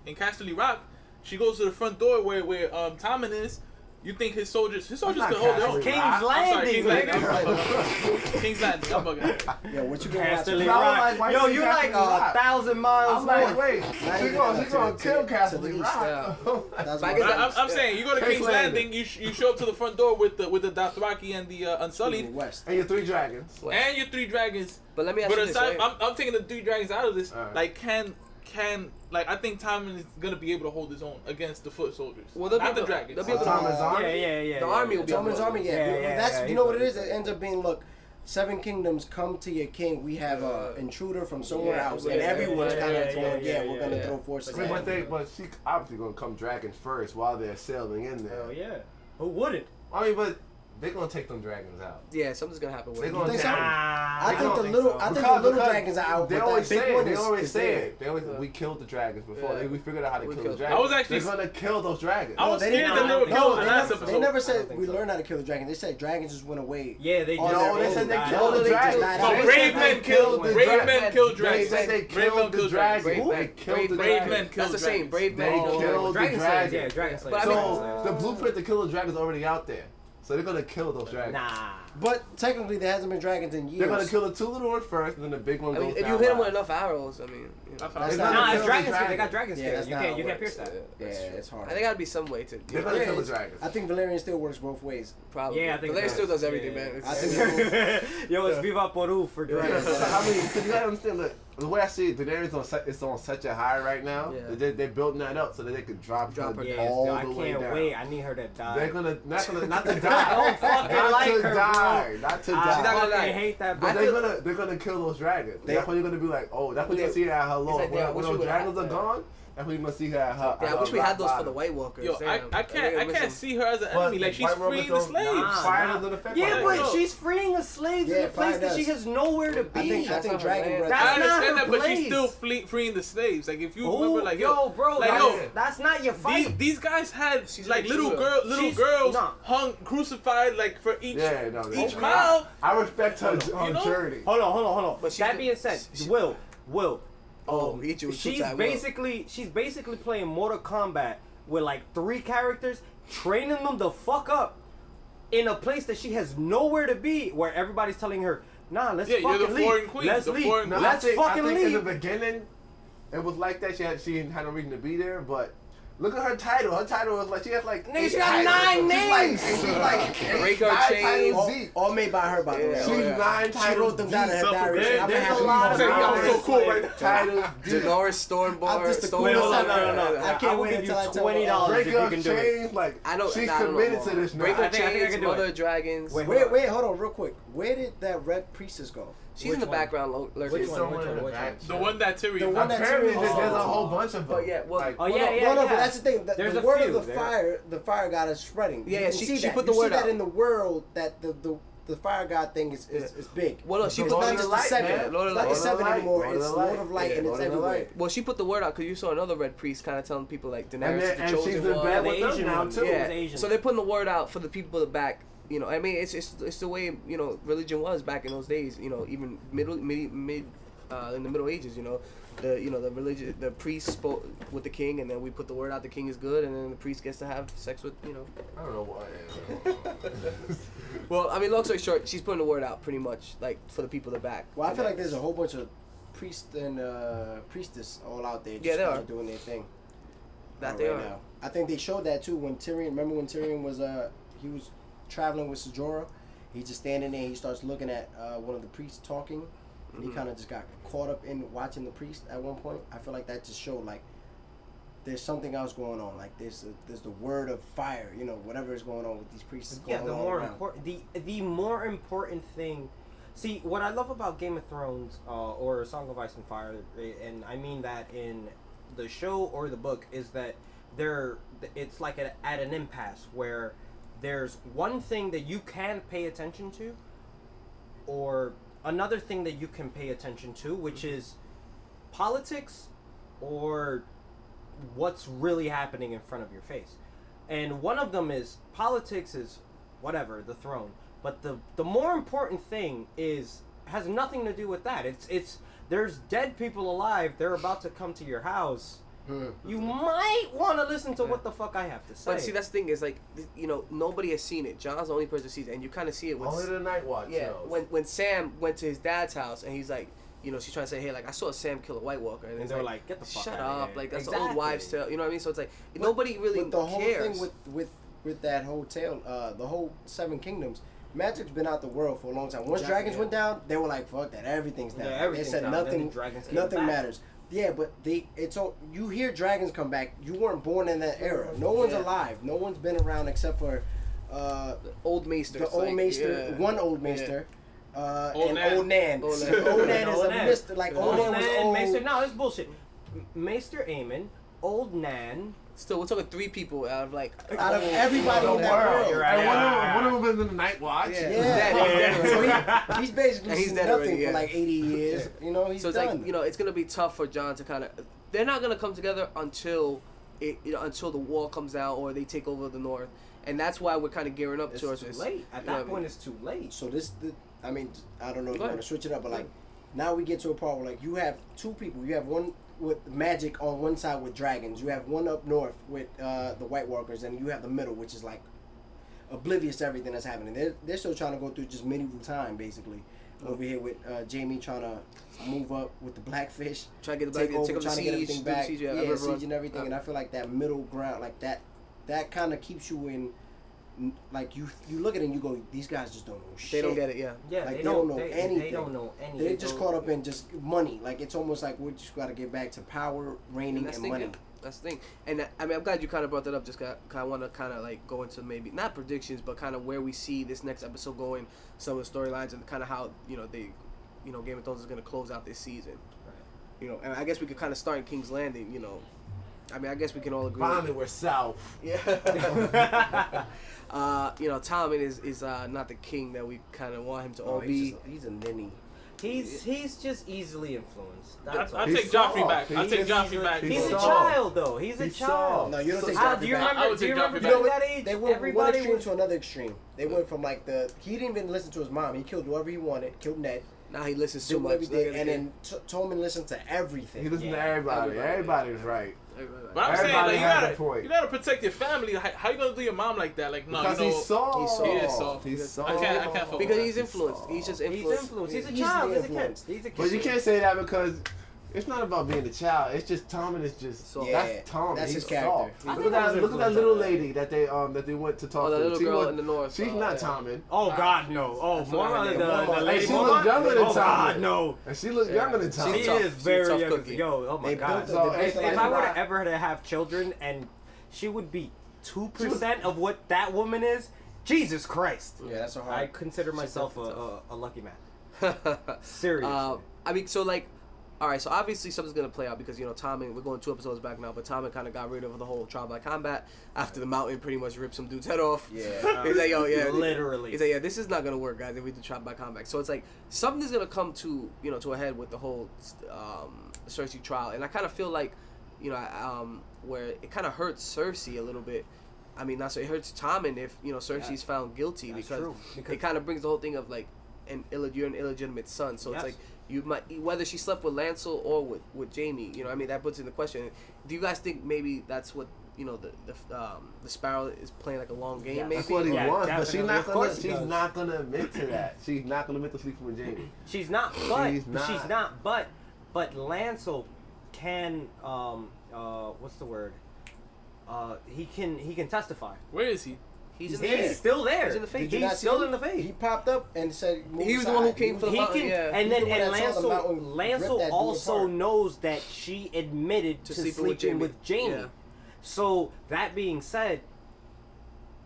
Speaker 5: in Casterly Rock. She goes to the front door where where um Tommen is. You think his soldiers his soldiers
Speaker 4: not
Speaker 5: can hold their own?
Speaker 4: Casterly
Speaker 6: King's
Speaker 5: I'm sorry,
Speaker 6: Landing,
Speaker 5: King's Landing.
Speaker 6: nigga.
Speaker 5: I'm bugging. King's Landing. I'm bugging.
Speaker 2: Yeah, what you gonna watch?
Speaker 6: Casterly
Speaker 4: I was
Speaker 6: Rock.
Speaker 4: like, why
Speaker 6: Yo,
Speaker 4: you
Speaker 6: you're
Speaker 4: got
Speaker 6: like
Speaker 4: to
Speaker 6: a
Speaker 4: rock?
Speaker 6: thousand miles
Speaker 4: I'm like,
Speaker 6: away.
Speaker 4: wait,
Speaker 2: Now
Speaker 4: she
Speaker 2: you
Speaker 4: gonna,
Speaker 2: gotta
Speaker 4: she
Speaker 2: tell-
Speaker 4: gonna kill
Speaker 2: tell- tell the
Speaker 4: Cassidy
Speaker 2: East,
Speaker 4: Rock.
Speaker 2: uh, That's
Speaker 3: But I guess
Speaker 2: what
Speaker 5: But
Speaker 2: I'm
Speaker 5: I'm,
Speaker 2: saying.
Speaker 5: I'm saying you go to
Speaker 4: King's
Speaker 5: King's
Speaker 4: Landing.
Speaker 5: Landing. You sh- you show up to the front door with the with the Dothraki and the uh,
Speaker 2: In
Speaker 5: Unsullied
Speaker 2: the West.
Speaker 4: And your three dragons.
Speaker 3: West.
Speaker 5: and your three dragons.
Speaker 3: But let me ask
Speaker 5: But
Speaker 3: you this.
Speaker 5: aside,
Speaker 3: right?
Speaker 5: I'm, I'm taking the three dragons out of this.
Speaker 4: Alright.
Speaker 5: Like, can can like I think Tommen is gonna be able to hold his own against the foot soldiers.
Speaker 3: Well,
Speaker 5: Well,
Speaker 3: they'll be
Speaker 5: not the
Speaker 3: able to-
Speaker 5: dragons.
Speaker 3: they'll be
Speaker 2: able to-
Speaker 4: Thomas
Speaker 2: Uh,
Speaker 4: Army?
Speaker 6: Yeah, yeah, yeah. yeah,
Speaker 3: The army
Speaker 6: yeah.
Speaker 3: will be
Speaker 2: Roman's army, yeah.
Speaker 6: Yeah,
Speaker 2: But
Speaker 6: yeah,
Speaker 2: that's
Speaker 6: yeah,
Speaker 2: you know
Speaker 6: he-
Speaker 2: what it is. It ends up being look, Seven Kingdoms come to your king. We have a intruder from somewhere
Speaker 3: yeah,
Speaker 2: else,
Speaker 3: yeah,
Speaker 2: and
Speaker 3: yeah,
Speaker 2: everyone's
Speaker 3: yeah,
Speaker 2: kind
Speaker 3: yeah,
Speaker 2: of going,
Speaker 6: yeah,
Speaker 2: yeah,
Speaker 6: yeah,
Speaker 2: we're gonna
Speaker 3: yeah.
Speaker 2: throw forces.
Speaker 4: But
Speaker 2: at him.
Speaker 4: they, but she obviously gonna come dragons first while they're sailing in there.
Speaker 6: Oh yeah. Who wouldn't?
Speaker 4: I mean, but they gonna take them dragons out.
Speaker 3: Yeah, something's gonna happen with
Speaker 4: They
Speaker 3: it.
Speaker 4: gonna
Speaker 2: think
Speaker 4: take
Speaker 2: so?
Speaker 4: them.
Speaker 2: I
Speaker 4: I
Speaker 2: think the
Speaker 6: don't
Speaker 2: little,
Speaker 6: think so.
Speaker 2: I think
Speaker 4: Because-
Speaker 2: the little
Speaker 4: because
Speaker 2: dragons are out,
Speaker 4: They
Speaker 2: but
Speaker 4: always
Speaker 2: that big
Speaker 4: say it.
Speaker 2: one
Speaker 4: They
Speaker 2: is,
Speaker 4: always
Speaker 2: is
Speaker 4: say
Speaker 2: there.
Speaker 4: it. They always we killed the dragons before.
Speaker 5: Yeah.
Speaker 4: They, we figured out how to
Speaker 3: We
Speaker 4: kill the
Speaker 3: killed- I
Speaker 4: dragons.
Speaker 5: was actually-
Speaker 4: They're gonna kill those dragons.
Speaker 5: I was
Speaker 2: they
Speaker 5: scared
Speaker 2: didn't-
Speaker 5: that they
Speaker 6: no,
Speaker 5: were killed
Speaker 2: No,
Speaker 5: in
Speaker 2: they
Speaker 5: the last
Speaker 2: never,
Speaker 5: episode.
Speaker 2: they never
Speaker 6: I don't
Speaker 2: said
Speaker 6: think
Speaker 2: we
Speaker 6: so.
Speaker 2: learned how to kill the dragon. They said dragons just went away.
Speaker 6: Yeah, they
Speaker 2: On
Speaker 6: just-
Speaker 2: their
Speaker 4: Oh, No, they
Speaker 2: own.
Speaker 4: said they
Speaker 2: Nah,
Speaker 4: killed
Speaker 2: they
Speaker 4: the
Speaker 2: just
Speaker 4: dragons.
Speaker 2: died
Speaker 5: No,
Speaker 2: out.
Speaker 4: They
Speaker 5: brave
Speaker 4: said they
Speaker 5: men killed.
Speaker 4: the
Speaker 5: Brave
Speaker 4: dra-
Speaker 5: men killed
Speaker 4: They
Speaker 5: dragons.
Speaker 4: said they
Speaker 5: Brave men
Speaker 4: killed the
Speaker 5: killed dragons.
Speaker 4: dragons. They killed the
Speaker 5: Brave men
Speaker 4: dragons.
Speaker 5: killed
Speaker 3: That's the same.
Speaker 5: dragons.
Speaker 3: Brave
Speaker 4: They
Speaker 3: men
Speaker 4: killed
Speaker 3: dragons.
Speaker 4: the
Speaker 6: Dragon Slayer,
Speaker 4: dragons.
Speaker 6: yeah, Dragon Slayer.
Speaker 3: But I mean-
Speaker 4: So the blueprint to kill the dragon is already out there. So they're gonna kill those dragons.
Speaker 6: Nah.
Speaker 2: But technically, there hasn't been dragons in years.
Speaker 4: They're gonna kill the two little ones first, and then the big one
Speaker 3: I
Speaker 4: goes
Speaker 3: mean, if
Speaker 4: down
Speaker 3: you hit him with
Speaker 4: last.
Speaker 3: enough arrows, I mean, you know,
Speaker 5: That's how I
Speaker 4: That's
Speaker 5: felt.
Speaker 4: not-
Speaker 6: Nah,
Speaker 4: kill
Speaker 6: it's
Speaker 4: the
Speaker 6: Dragon Slayer. They
Speaker 4: dragon.
Speaker 6: got Dragon
Speaker 2: Yeah,
Speaker 6: Slayer.
Speaker 2: that's
Speaker 6: you
Speaker 2: not
Speaker 6: can't,
Speaker 2: how
Speaker 6: you
Speaker 2: it
Speaker 6: can't
Speaker 2: works.
Speaker 6: pierce that.
Speaker 2: Yeah, it's hard.
Speaker 3: I think gotta be some way to. you
Speaker 4: They're
Speaker 3: know,
Speaker 4: gonna kill the
Speaker 2: it's-
Speaker 4: dragons.
Speaker 2: I think Valerian still works both ways.
Speaker 3: probably.
Speaker 6: Yeah, I think
Speaker 3: the Lair
Speaker 6: so.
Speaker 3: still does
Speaker 6: Yeah,
Speaker 3: everything,
Speaker 6: yeah,
Speaker 3: man.
Speaker 2: I
Speaker 3: It's-
Speaker 2: think
Speaker 6: Yo, it's Viva Peru for Dragon
Speaker 4: So
Speaker 6: Slayer.
Speaker 4: how many? Cause you gotta understand. Look, the way I see it, Daenerys on su- it's on such a high right now.
Speaker 3: Yeah.
Speaker 4: that They, they're building that up so that they could drop,
Speaker 3: Drop
Speaker 4: her
Speaker 3: her
Speaker 6: Yeah,
Speaker 4: all
Speaker 6: dude,
Speaker 4: the
Speaker 6: I
Speaker 4: way
Speaker 6: can't
Speaker 4: down.
Speaker 6: wait. I need her to
Speaker 4: They're
Speaker 6: die.
Speaker 4: gonna not gonna not to
Speaker 6: I
Speaker 4: die.
Speaker 6: don't fucking
Speaker 4: not
Speaker 6: like
Speaker 4: to
Speaker 6: her,
Speaker 4: die.
Speaker 6: bro. Uh,
Speaker 4: Not to
Speaker 6: Ah, I
Speaker 4: die.
Speaker 3: gonna
Speaker 6: fucking
Speaker 3: lie.
Speaker 6: hate that.
Speaker 4: But
Speaker 6: bitch.
Speaker 4: they're gonna they're gonna kill those dragons.
Speaker 2: They-
Speaker 4: that's when you're gonna be like, oh, that's when you see her at her low.
Speaker 3: like,
Speaker 4: when
Speaker 3: yeah, I
Speaker 4: when
Speaker 3: wish
Speaker 4: those
Speaker 3: we
Speaker 4: dragons
Speaker 3: had
Speaker 4: are
Speaker 3: that.
Speaker 4: gone, that's when you must see her at her.
Speaker 3: Yeah,
Speaker 4: at
Speaker 3: I wish
Speaker 4: her
Speaker 3: we had
Speaker 4: rock
Speaker 3: those for the
Speaker 4: bottom.
Speaker 3: White Walkers.
Speaker 5: Yo, I,
Speaker 3: damn.
Speaker 5: I
Speaker 3: think
Speaker 5: can't
Speaker 3: I
Speaker 5: I
Speaker 3: miss
Speaker 5: can't
Speaker 3: 'em.
Speaker 5: see her as an
Speaker 4: But
Speaker 5: enemy. Like she's
Speaker 4: White Walker
Speaker 5: freeing the
Speaker 4: don't-
Speaker 5: slaves.
Speaker 6: Nah.
Speaker 4: Fire doesn't affect
Speaker 6: Yeah,
Speaker 5: Like,
Speaker 4: her.
Speaker 6: but
Speaker 5: no.
Speaker 6: she's freeing the slaves in
Speaker 2: Yeah,
Speaker 6: a place
Speaker 2: fire
Speaker 6: that she
Speaker 2: does.
Speaker 6: has nowhere to be.
Speaker 2: I think I
Speaker 3: That's
Speaker 2: think
Speaker 3: not her
Speaker 2: Dragon
Speaker 3: land.
Speaker 2: Breath.
Speaker 5: I
Speaker 6: That's not
Speaker 5: understand
Speaker 6: her
Speaker 5: that, but she's
Speaker 6: place.
Speaker 5: still fle- freeing the slaves. Like if you
Speaker 6: Ooh,
Speaker 5: remember, like
Speaker 6: yo, bro,
Speaker 5: like
Speaker 6: that's,
Speaker 5: yo,
Speaker 6: that's not your
Speaker 5: These,
Speaker 6: fight.
Speaker 5: these guys had
Speaker 3: She's
Speaker 5: like
Speaker 3: an
Speaker 5: little
Speaker 3: intruder.
Speaker 5: girl, little
Speaker 6: She's-
Speaker 5: girls
Speaker 6: nah.
Speaker 5: hung crucified like for each
Speaker 4: Yeah, no, they-
Speaker 5: each mile.
Speaker 4: I respect her, her
Speaker 5: You know?
Speaker 4: journey.
Speaker 6: hold on, hold on, hold on.
Speaker 3: But she's
Speaker 6: that
Speaker 3: the-
Speaker 6: being said,
Speaker 3: she-
Speaker 6: Will, Will,
Speaker 3: Oh, eat you with two
Speaker 6: she's
Speaker 3: side will.
Speaker 6: basically she's basically playing Mortal Kombat with like three characters, training them the fuck up in a place that she has nowhere to be, where everybody's telling her, "Nah, let's
Speaker 5: Yeah, you're
Speaker 6: fucking
Speaker 5: the foreign
Speaker 6: leave.
Speaker 5: queen,
Speaker 6: Let's
Speaker 5: the
Speaker 6: leave.
Speaker 5: foreign
Speaker 4: No,
Speaker 5: queen."
Speaker 6: let's
Speaker 4: I think,
Speaker 6: fucking
Speaker 4: I think
Speaker 6: leave."
Speaker 4: in the beginning, it was like that. She had she had no reason to be there, but look at her title. Her title was like she has like
Speaker 6: Nigga, she
Speaker 4: eight
Speaker 6: got
Speaker 4: titles.
Speaker 6: nine
Speaker 4: She's like, she's like
Speaker 3: Break her
Speaker 4: nine
Speaker 3: chains.
Speaker 4: titles
Speaker 2: All,
Speaker 4: deep.
Speaker 2: all made by her, by the
Speaker 3: Yeah.
Speaker 2: way.
Speaker 4: She's
Speaker 3: Oh,
Speaker 4: nine
Speaker 2: Oh, She
Speaker 4: titles
Speaker 2: wrote them down in her
Speaker 4: deep.
Speaker 2: diary.
Speaker 5: There-
Speaker 2: I'm
Speaker 6: there's
Speaker 2: happy
Speaker 6: a lot
Speaker 2: about
Speaker 6: of
Speaker 2: that.
Speaker 5: Like, I'm so
Speaker 6: Honestly,
Speaker 5: cool right now.
Speaker 4: Titles deep.
Speaker 3: Dolores Stormborn.
Speaker 2: I'm just the
Speaker 3: Stormborn.
Speaker 2: queen of seven.
Speaker 6: no, no, no.
Speaker 2: I
Speaker 6: I will
Speaker 2: can't wait
Speaker 6: give
Speaker 2: until
Speaker 6: you
Speaker 2: I tell
Speaker 6: $20
Speaker 2: her.
Speaker 4: Break
Speaker 6: If you
Speaker 4: her
Speaker 6: can do it.
Speaker 4: chains. Like
Speaker 3: I don't.
Speaker 4: she's
Speaker 3: nah, I don't know
Speaker 4: committed
Speaker 3: more.
Speaker 4: to this
Speaker 3: Break
Speaker 4: now.
Speaker 3: her
Speaker 6: I think- I think I
Speaker 3: chains,
Speaker 6: can do
Speaker 3: mother
Speaker 6: it.
Speaker 3: of dragons.
Speaker 6: Wait,
Speaker 2: Wait, wait, hold on, real quick. Where did that red priestess go?
Speaker 3: She's in the
Speaker 6: Which one?
Speaker 3: background lo- lurking.
Speaker 6: Which
Speaker 4: She's
Speaker 6: one?
Speaker 4: somewhere
Speaker 6: Which
Speaker 4: in the
Speaker 6: one?
Speaker 4: back.
Speaker 5: The one that Tyrion.
Speaker 2: The one that
Speaker 4: Apparently,
Speaker 2: Tyrion-
Speaker 4: there's there's a
Speaker 2: Oh.
Speaker 4: whole bunch of them.
Speaker 3: But yeah, well-
Speaker 4: Like,
Speaker 6: Oh
Speaker 4: you
Speaker 6: yeah,
Speaker 2: no,
Speaker 6: yeah,
Speaker 2: no, no,
Speaker 6: yeah.
Speaker 2: but that's the thing. The,
Speaker 6: There's
Speaker 2: the
Speaker 6: a
Speaker 2: word
Speaker 6: few
Speaker 2: of the
Speaker 6: there.
Speaker 2: fire, the fire god is spreading.
Speaker 3: Yeah,
Speaker 2: you
Speaker 3: yeah,
Speaker 2: can
Speaker 3: she-
Speaker 2: see
Speaker 3: she
Speaker 2: that.
Speaker 3: put
Speaker 2: you
Speaker 3: the word
Speaker 2: see
Speaker 3: out.
Speaker 2: that in the world that the the, the fire god thing is is, is big.
Speaker 3: Well, no, she
Speaker 2: it's
Speaker 3: put
Speaker 2: not
Speaker 3: the-
Speaker 2: just the
Speaker 4: Lord of the Light,
Speaker 2: seven.
Speaker 4: man.
Speaker 2: It's not
Speaker 3: Lord of
Speaker 2: the
Speaker 3: the
Speaker 2: seven
Speaker 4: Light.
Speaker 2: anymore.
Speaker 4: Lord of
Speaker 2: it's
Speaker 4: the
Speaker 2: Lord
Speaker 4: Light.
Speaker 2: of Light,
Speaker 4: Yeah,
Speaker 2: and
Speaker 4: Lord
Speaker 2: it's
Speaker 4: of the
Speaker 2: everywhere.
Speaker 4: Light.
Speaker 3: Well, she put the word out because you saw another red priest kind of telling people like Daenerys
Speaker 4: And
Speaker 3: is
Speaker 4: then-
Speaker 3: the
Speaker 4: and
Speaker 3: chosen
Speaker 4: she's the
Speaker 3: one.
Speaker 4: bad
Speaker 6: Well,
Speaker 4: with them
Speaker 6: Asian
Speaker 4: now
Speaker 6: one.
Speaker 4: too.
Speaker 6: Yeah.
Speaker 3: Yeah.
Speaker 6: Asian.
Speaker 3: So they're putting the word out for the people to back. You know, I mean, it's it's, it's the way you know religion was back in those days. You know, even middle mid mid uh, in the Middle Ages. You know, the you know the religion the priest spoke with the king, and then we put the word out. The king is good, and then the priest gets to have sex with you know.
Speaker 4: I don't know why.
Speaker 3: Well, I mean, long story short, she's putting the word out pretty much like for the people to back.
Speaker 2: Well, I feel like
Speaker 3: Daenerys.
Speaker 2: there's a whole bunch of priest and uh, priestess all out there. Just
Speaker 3: Yeah, they
Speaker 2: kinda
Speaker 3: are.
Speaker 2: doing their thing.
Speaker 3: that
Speaker 2: uh,
Speaker 3: they
Speaker 2: right
Speaker 3: are.
Speaker 2: now. I think they showed that too when Tyrion. Remember when Tyrion was uh he was traveling with Sejora. He's just standing there. He starts looking at uh, one of the priests talking, and
Speaker 6: Mm-hmm.
Speaker 2: he kind of just got caught up in watching the priest at one point. I feel like that just showed like there's something else going on. Like there's there's the word of fire. You know whatever is going on with these priests. is
Speaker 6: Yeah,
Speaker 2: going
Speaker 6: the
Speaker 2: on
Speaker 6: more
Speaker 2: around.
Speaker 6: important the the more important thing. See, what I love about Game of Thrones uh, or Song of Ice and Fire, eh, and I mean that in the show or the book, is that there it's like a, at an impasse where there's one thing that you can pay attention to, or another thing that you can pay attention to, which
Speaker 2: Mm-hmm.
Speaker 6: is politics or what's really happening in front of your face. And one of them is politics is whatever, the throne. But the the more important thing is has nothing to do with that. It's it's there's dead people alive, they're about to come to your house. You might want to listen to what the fuck I have to say.
Speaker 3: Hmm. But see, that's the thing is like, th- you know, nobody has seen it. John's the only person who sees it, and you kind of see it when,
Speaker 4: Only the Night Watch.
Speaker 3: yeah,
Speaker 4: knows.
Speaker 3: when when Sam went to his dad's house, and he's like, you know, she's trying to say, hey, like I saw Sam kill a White Walker, and,
Speaker 6: And
Speaker 3: it's
Speaker 6: they're like, "Get the fuck
Speaker 3: shut
Speaker 6: outta
Speaker 3: up,
Speaker 6: here."
Speaker 3: like that's
Speaker 6: Exactly.
Speaker 3: old wives' tale, you know what I mean? So it's like nobody really
Speaker 2: But the whole
Speaker 3: cares.
Speaker 2: thing with with with that whole tale, uh, the whole Seven Kingdoms, magic's been out the world for a long time. Once
Speaker 6: Exactly,
Speaker 2: dragons
Speaker 6: yeah.
Speaker 2: went down, they were like, "Fuck that, everything's down."
Speaker 6: Yeah, everything's
Speaker 2: they said
Speaker 6: down. Then
Speaker 2: nothing,
Speaker 6: the dragons came
Speaker 2: nothing
Speaker 6: back.
Speaker 2: matters. Yeah, but they it's all you hear dragons come back. You weren't born in that era.
Speaker 6: Mm-hmm.
Speaker 2: No one's
Speaker 3: Yeah.
Speaker 2: alive. No one's been around except for uh,
Speaker 3: Old Maester.
Speaker 2: the
Speaker 3: it's
Speaker 2: old
Speaker 3: like,
Speaker 2: maester,
Speaker 3: yeah.
Speaker 2: one old maester, uh,
Speaker 5: Old
Speaker 2: and
Speaker 5: Nan.
Speaker 2: old Nan.
Speaker 3: Old
Speaker 2: See,
Speaker 3: Nan.
Speaker 2: Old Nan is
Speaker 6: Old
Speaker 2: a
Speaker 6: Nan.
Speaker 2: mister. Like old
Speaker 6: Old
Speaker 2: Nan was
Speaker 6: Nan,
Speaker 2: old.
Speaker 6: Maester. No, that's bullshit. M- Maester Aemon, Old Nan.
Speaker 3: Still, we're talking three people out of like.
Speaker 2: Out of everybody
Speaker 4: The
Speaker 2: in that
Speaker 4: world.
Speaker 2: world.
Speaker 6: You're right.
Speaker 4: And one of
Speaker 6: Yeah.
Speaker 4: them, one of them is in the Night Watch.
Speaker 3: Yeah.
Speaker 2: Yeah.
Speaker 3: dead.
Speaker 2: Yeah. So he, he's basically
Speaker 3: And he's
Speaker 2: seen
Speaker 3: dead
Speaker 2: nothing
Speaker 3: already, yeah.
Speaker 2: for like 80 years. You know, he's
Speaker 3: so it's
Speaker 2: done.
Speaker 3: like you know, it's gonna be tough for John to kind of. They're not gonna come together until it, you know, until the wall comes out or they take over the north, and that's why we're kind of gearing up
Speaker 6: It's
Speaker 3: towards
Speaker 6: too
Speaker 3: this.
Speaker 6: late. At
Speaker 3: You know what I
Speaker 6: that
Speaker 3: mean?
Speaker 6: point, it's too late.
Speaker 2: So this, the, I mean, I don't know if
Speaker 3: Go
Speaker 2: you want
Speaker 3: ahead.
Speaker 2: to switch it up, but like now we get to a part where like you have two people. You have one with magic on one side with dragons. You have one up north with uh, the White Walkers, and you have the middle, which is like oblivious to everything that's happening. They're they're still trying to go through just medieval time, basically.
Speaker 3: Mm.
Speaker 2: Over here with uh, Jamie trying to move up with the Blackfish,
Speaker 3: Try to get the
Speaker 2: take
Speaker 3: Blackfish-
Speaker 2: over,
Speaker 3: take up the
Speaker 2: trying to get
Speaker 3: siege,
Speaker 2: everything
Speaker 3: do the
Speaker 2: back,
Speaker 3: siege, yeah,
Speaker 2: yeah,
Speaker 3: I remember
Speaker 2: siege
Speaker 3: what-
Speaker 2: and everything.
Speaker 3: uh,
Speaker 2: and I feel like that middle ground, like that, that kind of keeps you in. Like you, you look at it and you go, these guys just don't know shit.
Speaker 3: They don't get it. Yeah.
Speaker 6: Yeah,
Speaker 2: Like,
Speaker 6: they,
Speaker 2: they
Speaker 6: don't,
Speaker 2: don't know
Speaker 6: they, They
Speaker 2: anything.
Speaker 6: don't know anything.
Speaker 2: They're just caught up in just money. Like it's almost like we just got to get back to power, reigning,
Speaker 3: that's the
Speaker 2: and
Speaker 3: thing,
Speaker 2: money.
Speaker 3: yeah. That's the thing. And uh, I- I mean, I'm glad you kind of brought that up. Just because I want to kind of like go into maybe not predictions, but kind of where we see this next episode going, some of the storylines, and kind of how you know they, you know, Game of Thrones is going to close out this season. You know, and I guess we could kind of start in King's Landing. You know, I mean, I guess we can all agree.
Speaker 4: Finally, we're south.
Speaker 3: Yeah. uh, you know, Tommen is is uh, not the king that we kind of want him to all
Speaker 2: Oh,
Speaker 3: be.
Speaker 2: he's, just, he's a ninny.
Speaker 6: He's he's just easily influenced.
Speaker 5: I,
Speaker 6: That's all.
Speaker 5: I
Speaker 4: He's
Speaker 5: take Joffrey
Speaker 4: soft.
Speaker 5: back. I
Speaker 4: He's-
Speaker 5: take Joffrey
Speaker 6: he's
Speaker 5: back.
Speaker 6: he's a
Speaker 4: soft.
Speaker 6: child though. He's a
Speaker 4: He's
Speaker 6: child.
Speaker 4: soft.
Speaker 2: No, you don't
Speaker 5: So
Speaker 2: take
Speaker 6: Ah,
Speaker 2: Joffrey
Speaker 6: do you
Speaker 2: back.
Speaker 6: remember?
Speaker 5: I would
Speaker 6: do you
Speaker 5: take Joffrey
Speaker 6: remember
Speaker 5: back. You know
Speaker 6: at that age?
Speaker 2: They went from one
Speaker 6: everybody
Speaker 2: extreme
Speaker 6: was.
Speaker 2: to another extreme. They went from like the he didn't even listen to his mom. He killed whoever he wanted. Killed Ned.
Speaker 3: Now he listens too
Speaker 2: Did
Speaker 3: much.
Speaker 2: whatever he did,
Speaker 3: Look at
Speaker 2: and
Speaker 3: the
Speaker 2: then T- Tolman listened to
Speaker 4: He
Speaker 2: everything.
Speaker 4: listened to
Speaker 6: Yeah.
Speaker 4: everybody.
Speaker 3: Everybody.
Speaker 4: Everybody's right.
Speaker 3: kid. Right, right,
Speaker 5: But
Speaker 3: right.
Speaker 5: I'm saying
Speaker 4: Everybody
Speaker 5: like you
Speaker 4: has a
Speaker 5: gotta
Speaker 4: point.
Speaker 5: you gotta protect your family. How, how you gonna do your mom like that? Like no,
Speaker 4: Because
Speaker 5: you know,
Speaker 4: he's soft.
Speaker 3: he's soft. He is
Speaker 5: soft.
Speaker 4: He's
Speaker 5: I
Speaker 4: soft.
Speaker 5: can't- I can't fuck with
Speaker 3: Because he's influenced. He's just
Speaker 6: He's
Speaker 3: influenced.
Speaker 6: influenced. He's a
Speaker 2: He's
Speaker 6: child. He's a kid.
Speaker 2: influenced.
Speaker 6: He's a kid.
Speaker 4: But you can't say that because it's not about being a child. It's just Tommen is just
Speaker 3: Soft.
Speaker 2: Yeah,
Speaker 4: that's Tommen.
Speaker 2: that's
Speaker 4: He's
Speaker 2: his character.
Speaker 4: soft.
Speaker 2: I
Speaker 4: Look
Speaker 6: think
Speaker 4: at
Speaker 6: I was
Speaker 4: that. Look at that
Speaker 6: influenced
Speaker 4: little
Speaker 6: by that.
Speaker 4: lady that they um that they went to talk
Speaker 3: Oh, the
Speaker 4: to.
Speaker 3: little
Speaker 4: She
Speaker 3: girl
Speaker 4: was-
Speaker 3: in the north,
Speaker 4: She's
Speaker 3: uh,
Speaker 4: not
Speaker 3: yeah.
Speaker 4: Tommen.
Speaker 6: Oh God, no! Oh,
Speaker 3: That's what I
Speaker 6: Mora, the,
Speaker 3: did.
Speaker 6: the,
Speaker 2: Mora,
Speaker 6: lady
Speaker 2: she
Speaker 4: looks
Speaker 6: Mora?
Speaker 4: younger than
Speaker 6: Oh God,
Speaker 4: Tommy.
Speaker 6: no!
Speaker 4: And she looks
Speaker 3: Yeah.
Speaker 4: younger than
Speaker 6: She
Speaker 4: Tommen.
Speaker 3: tough-
Speaker 6: is
Speaker 3: she's a
Speaker 6: very
Speaker 3: tough
Speaker 6: young.
Speaker 3: cookie.
Speaker 6: Yo, oh my
Speaker 2: They
Speaker 6: God!
Speaker 2: built up-
Speaker 4: So,
Speaker 2: they
Speaker 4: if-
Speaker 2: built
Speaker 4: if
Speaker 6: If
Speaker 2: up-
Speaker 6: I
Speaker 4: That's
Speaker 6: were
Speaker 4: why-
Speaker 6: to ever to have children, and she would be two percent of what that woman is, Jesus Christ!
Speaker 2: Yeah, that's a hard.
Speaker 6: I consider myself a, a, a lucky man. Seriously.
Speaker 3: Uh, I mean, so like, all right, so obviously something's gonna play out because you know Tommen. We're going two episodes back now, but Tommen kind of got rid of the whole trial by combat after the mountain pretty much ripped some dude's head off.
Speaker 2: Yeah.
Speaker 3: he's like, yo, yeah,
Speaker 6: Literally.
Speaker 3: He's like, yeah, this is not gonna work, guys. If we do trial by combat, so it's like something's gonna come to you know to a head with the whole um, Cersei trial, and I kind of feel like you know I- um, where it kind of hurts Cersei a little bit. I mean, not so it hurts Tommen if you know Cersei's found guilty
Speaker 6: That's
Speaker 3: because,
Speaker 6: true, because-
Speaker 3: it kind of brings the whole thing of like an illeg- you're an illegitimate son, so
Speaker 6: Yes.
Speaker 3: it's like you might whether she slept with Lancel or with with Jamie. You know, what I mean that puts in the question. Do you guys think maybe that's what you know the the um, the Sparrow is playing like a long game?
Speaker 6: Yeah.
Speaker 3: maybe
Speaker 4: That's what he
Speaker 6: Yeah,
Speaker 4: wants, but she's
Speaker 6: definitely.
Speaker 4: not
Speaker 6: Of course
Speaker 4: gonna.
Speaker 6: he
Speaker 4: She's
Speaker 6: does.
Speaker 4: not gonna admit to that. She's not gonna admit to sleeping with Jamie.
Speaker 6: she's not, but
Speaker 4: She's
Speaker 6: she's
Speaker 4: not.
Speaker 6: not. but but Lancel can um uh what's the word? Uh, he can he can testify.
Speaker 5: Where is he?
Speaker 3: he's,
Speaker 6: He's,
Speaker 3: in the face.
Speaker 6: still there.
Speaker 3: He's in the face.
Speaker 2: Did
Speaker 6: He's
Speaker 2: you not see
Speaker 6: still
Speaker 2: him?
Speaker 6: in the face.
Speaker 2: He popped up and said, move
Speaker 3: He was the one who
Speaker 2: aside.
Speaker 3: came
Speaker 2: He
Speaker 3: for the
Speaker 6: he
Speaker 3: Well,
Speaker 6: can,
Speaker 3: yeah.
Speaker 6: and
Speaker 2: He's
Speaker 6: then
Speaker 2: the one
Speaker 6: and
Speaker 2: that saw the
Speaker 6: Lancel,
Speaker 2: mountain rip that
Speaker 6: Lancel
Speaker 2: dude
Speaker 6: also
Speaker 2: apart.
Speaker 6: knows that she admitted to,
Speaker 3: sleeping
Speaker 6: sleeping
Speaker 3: with Jamie.
Speaker 6: with Jamie.
Speaker 3: Yeah.
Speaker 6: So that being said,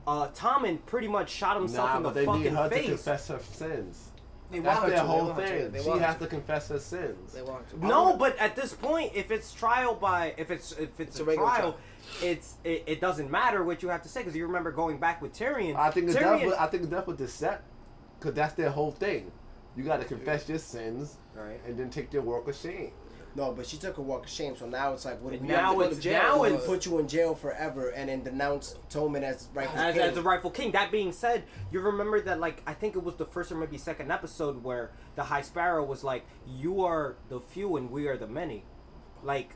Speaker 6: uh, Tommen pretty much shot himself
Speaker 4: Nah,
Speaker 6: in the
Speaker 4: but they
Speaker 6: fucking
Speaker 4: need her
Speaker 6: face.
Speaker 4: to confess her sins.
Speaker 3: They
Speaker 4: That's
Speaker 3: want
Speaker 4: their
Speaker 3: to, they
Speaker 4: whole
Speaker 3: want to,
Speaker 4: thing.
Speaker 3: they
Speaker 4: She
Speaker 3: want
Speaker 4: has
Speaker 3: to.
Speaker 4: to confess her sins.
Speaker 3: They want to.
Speaker 6: No, but at this point, if it's trial by if it's if it's, a,
Speaker 3: regular
Speaker 6: trial,
Speaker 3: trial.
Speaker 6: it's it, it doesn't matter what you have to say because you remember going back with Tyrion.
Speaker 4: I think it's
Speaker 6: Tyrion,
Speaker 4: death. With, I think it's death with decept, because that's their whole thing. You got to confess your sins,
Speaker 6: Right.
Speaker 4: and then take their walk of shame.
Speaker 2: No, but she took a walk of shame, so now it's like, what do we
Speaker 6: now
Speaker 2: have to
Speaker 3: go
Speaker 6: it's
Speaker 3: to jail
Speaker 6: now
Speaker 3: for
Speaker 2: They
Speaker 6: it's
Speaker 2: put you in jail forever and then denounce Tolman as rightful
Speaker 6: as,
Speaker 2: king.
Speaker 6: as the rightful king. That being said, you remember that like I think it was the first or maybe second episode where the High Sparrow was like, "You are the few and we are the many," like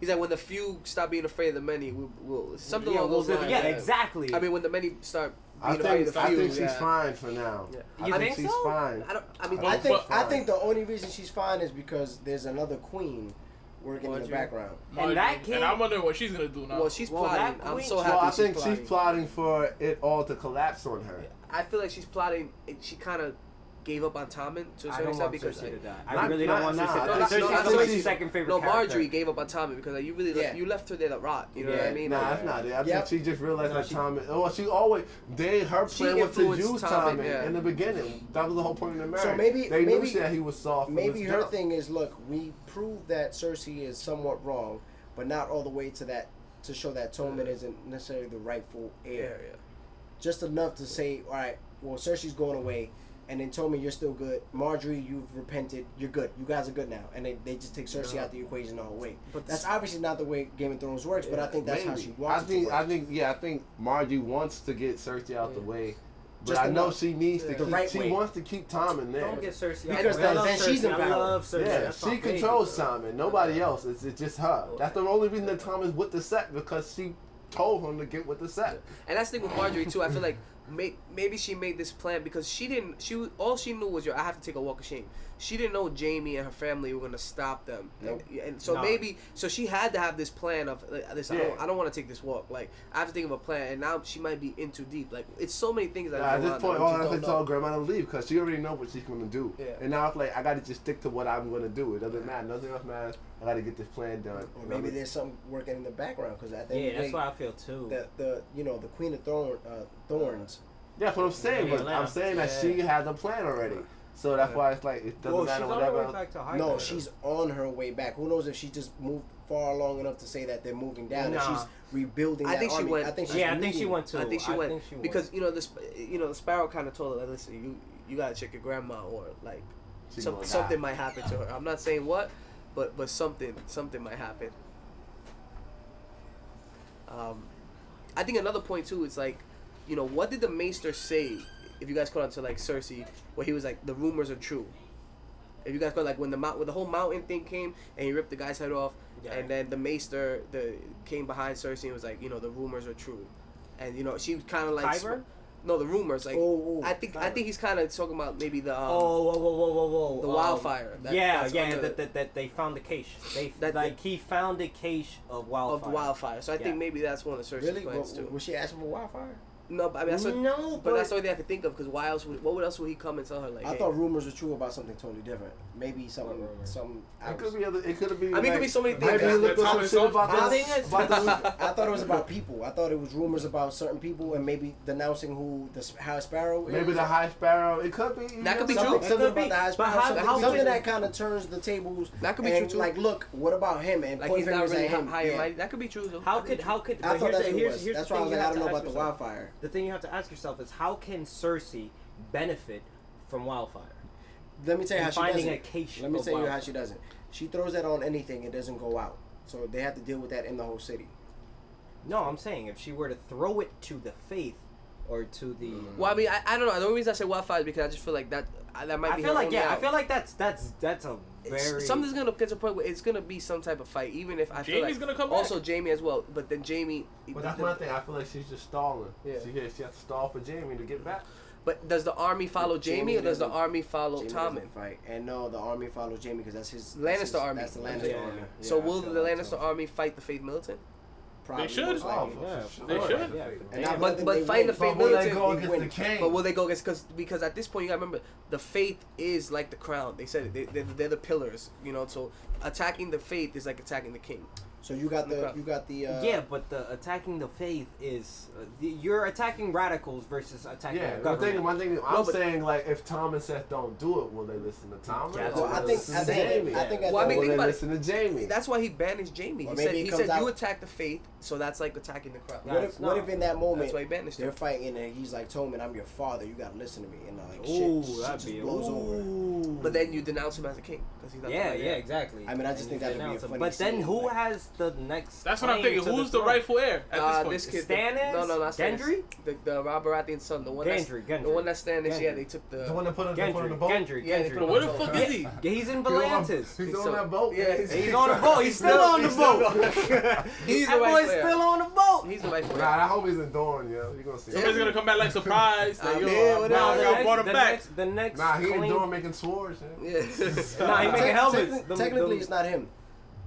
Speaker 3: he's like when the few stop being afraid of the many, we'll, we'll something
Speaker 6: yeah,
Speaker 3: along
Speaker 6: we'll
Speaker 3: those
Speaker 6: do-
Speaker 3: lines.
Speaker 6: yeah, exactly.
Speaker 3: I mean, when the many start
Speaker 4: I
Speaker 3: being afraid of
Speaker 4: think,
Speaker 3: the
Speaker 4: I
Speaker 3: few,
Speaker 4: think she's
Speaker 3: yeah.
Speaker 4: fine for now.
Speaker 3: Yeah.
Speaker 4: I
Speaker 3: You
Speaker 4: think,
Speaker 6: think
Speaker 4: she's
Speaker 6: so?
Speaker 4: fine.
Speaker 3: I don't. I mean,
Speaker 2: I
Speaker 4: Well,
Speaker 2: think
Speaker 4: but-
Speaker 2: I think the only reason she's fine is because there's another queen working in
Speaker 3: Marjorie.
Speaker 2: the background.
Speaker 5: Marjorie.
Speaker 6: that kid-
Speaker 5: and I'm wondering what she's gonna do now.
Speaker 3: well, she's
Speaker 6: Well,
Speaker 3: plotting.
Speaker 6: that
Speaker 3: I'm
Speaker 6: queen-
Speaker 3: so happy.
Speaker 4: Well, I
Speaker 3: she's
Speaker 4: think
Speaker 3: plotting.
Speaker 4: she's plotting for it all to collapse on her.
Speaker 3: I feel like she's plotting. and She kind of gave up on Tommen to a
Speaker 6: I don't
Speaker 3: certain extent
Speaker 6: want
Speaker 3: because
Speaker 6: Cersei to
Speaker 3: like,
Speaker 6: die. I
Speaker 4: Not-
Speaker 6: really
Speaker 4: not-
Speaker 6: don't want
Speaker 4: nah,
Speaker 6: Cersei
Speaker 4: no,
Speaker 6: to die.
Speaker 4: not-
Speaker 6: Cersei's
Speaker 4: not
Speaker 6: Cersei's
Speaker 4: Cersei.
Speaker 6: second favorite
Speaker 3: no,
Speaker 6: character.
Speaker 3: Marjorie gave up on Tommen because like you really
Speaker 2: Yeah.
Speaker 3: left, you left her there to rot. You know what
Speaker 6: Yeah.
Speaker 3: I mean?
Speaker 4: Nah,
Speaker 3: Like,
Speaker 4: that's not it. I
Speaker 2: Yep.
Speaker 4: think she just realized
Speaker 6: No,
Speaker 4: that
Speaker 6: she-
Speaker 4: Tommy. Well, she always they her
Speaker 3: She
Speaker 4: plan was to
Speaker 3: influenced
Speaker 4: use
Speaker 3: Tommy,
Speaker 4: Tommy
Speaker 3: yeah.
Speaker 4: in the beginning. That was the whole point of the marriage.
Speaker 2: maybe-
Speaker 4: they knew
Speaker 2: maybe-
Speaker 4: she, that he was soft. from
Speaker 2: Maybe
Speaker 4: the
Speaker 2: her
Speaker 4: jump.
Speaker 2: thing is look, we prove that Cersei is somewhat wrong, but not all the way to that to show that Tommen isn't necessarily the rightful
Speaker 3: yeah,
Speaker 2: heir.
Speaker 3: yeah.
Speaker 2: Just enough to say, all right, well Cersei's going away, and then Tommen you're still good. Marjorie, you've repented, you're good. You guys are good now, and they, they just take Cersei
Speaker 3: Yeah.
Speaker 2: out the equation the whole way.
Speaker 3: But
Speaker 2: that's obviously not the way Game of Thrones works, but I think that's how
Speaker 4: Maybe.
Speaker 2: she wants
Speaker 4: I
Speaker 2: it
Speaker 4: think.
Speaker 2: to work.
Speaker 4: I think. Yeah, I think Margie wants to get Cersei out the
Speaker 3: Yeah.
Speaker 4: way, but
Speaker 2: Just
Speaker 4: I know
Speaker 2: enough.
Speaker 4: she needs
Speaker 3: Yeah.
Speaker 4: to.
Speaker 2: The
Speaker 4: keep,
Speaker 2: right
Speaker 4: she
Speaker 2: way.
Speaker 4: wants to keep Tom in there.
Speaker 6: Don't get Cersei out of
Speaker 2: Because
Speaker 6: the way. I
Speaker 2: then
Speaker 6: love
Speaker 2: she's
Speaker 6: Cersei.
Speaker 2: in
Speaker 6: I
Speaker 2: power.
Speaker 6: love Cersei.
Speaker 4: Yeah,
Speaker 6: That's my
Speaker 4: she
Speaker 6: baby,
Speaker 4: controls
Speaker 6: bro.
Speaker 4: Simon. Nobody else. It's, it's just her. That's the only reason that Tom is with the set because she told him to get with the set.
Speaker 3: And that's the thing with Marjorie too. I feel like may, maybe she made this plan because she didn't. She was, all she knew was, "Yo, I have to take a walk of shame." She didn't know Jamie and her family were gonna stop them.
Speaker 2: Nope.
Speaker 3: And, and so
Speaker 6: Nah.
Speaker 3: maybe so she had to have this plan of like, this. I don't,
Speaker 4: Yeah.
Speaker 3: I don't want to take this walk. Like I have to think of a plan. And now she might be in too deep. Like it's so many things that
Speaker 4: Nah, at
Speaker 3: are going
Speaker 4: this
Speaker 3: on
Speaker 4: point,
Speaker 3: that we
Speaker 4: all
Speaker 3: just
Speaker 4: I
Speaker 3: don't
Speaker 4: can
Speaker 3: know.
Speaker 4: tell Grandma to leave because she already know what she's gonna do.
Speaker 3: Yeah.
Speaker 4: And now I feel like I gotta just stick to what I'm gonna do. It doesn't matter. Nothing else matters. I gotta get this plan done.
Speaker 2: Or maybe there's something working in the background because I think
Speaker 6: Yeah, that's why I feel too.
Speaker 2: the the you know the Queen of Thorn, uh, Thorns
Speaker 4: Yeah, that's what I'm saying.
Speaker 6: Yeah,
Speaker 4: but
Speaker 6: Atlanta.
Speaker 4: I'm saying that she has a plan already. So that's why it's like it doesn't
Speaker 6: well, she's
Speaker 4: matter
Speaker 6: on her
Speaker 4: whatever.
Speaker 6: way
Speaker 4: else-
Speaker 6: back to high
Speaker 2: No,
Speaker 6: ground.
Speaker 2: she's on her way back. Who knows if she just moved far long enough to say that they're moving down and
Speaker 6: Nah.
Speaker 2: she's rebuilding.
Speaker 3: I
Speaker 2: that
Speaker 3: think she
Speaker 2: army.
Speaker 3: went-
Speaker 2: I think she's
Speaker 6: Yeah, I think she
Speaker 2: leading.
Speaker 6: went too.
Speaker 3: I think she went
Speaker 6: she
Speaker 3: because
Speaker 6: went.
Speaker 3: you know this. You know the Sparrow kind of told her, like, "Listen, you you gotta check your grandma or like
Speaker 4: She
Speaker 3: some,
Speaker 4: gonna die.
Speaker 3: something might happen to her." I'm not saying what, but but something something might happen. Um, I think another point too is like, you know, what did the Maester say? If you guys caught on to like Cersei, where he was like, "The rumors are true." If you guys caught like when the mount when the whole mountain thing came and he ripped the guy's head off,
Speaker 6: Yeah.
Speaker 3: and then the Maester the came behind Cersei and was like, you know, the rumors are true, and you know she was kind of like,
Speaker 6: Kyber?
Speaker 3: no, the rumors like.
Speaker 2: Oh, oh,
Speaker 3: I think I
Speaker 2: Kyber.
Speaker 3: think he's kind of talking about maybe the um,
Speaker 6: Oh, whoa, whoa, whoa, whoa, whoa!
Speaker 3: The
Speaker 6: um,
Speaker 3: wildfire. That-
Speaker 6: yeah,
Speaker 3: that's
Speaker 6: yeah,
Speaker 3: under-
Speaker 6: that, that, that they found the cache. They
Speaker 3: That-
Speaker 6: like he found a cache of wildfire.
Speaker 3: of the wildfire. So I
Speaker 6: Yeah.
Speaker 3: think maybe that's one of Cersei's
Speaker 2: Really?
Speaker 3: plans
Speaker 2: Was,
Speaker 3: too.
Speaker 2: was she asking for wildfire?
Speaker 3: no, but I mean, that's what,
Speaker 6: no,
Speaker 3: but, that's the only thing I could think of because why else? Would, what else would he come and tell her? Like,
Speaker 2: I
Speaker 3: hey.
Speaker 2: thought rumors were true about something totally different. Maybe something,
Speaker 6: rumor?
Speaker 2: some.
Speaker 4: It could be other. It could be.
Speaker 3: I mean, it could
Speaker 4: like-
Speaker 3: be so many things.
Speaker 4: Maybe
Speaker 5: Yeah,
Speaker 4: you look
Speaker 5: the
Speaker 4: up some
Speaker 5: Thomas
Speaker 4: shit
Speaker 5: Salt-
Speaker 4: about
Speaker 6: I
Speaker 4: this.
Speaker 6: think it's-
Speaker 4: about this-
Speaker 2: I thought it was about people. I thought it was rumors about certain people and maybe denouncing who the s- High Sparrow is.
Speaker 4: Maybe the high sparrow. It could be. you
Speaker 3: That could be
Speaker 4: never
Speaker 3: true.
Speaker 2: Something,
Speaker 6: It
Speaker 2: something
Speaker 6: could
Speaker 2: about
Speaker 6: be.
Speaker 2: the high
Speaker 6: But
Speaker 2: spot.
Speaker 6: how-
Speaker 2: something
Speaker 3: how
Speaker 2: something
Speaker 3: could-
Speaker 2: that kind of turns the tables.
Speaker 3: That could be
Speaker 2: and,
Speaker 3: true, too.
Speaker 2: Like, look, what about him? And
Speaker 3: like
Speaker 2: point
Speaker 3: he's not
Speaker 2: fingers
Speaker 3: really
Speaker 2: at him.
Speaker 3: high and
Speaker 2: Yeah.
Speaker 3: mighty. That could be true. though.
Speaker 6: How could how could?
Speaker 2: I
Speaker 6: but here's
Speaker 2: thought that's
Speaker 6: the,
Speaker 2: what it
Speaker 6: here's,
Speaker 2: was.
Speaker 6: here's
Speaker 2: That's
Speaker 6: the
Speaker 2: why I
Speaker 6: thing
Speaker 2: was
Speaker 6: you
Speaker 2: like, I
Speaker 6: have
Speaker 2: don't
Speaker 6: to
Speaker 2: know about
Speaker 6: ask
Speaker 2: the
Speaker 6: yourself.
Speaker 2: wildfire.
Speaker 6: The thing you have to ask yourself is how can Cersei benefit from wildfire?
Speaker 2: Let me tell
Speaker 6: And
Speaker 2: you how she
Speaker 6: finding
Speaker 2: does
Speaker 6: a
Speaker 2: it.
Speaker 6: cache
Speaker 2: Let me
Speaker 6: of
Speaker 2: tell you how
Speaker 6: wildfire.
Speaker 2: she does it. She throws that on anything, it doesn't go out. So they have to deal with that in the whole city.
Speaker 6: No, I'm saying if she were to throw it to the faith or to the.
Speaker 3: Well, I mean, I, I don't know. The only reason I say wildfire is because I just feel like that I- that might
Speaker 6: I
Speaker 3: be.
Speaker 6: feel
Speaker 3: her
Speaker 6: like
Speaker 3: only
Speaker 6: yeah, I
Speaker 3: out.
Speaker 6: feel like that's that's that's a
Speaker 3: It's-
Speaker 6: very
Speaker 3: something's gonna get to a point where it's gonna be some type of fight, even if I feel
Speaker 5: Jaime's
Speaker 3: like
Speaker 5: gonna come back.
Speaker 3: also Jamie as well. But then Jamie,
Speaker 4: But that's my thing. I feel like she's just stalling.
Speaker 3: Yeah.
Speaker 4: She has, she has to stall for Jamie to get back.
Speaker 3: But does the army follow
Speaker 2: Jamie
Speaker 3: Jamie or does the
Speaker 2: doesn't-
Speaker 3: army follow
Speaker 2: Jaime
Speaker 3: Tommen?
Speaker 2: doesn't fight. And no, the army follows Jamie because that's his
Speaker 3: Lannister
Speaker 2: that's his-
Speaker 3: army.
Speaker 2: That's the
Speaker 6: Yeah,
Speaker 2: Lannister
Speaker 6: yeah,
Speaker 2: army.
Speaker 6: yeah.
Speaker 3: so
Speaker 6: I
Speaker 3: will
Speaker 6: feel
Speaker 3: the
Speaker 6: that
Speaker 3: Lannister
Speaker 6: too.
Speaker 3: army fight the Faith Militant?
Speaker 2: Probably
Speaker 5: should.
Speaker 2: most
Speaker 4: Oh,
Speaker 2: likely.
Speaker 4: for
Speaker 6: Yeah,
Speaker 4: sure.
Speaker 5: they should.
Speaker 6: Yeah,
Speaker 2: And I
Speaker 6: but-
Speaker 2: believe
Speaker 3: But but
Speaker 2: they
Speaker 3: fighting the
Speaker 2: win.
Speaker 3: Faith
Speaker 4: But will they
Speaker 3: Militant,
Speaker 4: go
Speaker 2: They
Speaker 4: against
Speaker 2: win.
Speaker 4: the king?
Speaker 3: But will they go against? Cause, because at this point, you gotta remember the faith is like the crown. They said it. They, they're, they're the pillars, you know. So attacking the faith is like attacking the king.
Speaker 2: So you got the
Speaker 3: Look up.
Speaker 2: you got the uh,
Speaker 6: yeah, but the attacking the faith is uh, the, you're attacking radicals versus attacking
Speaker 4: Yeah,
Speaker 6: the
Speaker 4: one
Speaker 6: government.
Speaker 4: thing, one thing I'm
Speaker 3: No, but-
Speaker 4: saying, like, if Tom and Seth don't do it, will they listen to Tom?
Speaker 6: Yeah,
Speaker 2: Well, I think I think I think at
Speaker 3: Well, I mean,
Speaker 2: that point-
Speaker 4: will they
Speaker 3: think about it.
Speaker 4: listen to Jamie?
Speaker 3: That's why he banished Jamie.
Speaker 2: Or
Speaker 3: He
Speaker 2: maybe
Speaker 3: said
Speaker 2: he
Speaker 3: he
Speaker 2: comes
Speaker 3: said you
Speaker 2: out-
Speaker 3: attack the faith, so that's like attacking the crown.
Speaker 2: What
Speaker 6: Yeah.
Speaker 2: if, what if in that moment
Speaker 3: That's why he banished
Speaker 2: they're
Speaker 3: him.
Speaker 2: fighting and he's like, Toman, I'm your father. You gotta listen to me. And uh, like,
Speaker 6: Ooh,
Speaker 2: shit, shit
Speaker 6: that'd
Speaker 2: just
Speaker 6: be
Speaker 2: blows over.
Speaker 6: ooh.
Speaker 3: But then you denounce him as a king because he's not. the
Speaker 6: yeah,
Speaker 3: right
Speaker 6: yeah,
Speaker 3: heir.
Speaker 6: exactly.
Speaker 2: I mean, I just
Speaker 6: And
Speaker 2: think
Speaker 6: you
Speaker 2: that'd be a
Speaker 6: denounce them.
Speaker 2: funny
Speaker 6: But then
Speaker 2: scene,
Speaker 6: who
Speaker 2: like-
Speaker 6: has the next?
Speaker 5: That's what I'm
Speaker 6: claim
Speaker 5: thinking.
Speaker 6: to
Speaker 5: Who's the
Speaker 6: throne?
Speaker 5: rightful heir at
Speaker 3: Nah,
Speaker 5: this
Speaker 3: Uh, this
Speaker 5: point?
Speaker 3: kid. the-
Speaker 6: Stannis?
Speaker 3: no, no, not Stannis.
Speaker 6: Gendry?
Speaker 3: The, the Rob Baratheon son, the one that's
Speaker 6: Gendry, Gendry.
Speaker 3: the one that's Stannis. Yeah,
Speaker 6: Gendry.
Speaker 3: they took the.
Speaker 4: the one that put him they put him in the
Speaker 6: Gendry,
Speaker 4: boat.
Speaker 6: Gendry,
Speaker 3: Yeah, they put
Speaker 6: Gendry.
Speaker 3: him
Speaker 5: Where the fuck is he?
Speaker 6: Yeah, he's in
Speaker 4: He's on-
Speaker 6: Volantis.
Speaker 4: He's
Speaker 3: He's
Speaker 4: on
Speaker 3: so-
Speaker 4: that boat.
Speaker 3: Yeah,
Speaker 4: he's,
Speaker 3: he's-
Speaker 6: He's on the boat. He's still on the boat.
Speaker 3: He's
Speaker 6: That boy's
Speaker 3: the right player.
Speaker 6: still on the boat.
Speaker 3: He's the right
Speaker 4: Nah,
Speaker 3: player.
Speaker 4: I hope he's in Dorne, yo. You gonna see.
Speaker 5: Somebody's gonna come back like surprise. Like,
Speaker 3: I'm
Speaker 5: yo,
Speaker 3: here,
Speaker 5: I'm
Speaker 3: what
Speaker 5: back,
Speaker 3: up?
Speaker 5: yo, I brought him
Speaker 6: the
Speaker 5: back.
Speaker 6: Next, the next
Speaker 4: Nah, he in
Speaker 6: claim-
Speaker 4: Dorne making swords. yo.
Speaker 3: Yeah.
Speaker 6: Nah, he
Speaker 2: Te-
Speaker 6: making helmets.
Speaker 2: techni-
Speaker 6: The-
Speaker 2: technically,
Speaker 6: the-
Speaker 2: it's not him.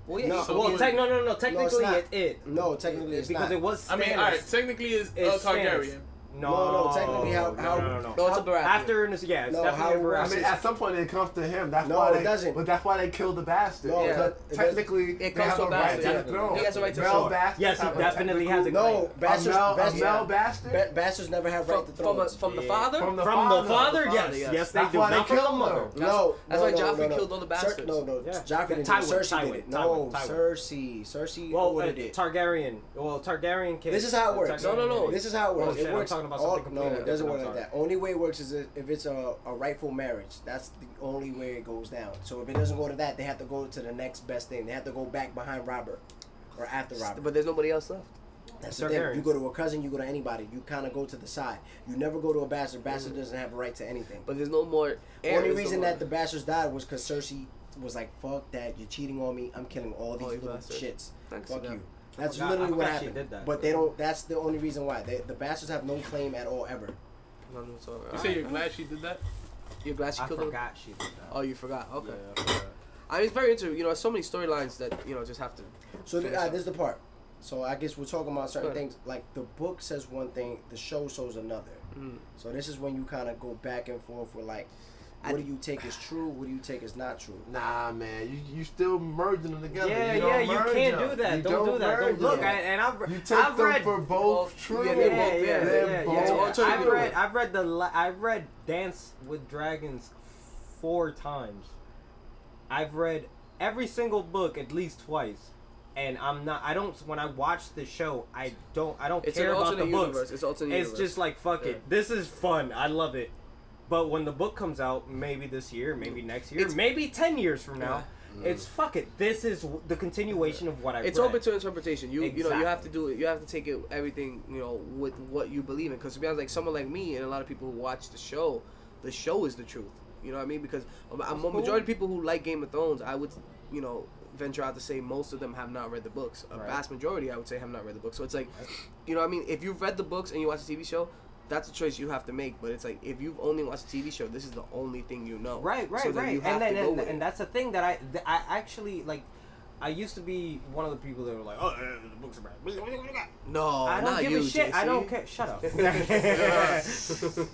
Speaker 3: well, yeah,
Speaker 2: No,
Speaker 3: he-
Speaker 5: So
Speaker 6: Well,
Speaker 5: what-
Speaker 6: tec- no, no, no. Technically,
Speaker 2: not.
Speaker 6: it, it.
Speaker 2: No, technically, it's
Speaker 6: because
Speaker 2: not.
Speaker 6: it was. Stannis.
Speaker 5: I mean, all right. Technically, is uh,
Speaker 6: It's Stannis.
Speaker 5: Targaryen.
Speaker 2: No, no, technically how- how-
Speaker 6: no, no, no,
Speaker 3: No,
Speaker 6: no.
Speaker 3: it's a
Speaker 2: How-
Speaker 5: barrage.
Speaker 6: After this, yeah, it's
Speaker 2: No,
Speaker 6: definitely
Speaker 2: how-
Speaker 6: a
Speaker 4: I
Speaker 6: barrage.
Speaker 4: mean, at some point it comes to him. That's
Speaker 2: No,
Speaker 4: why
Speaker 2: it
Speaker 4: they,
Speaker 2: doesn't.
Speaker 4: But that's why they kill the bastard.
Speaker 2: No,
Speaker 4: Yeah.
Speaker 2: it does- it
Speaker 4: technically, they
Speaker 3: It comes
Speaker 4: have
Speaker 3: to
Speaker 4: a right
Speaker 3: bastard.
Speaker 4: to the throne.
Speaker 3: He has a right to
Speaker 4: Male
Speaker 3: sword.
Speaker 4: bastards
Speaker 6: Yes, he
Speaker 4: have a
Speaker 6: definitely has a
Speaker 4: technical-
Speaker 2: No,
Speaker 4: a
Speaker 2: bastards.
Speaker 4: male,
Speaker 2: bastards,
Speaker 4: a male bastard.
Speaker 2: ba- bastards never have right
Speaker 3: From,
Speaker 2: to
Speaker 3: from, a,
Speaker 2: thrones.
Speaker 3: from the
Speaker 6: Yeah.
Speaker 3: father?
Speaker 4: From the
Speaker 6: From the father,
Speaker 3: From the
Speaker 6: yes,
Speaker 3: father, yes.
Speaker 6: yes, they
Speaker 4: That's
Speaker 6: do.
Speaker 4: why they
Speaker 6: Not from the
Speaker 4: killed him,
Speaker 6: mother.
Speaker 4: though.
Speaker 2: no,
Speaker 3: That's
Speaker 2: no,
Speaker 3: why
Speaker 2: no,
Speaker 3: Joffrey
Speaker 2: no, no.
Speaker 3: killed all the
Speaker 2: Cer-
Speaker 3: bastards.
Speaker 2: no, no,
Speaker 6: Yeah.
Speaker 2: Joffrey didn't.
Speaker 6: Tywin,
Speaker 2: Cersei
Speaker 6: Tywin,
Speaker 2: did it.
Speaker 6: Tywin,
Speaker 2: No,
Speaker 6: Tywin.
Speaker 2: Cersei. Cersei
Speaker 6: Well, uh,
Speaker 2: ordered it.
Speaker 6: Targaryen. Well, Targaryen kid.
Speaker 2: This is how it works.
Speaker 3: No, no, no.
Speaker 2: This is how it
Speaker 6: Oh,
Speaker 2: works.
Speaker 6: shit,
Speaker 2: it
Speaker 6: I'm
Speaker 2: works.
Speaker 6: talking about
Speaker 2: all-
Speaker 6: something
Speaker 2: no,
Speaker 6: completely
Speaker 2: it doesn't
Speaker 6: different.
Speaker 2: work
Speaker 6: I'm
Speaker 2: like
Speaker 6: sorry.
Speaker 2: that. Only way it works is if it's a, a rightful marriage. That's the only way it goes down. So if it doesn't go to that, they have to go to the next best thing. They have to go back behind Robert or after Robert.
Speaker 3: But there's nobody else left.
Speaker 2: That's the thing.
Speaker 6: Targaryen.
Speaker 2: You go to a cousin, you go to anybody. You kind of go to the side. You never go to a bastard.
Speaker 3: Mm.
Speaker 2: Bastard doesn't have a right to anything.
Speaker 3: But there's no more
Speaker 2: The
Speaker 3: heirs.
Speaker 2: only reason
Speaker 3: no more-
Speaker 2: that the bastards died was because Cersei was like, "Fuck that! You're cheating on me. I'm killing all these
Speaker 3: All you
Speaker 2: little
Speaker 3: bastards.
Speaker 2: shits.
Speaker 3: Thanks
Speaker 2: Fuck
Speaker 3: to them.
Speaker 2: you." That's
Speaker 6: forgot-
Speaker 2: literally
Speaker 6: I
Speaker 2: what
Speaker 6: forgot she
Speaker 2: happened.
Speaker 6: did that.
Speaker 2: But they don't. That's the only reason why they, the bastards have no claim at all ever.
Speaker 3: None whatsoever.
Speaker 5: You say
Speaker 3: Alright,
Speaker 5: you're glad she did that?
Speaker 3: alright. You're glad she
Speaker 6: I
Speaker 3: killed him?
Speaker 6: forgot she did that.
Speaker 3: Oh, you forgot. Okay.
Speaker 6: Yeah, yeah.
Speaker 3: I mean, it's very interesting. You know, so many storylines that you know just have to.
Speaker 2: So th-
Speaker 3: finish
Speaker 2: uh,
Speaker 3: up.
Speaker 2: this is the part. So I guess we're talking about certain
Speaker 3: Go ahead.
Speaker 2: things. Like the book says one thing, the show shows another.
Speaker 3: Mm.
Speaker 2: So this is when you kind of go back and forth with like, what
Speaker 3: I-
Speaker 2: do you take as true? What do you take as not true?
Speaker 4: Nah, man, you you still merging them together.
Speaker 6: Yeah, yeah,
Speaker 4: you don't merge
Speaker 6: you can't
Speaker 4: them.
Speaker 6: do that.
Speaker 4: You
Speaker 6: don't, do that.
Speaker 4: merge
Speaker 6: Don't look.
Speaker 4: them.
Speaker 6: I, and I've,
Speaker 4: you take
Speaker 6: I've
Speaker 4: them
Speaker 6: read.
Speaker 4: for
Speaker 3: both-
Speaker 4: both true.
Speaker 3: yeah,
Speaker 6: yeah,
Speaker 3: they're
Speaker 6: yeah,
Speaker 3: both-
Speaker 6: yeah,
Speaker 4: They're
Speaker 6: yeah,
Speaker 4: both
Speaker 6: yeah.
Speaker 4: true.
Speaker 6: I've read. I've read the. la- I've read Dance with Dragons four times. I've read every single book at least twice, and I'm not. I don't. When I watch the show, I don't. I don't
Speaker 3: It's an
Speaker 6: care about the
Speaker 3: alternate
Speaker 6: books.
Speaker 3: universe. It's alternate
Speaker 6: It's
Speaker 3: universe.
Speaker 6: just like fuck
Speaker 3: Yeah.
Speaker 6: it. This is fun. I love it. But when the book comes out, maybe this year, maybe next year,
Speaker 3: It's-
Speaker 6: maybe ten years from now, it's fuck it. This is w- the continuation of what I.
Speaker 3: It's
Speaker 6: read.
Speaker 3: open to interpretation. You you know you have to
Speaker 6: Exactly.
Speaker 3: do it. You have to take it everything you know with what you believe in. Because to be honest, like someone like me and a lot of people who watch the show, the show is the truth. You know what I mean? Because a, a
Speaker 6: cool.
Speaker 3: majority of people who like Game of Thrones, I would you know venture out to say most of them have not read the books. A
Speaker 6: Right.
Speaker 3: vast majority, I would say, have not read the books. So it's like, you know what I mean? If you've read the books and you watch the TV show. That's a choice you have to make, but it's like if you've only watched the TV show, this is the only thing you know.
Speaker 6: Right, right,
Speaker 3: So then
Speaker 6: right.
Speaker 3: you have
Speaker 6: And then,
Speaker 3: to go
Speaker 6: and,
Speaker 3: with
Speaker 6: and
Speaker 3: it.
Speaker 6: that's the thing that I that I actually like. I used to be one of the people that were like, "Oh, uh, the books are bad."
Speaker 3: no,
Speaker 6: I don't
Speaker 3: Oh, not
Speaker 6: give
Speaker 3: you,
Speaker 6: a shit. I
Speaker 3: JC.
Speaker 6: don't care. Shut up.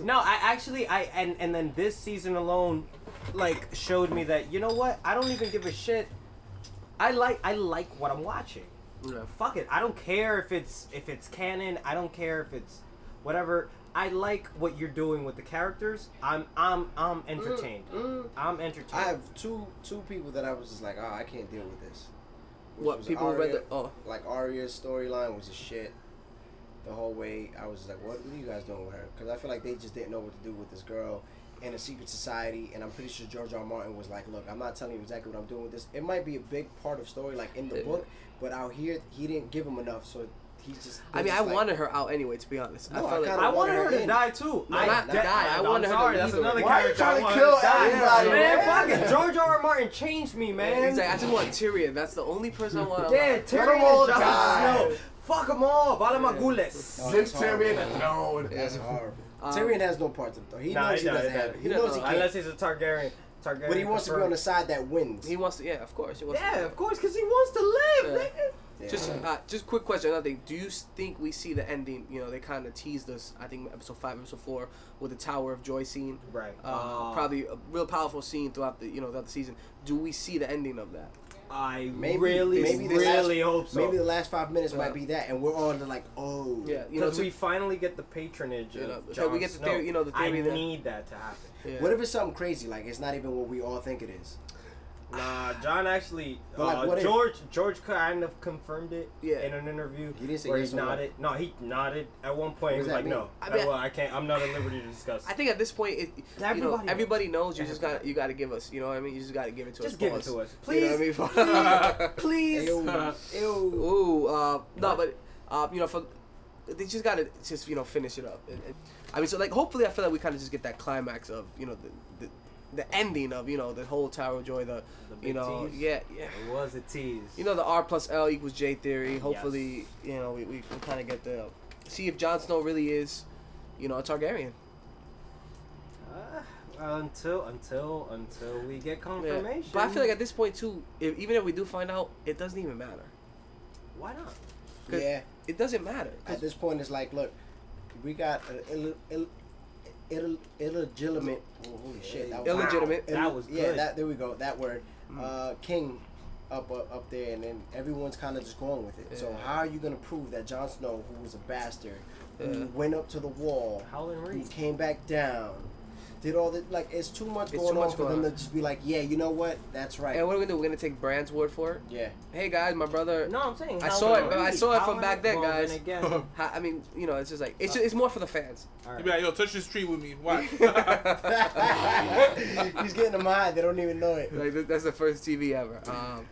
Speaker 6: no, I actually I and and then this season alone, like showed me that you know what? I don't even give a shit. I like I like what I'm watching.
Speaker 3: Yeah.
Speaker 6: Fuck it. I don't care if it's if it's canon. I don't care if it's whatever. I like what you're doing with the characters. I'm I'm
Speaker 3: Mm,
Speaker 6: I'm entertained. I'm entertained.
Speaker 2: I have two two people that I was just like, oh, I can't deal with this. Which
Speaker 3: What
Speaker 2: was
Speaker 3: people who read the
Speaker 2: Arya-
Speaker 3: oh
Speaker 2: like Arya's storyline was a shit. The whole way I was just like, what are you guys doing with her? Because I feel like they just didn't know what to do with this girl in a secret society. And I'm pretty sure George R. R. Martin was like, look, I'm not telling you exactly what I'm doing with this. It might be a big part of story, like in the
Speaker 3: Yeah.
Speaker 2: book, but out here he didn't give him enough, so he's just.
Speaker 3: I mean,
Speaker 2: just
Speaker 3: I
Speaker 2: like-
Speaker 3: wanted her out anyway. To be honest,
Speaker 2: No,
Speaker 3: I
Speaker 2: I
Speaker 3: felt like
Speaker 2: kinda
Speaker 6: I
Speaker 2: I
Speaker 6: wanted
Speaker 2: wanted
Speaker 6: her to
Speaker 2: in.
Speaker 6: die too.
Speaker 2: No,
Speaker 6: I,
Speaker 2: not
Speaker 6: that-
Speaker 2: to
Speaker 3: die. I
Speaker 6: I'm
Speaker 3: wanted her to
Speaker 6: sorry,
Speaker 3: leave
Speaker 6: that's
Speaker 3: her.
Speaker 6: another
Speaker 4: Why are you
Speaker 6: character.
Speaker 4: trying
Speaker 6: I
Speaker 4: to
Speaker 6: wanted
Speaker 4: kill
Speaker 6: to die.
Speaker 4: everybody,
Speaker 6: man?
Speaker 4: man?
Speaker 6: Fucking George R. R. Martin changed me, man.
Speaker 3: He's like, I just want Tyrion. That's the only person I want.
Speaker 6: Yeah,
Speaker 3: alive.
Speaker 6: Tyrion
Speaker 4: them all
Speaker 6: and Jon
Speaker 4: die.
Speaker 6: Snow. Fuck them all. Vale Magules.
Speaker 2: Oh,
Speaker 4: Give
Speaker 2: that's horrible.
Speaker 4: Tyrion the throne.
Speaker 2: That's horrible.
Speaker 3: Um,
Speaker 2: Tyrion has no part to it, though. He
Speaker 6: Nah,
Speaker 2: knows
Speaker 6: he
Speaker 2: he,
Speaker 6: don't,
Speaker 2: doesn't
Speaker 6: he
Speaker 2: have
Speaker 6: don't.
Speaker 2: it.
Speaker 3: He
Speaker 2: He
Speaker 3: doesn't
Speaker 2: knows he
Speaker 3: know.
Speaker 2: can't.
Speaker 6: Unless he's a Targaryen. Targaryen.
Speaker 2: But he wants to be on the side that wins.
Speaker 3: He wants to. Yeah, of course. He wants
Speaker 6: Yeah,
Speaker 3: To,
Speaker 6: of course, because he wants to live,
Speaker 3: Yeah.
Speaker 6: nigga.
Speaker 2: Yeah.
Speaker 3: Just, uh, just quick question. Another thing. Do you s- think we see the ending? You know, they kind of teased us. I think episode five, episode four, with the Tower of Joy scene.
Speaker 6: Right. Uh-huh.
Speaker 3: Uh, probably a real powerful scene throughout the you know throughout the season. Do we see the ending of that?
Speaker 6: I
Speaker 2: Maybe,
Speaker 6: really,
Speaker 2: maybe the
Speaker 6: really
Speaker 2: last,
Speaker 6: hope so.
Speaker 2: Maybe the last five minutes
Speaker 3: Yeah.
Speaker 2: might be that, and we're all like, oh,
Speaker 3: Yeah, you know,
Speaker 6: because
Speaker 3: to,
Speaker 6: we finally get the patronage
Speaker 3: You know,
Speaker 6: of
Speaker 3: okay,
Speaker 6: Jon
Speaker 3: we get the
Speaker 6: Snow.
Speaker 3: theory- you know, the theory
Speaker 6: I
Speaker 3: that-
Speaker 6: need that to happen.
Speaker 3: yeah.
Speaker 2: What if it's something crazy? Like it's not even what we all think it is.
Speaker 6: Nah, John actually.
Speaker 2: But, like,
Speaker 6: uh,
Speaker 2: what if-
Speaker 6: George George kind of confirmed it
Speaker 3: Yeah.
Speaker 6: in an interview.
Speaker 2: He didn't say
Speaker 6: where
Speaker 2: yes
Speaker 6: he
Speaker 2: or no.
Speaker 6: nodded. No, he nodded at one point. He was
Speaker 2: What does that
Speaker 6: like,
Speaker 2: mean?
Speaker 6: "No,
Speaker 3: I
Speaker 6: I,
Speaker 3: bet-
Speaker 6: well, I can't. I'm not at liberty to discuss."
Speaker 3: I think at this point, it, you know,
Speaker 6: Everybody
Speaker 3: everybody knows. You just
Speaker 6: Everybody.
Speaker 3: got to you got to give us. You know what I mean? You just got to give it to us.
Speaker 6: Just give it
Speaker 3: Pause.
Speaker 6: to us,
Speaker 3: You know
Speaker 6: please.
Speaker 3: what I mean?
Speaker 6: please.
Speaker 2: Ew. Ew.
Speaker 3: Ooh, uh, no, but uh, you know, for, they just gotta just you know finish it up. And- and- I mean, so like hopefully, I feel like we kind of just get that climax of you know the, the the ending of you know the whole Tower of Joy, the,
Speaker 6: The big
Speaker 3: you know
Speaker 6: tease.
Speaker 3: yeah yeah.
Speaker 6: It was a tease.
Speaker 3: You know the R plus L equals J theory. Hopefully, you know we, we, we kind of get the see if Jon Snow really is, you know, a Targaryen.
Speaker 6: Uh, until until until we get
Speaker 3: Yeah.
Speaker 6: confirmation.
Speaker 3: But I feel like at this point too, if, even if we do find out, it doesn't even matter.
Speaker 6: why not?
Speaker 3: Good.
Speaker 2: Yeah.
Speaker 3: It doesn't matter.
Speaker 2: At this point, it's like, look, we got an Ill, Ill, Ill, illegitimate. Oh, holy shit! That was
Speaker 3: Illegitimate.
Speaker 2: Ill-
Speaker 6: That was
Speaker 2: Yeah,
Speaker 6: good.
Speaker 2: that, there we go. That word,
Speaker 3: Mm.
Speaker 2: uh, king, up, up up there, and then everyone's kind of just going with it. So
Speaker 3: Yeah.
Speaker 2: how are you gonna prove that Jon Snow, who was a bastard,
Speaker 3: Yeah.
Speaker 2: who went up to the wall,
Speaker 6: Howlin'
Speaker 2: who
Speaker 6: Reed.
Speaker 2: came back down, did all that? Like it's too much
Speaker 3: It's
Speaker 2: going
Speaker 3: too
Speaker 2: on
Speaker 3: much
Speaker 2: for
Speaker 3: going
Speaker 2: them
Speaker 3: on.
Speaker 2: to just be like, yeah, you know what? That's right.
Speaker 3: And what are we gonna do? We're gonna take Brand's word for it.
Speaker 2: yeah.
Speaker 3: Hey guys, my brother.
Speaker 6: No, I'm saying
Speaker 3: I
Speaker 6: Howlin'
Speaker 3: saw it, but I
Speaker 6: Reed.
Speaker 3: saw it from
Speaker 6: Howlin'
Speaker 3: back then,
Speaker 6: Well, then
Speaker 3: guys.
Speaker 6: again,
Speaker 3: Hi- I mean, you know, it's just like
Speaker 6: Uh.
Speaker 3: it's it's more for the fans.
Speaker 6: all
Speaker 5: You'd
Speaker 6: right.
Speaker 5: be like, yo, touch this tree with me. Why?
Speaker 2: He's getting them high. They don't even know it.
Speaker 3: Like th- that's the first TV ever. Um,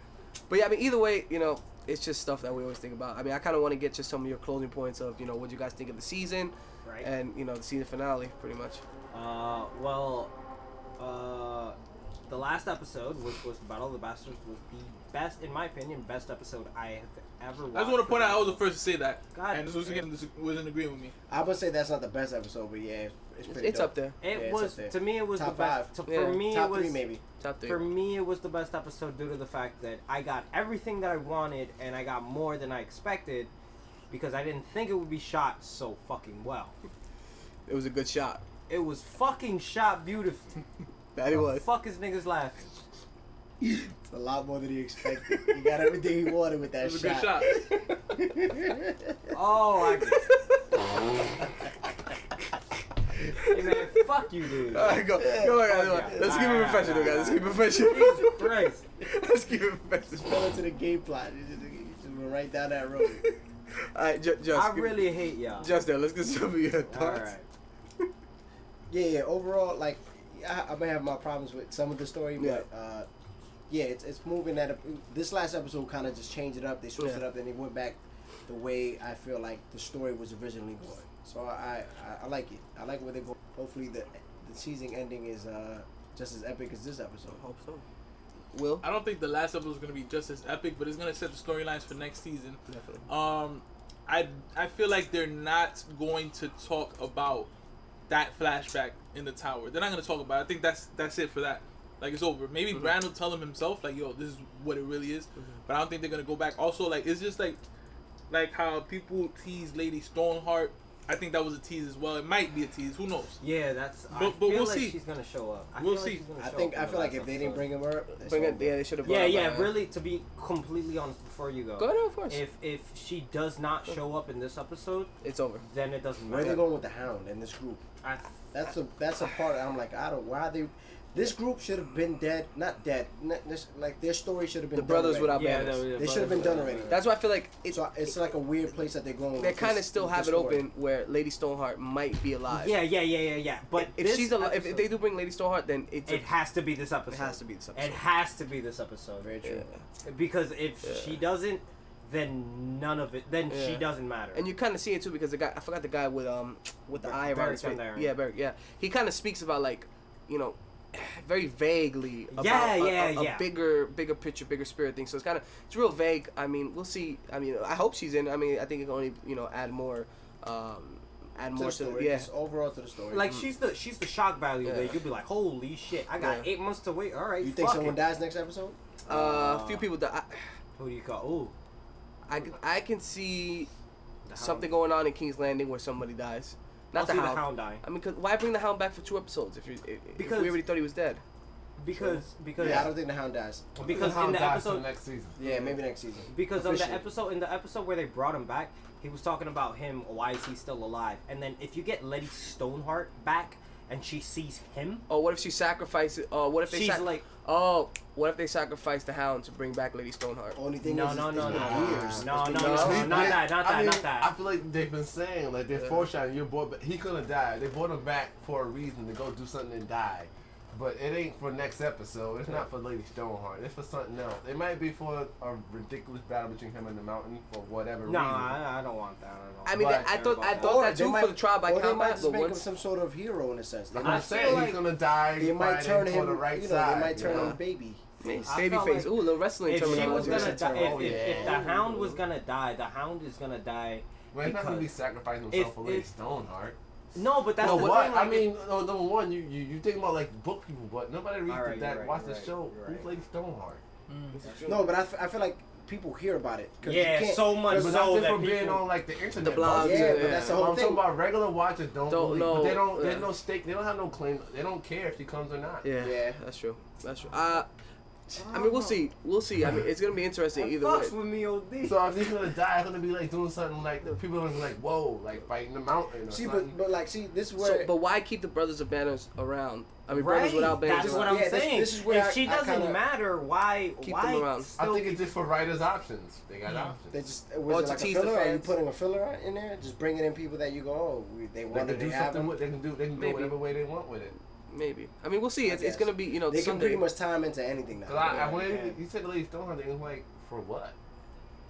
Speaker 3: but yeah, I mean, either way, you know, it's just stuff that we always think about. I mean, I kind of want to get just some of your closing points of you know what you guys think of the season,
Speaker 6: Right.
Speaker 3: and you know the season finale, pretty much.
Speaker 6: Uh, well, uh, the last episode, which was the Battle of the Bastards, was the best, in my opinion, best episode I have ever watched.
Speaker 5: I just want to point out I was the first to say that,
Speaker 6: God
Speaker 5: and this was
Speaker 6: damn.
Speaker 5: again this was in agreement with me.
Speaker 2: I would say that's not the best episode, but yeah, it's, it's
Speaker 3: It's,
Speaker 2: pretty.
Speaker 3: it's
Speaker 2: dope.
Speaker 3: up there,
Speaker 6: It
Speaker 2: Yeah, it's up
Speaker 6: was
Speaker 2: there.
Speaker 6: to me. It was
Speaker 2: Top
Speaker 6: the best. To,
Speaker 3: Yeah.
Speaker 6: For me,
Speaker 2: Top
Speaker 6: it was
Speaker 2: three, maybe.
Speaker 3: top three.
Speaker 6: For me, it was the best episode due to the fact that I got everything that I wanted and I got more than I expected because I didn't think it would be shot so fucking well.
Speaker 3: it was a good shot.
Speaker 6: It was fucking shot beautifully.
Speaker 3: That it was.
Speaker 6: Fuck is niggas laughing.
Speaker 2: It's a lot more than he expected. he got everything he wanted with that
Speaker 5: It was a
Speaker 2: shot.
Speaker 5: good shot.
Speaker 6: Oh, I. hey man, fuck you, dude.
Speaker 3: All right, go, go ahead, go ahead.
Speaker 6: Yeah.
Speaker 3: Let's keep it
Speaker 6: Alright,
Speaker 3: professional, guys. Let's keep it
Speaker 6: Jesus
Speaker 3: professional.
Speaker 6: Christ.
Speaker 3: Let's keep it professional.
Speaker 2: Fell into the game plot. He just, he just went right down that road.
Speaker 3: All right, ju- just,
Speaker 6: I really hate y'all.
Speaker 3: just there. Let's get some of your
Speaker 6: All
Speaker 3: thoughts.
Speaker 6: right.
Speaker 2: yeah, yeah. Overall, like, I, I may have my problems with some of the story, but
Speaker 3: Yeah.
Speaker 2: uh, yeah, it's, it's moving that. This last episode kind of just changed it up. They switched
Speaker 3: Yeah.
Speaker 2: it up, and they went back the way I feel like the story was originally going. So I, I, I like it. I like where they go. Hopefully, the the season ending is uh, just as epic as this episode.
Speaker 3: Hope so. Will
Speaker 5: I don't think the last episode is gonna be just as epic, but it's gonna set the storylines for next season.
Speaker 3: definitely.
Speaker 5: Um, I I feel like they're not going to talk about that flashback in the tower. They're not gonna talk about. It. I think that's that's it for that. Like it's over. Maybe Bran will tell him himself, like, "Yo, this is what it really is." But I don't think they're gonna go back. Also, like it's just like like how people tease Lady Stoneheart. I think that was a tease as well. It might be a tease. Who knows?
Speaker 6: Yeah, that's. I
Speaker 5: But- but
Speaker 6: feel
Speaker 5: we'll
Speaker 6: like
Speaker 5: see.
Speaker 6: She's gonna show up. I
Speaker 5: We'll
Speaker 6: feel like
Speaker 5: see.
Speaker 6: she's gonna
Speaker 2: I
Speaker 6: show
Speaker 2: think
Speaker 6: up
Speaker 2: I
Speaker 6: in
Speaker 2: feel
Speaker 6: the
Speaker 2: like
Speaker 6: last
Speaker 2: if they didn't
Speaker 6: episode.
Speaker 2: bring him up, it's
Speaker 3: Bring it-
Speaker 2: over.
Speaker 3: yeah, they should have.
Speaker 6: Yeah, yeah. Really, to be completely honest, before you go,
Speaker 3: Go ahead, of course.
Speaker 6: if if she does not show up in this episode,
Speaker 3: it's over.
Speaker 6: then it doesn't
Speaker 2: Where are they
Speaker 6: matter.
Speaker 2: going with the hound and this group?
Speaker 6: I,
Speaker 2: That's a that's a part I'm like I don't why they. This group should have been dead, not dead. Not this, like their story should have been.
Speaker 3: The brothers
Speaker 2: done
Speaker 3: without
Speaker 2: already.
Speaker 6: yeah,
Speaker 3: banners.
Speaker 6: no, yeah,
Speaker 2: They should have been
Speaker 6: but-
Speaker 2: done already.
Speaker 3: That's why I feel like it,
Speaker 2: So it's like a weird place that they're going. with
Speaker 3: they
Speaker 2: this-
Speaker 3: kind of still
Speaker 2: with
Speaker 3: have
Speaker 2: this
Speaker 3: it
Speaker 2: story.
Speaker 3: open where Lady Stoneheart might be alive.
Speaker 6: Yeah, yeah, yeah, yeah, yeah. But
Speaker 3: If
Speaker 6: this
Speaker 3: she's alive, if
Speaker 6: episode-
Speaker 3: they do bring Lady Stoneheart, then it's
Speaker 6: it has to be this episode.
Speaker 3: has to be this
Speaker 6: It
Speaker 3: episode.
Speaker 6: has to be this episode.
Speaker 2: Very
Speaker 3: yeah.
Speaker 2: true.
Speaker 6: Because if she doesn't, then none of it. Then she
Speaker 3: Yeah.
Speaker 6: doesn't matter.
Speaker 3: And you kind of see it too because the guy I forgot the guy with um with the
Speaker 6: Ber-
Speaker 3: eye around
Speaker 6: Beric
Speaker 3: his face.
Speaker 6: Van Daren.
Speaker 3: Yeah, Beric. Yeah, he kind of speaks about like, you know, very vaguely about
Speaker 6: Yeah,
Speaker 3: a-
Speaker 6: yeah,
Speaker 3: a, a,
Speaker 6: yeah.
Speaker 3: bigger bigger picture, bigger spirit thing. So it's kind of it's real vague. I mean, we'll see. I mean, I hope she's in. I mean, I think it can only you know add more, um, add
Speaker 2: To
Speaker 3: more
Speaker 2: the
Speaker 3: to the
Speaker 2: story,
Speaker 3: yeah.
Speaker 2: just overall to the story.
Speaker 6: like she's the she's the shock value
Speaker 3: Yeah.
Speaker 6: that you'd be like, holy shit! I got
Speaker 3: Yeah.
Speaker 6: eight months to wait. All right,
Speaker 2: you think
Speaker 6: fuck
Speaker 2: someone
Speaker 6: it.
Speaker 2: dies next episode?
Speaker 3: Uh, a few people that I,
Speaker 6: Who do you call? Ooh,
Speaker 3: I can I can see
Speaker 6: the Hound.
Speaker 3: something going on in King's Landing where somebody dies. Not
Speaker 6: I'll
Speaker 3: the
Speaker 6: see
Speaker 3: hound.
Speaker 6: the hound dying
Speaker 3: I mean, 'cause why bring the hound back for two episodes if you if, because
Speaker 6: Because-
Speaker 3: if we already thought he was dead?
Speaker 6: because because
Speaker 2: Yeah, I don't think the hound dies.
Speaker 6: because
Speaker 4: How
Speaker 6: in the
Speaker 4: dies
Speaker 6: episode
Speaker 4: next season.
Speaker 2: Yeah, maybe next season.
Speaker 6: Because on the
Speaker 2: Officially.
Speaker 6: episode in the episode where they brought him back, he was talking about him. Why is he still alive? And then if you get Letty Stoneheart back and she sees him,
Speaker 3: Or Oh, what if she sacrifices? Or what if they
Speaker 6: She's
Speaker 3: sac-
Speaker 6: like-
Speaker 3: oh, what if they sacrifice the hound to bring back Lady Stoneheart?
Speaker 4: Oh,
Speaker 2: Only thing
Speaker 6: no,
Speaker 2: is,
Speaker 6: no,
Speaker 2: it's
Speaker 6: no, no,
Speaker 2: been years.
Speaker 6: no, no, no,
Speaker 2: It's been
Speaker 6: no,
Speaker 2: years.
Speaker 6: no,
Speaker 4: He-
Speaker 6: not that, not
Speaker 4: I
Speaker 6: that,
Speaker 4: mean,
Speaker 6: not
Speaker 4: I
Speaker 6: that.
Speaker 4: feel like they've been saying like they're foreshadowing your boy, but he couldn't die. They brought him back for a reason to go do something and die. But it ain't for next episode. It's not for Lady Stoneheart. It's for something else. It might be for a ridiculous battle between him and the mountain for whatever
Speaker 6: No,
Speaker 4: reason.
Speaker 6: I, I don't want that.
Speaker 3: I mean,
Speaker 4: Right.
Speaker 3: I thought I
Speaker 6: Or
Speaker 3: thought that
Speaker 2: they
Speaker 3: too
Speaker 2: might-
Speaker 3: for the trial by
Speaker 2: or they might
Speaker 3: combat,
Speaker 2: just
Speaker 3: but
Speaker 2: make him
Speaker 3: once
Speaker 2: some sort of hero in a sense. They
Speaker 4: That's what
Speaker 2: might-
Speaker 4: I'm saying.
Speaker 6: like
Speaker 4: He's gonna die.
Speaker 2: They might
Speaker 4: fighting
Speaker 2: turn
Speaker 4: for
Speaker 2: him.
Speaker 4: the right
Speaker 2: you know,
Speaker 4: side.
Speaker 2: they might turn
Speaker 4: you know?
Speaker 2: him baby.
Speaker 3: baby
Speaker 6: felt
Speaker 3: face,
Speaker 6: like
Speaker 3: ooh, the wrestling
Speaker 6: if she was
Speaker 3: terminology.
Speaker 6: gonna die, if,
Speaker 2: Oh,
Speaker 6: if, if the
Speaker 4: yeah.
Speaker 6: hound was gonna die, the hound is gonna die.
Speaker 4: Well, he's not gonna be
Speaker 6: because-
Speaker 4: sacrificing himself
Speaker 6: if-
Speaker 4: for Lady
Speaker 6: if-
Speaker 4: Stoneheart.
Speaker 6: No, but that's
Speaker 4: Well,
Speaker 6: the
Speaker 4: what?
Speaker 6: thing. Like,
Speaker 4: I mean, no, number one, you, you you think about like book people, but nobody reads
Speaker 6: Alright,
Speaker 4: that.
Speaker 6: you're right,
Speaker 4: watch
Speaker 6: you're
Speaker 4: the
Speaker 6: right,
Speaker 4: show.
Speaker 6: you're
Speaker 4: Who
Speaker 6: right.
Speaker 4: played Stoneheart?
Speaker 2: No, but I, f- I feel like people hear about it. 'cause you
Speaker 6: Yeah,
Speaker 2: can't-
Speaker 6: so much
Speaker 4: But
Speaker 6: so
Speaker 4: that's
Speaker 6: that
Speaker 4: different
Speaker 6: people.
Speaker 4: being on like the internet.
Speaker 3: The blogs
Speaker 4: though.
Speaker 2: Yeah,
Speaker 3: Yeah,
Speaker 2: but that's the
Speaker 4: I'm
Speaker 2: whole
Speaker 4: talking
Speaker 2: thing.
Speaker 4: about regular watchers don't,
Speaker 3: Don't
Speaker 4: believe, but
Speaker 3: know,
Speaker 4: they don't.
Speaker 3: yeah.
Speaker 4: There's no stake. They don't have no claim. They don't care if he comes or not.
Speaker 3: Yeah,
Speaker 2: Yeah.
Speaker 3: that's true. That's true. Uh, I mean, we'll see. We'll see. I mean, it's gonna be interesting either way.
Speaker 6: fucks with me, OD.
Speaker 4: So if he's gonna die, it's gonna be like doing something like the people are gonna be like, whoa, like fighting the mountain. Or
Speaker 2: See,
Speaker 4: something.
Speaker 2: but, but like, see, this is where.
Speaker 3: So, but why keep the brothers of banners around? I mean,
Speaker 6: Right.
Speaker 3: brothers without banners.
Speaker 6: That's
Speaker 3: around.
Speaker 6: what I'm
Speaker 2: Yeah, this-
Speaker 6: saying.
Speaker 2: this is where
Speaker 6: if
Speaker 2: I-
Speaker 6: she
Speaker 2: I
Speaker 6: doesn't
Speaker 2: kinda-
Speaker 6: matter, why?
Speaker 3: Keep
Speaker 6: why
Speaker 3: them around.
Speaker 4: I
Speaker 6: Still,
Speaker 4: think it's just for writers' options. They got options.
Speaker 2: They just was
Speaker 3: Well,
Speaker 2: it
Speaker 3: to
Speaker 2: like a
Speaker 3: tease the
Speaker 2: filler? Are you
Speaker 3: fans.
Speaker 2: putting a filler out in there? Just bringing in people that you go, oh, we, they
Speaker 4: They
Speaker 2: wanted
Speaker 4: can do
Speaker 2: the
Speaker 4: something
Speaker 2: album.
Speaker 4: with. They can do. They can go
Speaker 3: Maybe.
Speaker 4: whatever way they want with it.
Speaker 3: Maybe. I mean, we'll see. It's, it's
Speaker 2: guess.
Speaker 3: gonna be you know
Speaker 2: They can
Speaker 3: Sunday.
Speaker 2: pretty much time into anything now.
Speaker 4: Cause I, I
Speaker 2: Yeah,
Speaker 4: when
Speaker 2: you can.
Speaker 4: you said the ladies don't have it, it was like for what?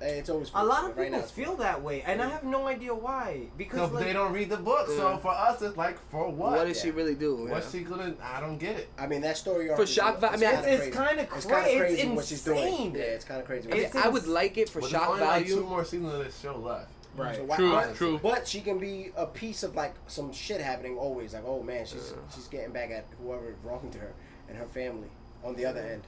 Speaker 2: Hey, it's always
Speaker 6: a lot of
Speaker 2: right
Speaker 6: people
Speaker 2: now, it's
Speaker 6: feel that way, and I have no idea why. Because
Speaker 4: Cause
Speaker 6: like,
Speaker 4: they don't read the book. So
Speaker 3: Yeah.
Speaker 4: for us, it's like for what?
Speaker 3: what did she
Speaker 2: Yeah.
Speaker 3: really do?
Speaker 4: What's
Speaker 3: Yeah.
Speaker 4: she gonna? I don't get it.
Speaker 2: I mean, that story arc.
Speaker 3: For
Speaker 2: is-
Speaker 3: shock va- I mean,
Speaker 2: kinda
Speaker 6: it's- it's
Speaker 2: crazy.
Speaker 6: kinda
Speaker 2: It's
Speaker 6: cra-
Speaker 2: kinda
Speaker 6: it's
Speaker 2: crazy what she's doing.
Speaker 6: insane.
Speaker 2: Yeah, it's kind of crazy.
Speaker 3: I mean,
Speaker 6: It's
Speaker 3: I would
Speaker 6: ins-
Speaker 3: like it for
Speaker 4: But there's
Speaker 3: shock
Speaker 4: only like two
Speaker 3: value.
Speaker 4: more seasons of this show left.
Speaker 2: Right. So
Speaker 5: True,
Speaker 2: why-
Speaker 5: true.
Speaker 2: But she can be a piece of like some shit happening always. Like, oh man, she's she's getting back at whoever wronged her and her family. On the other end,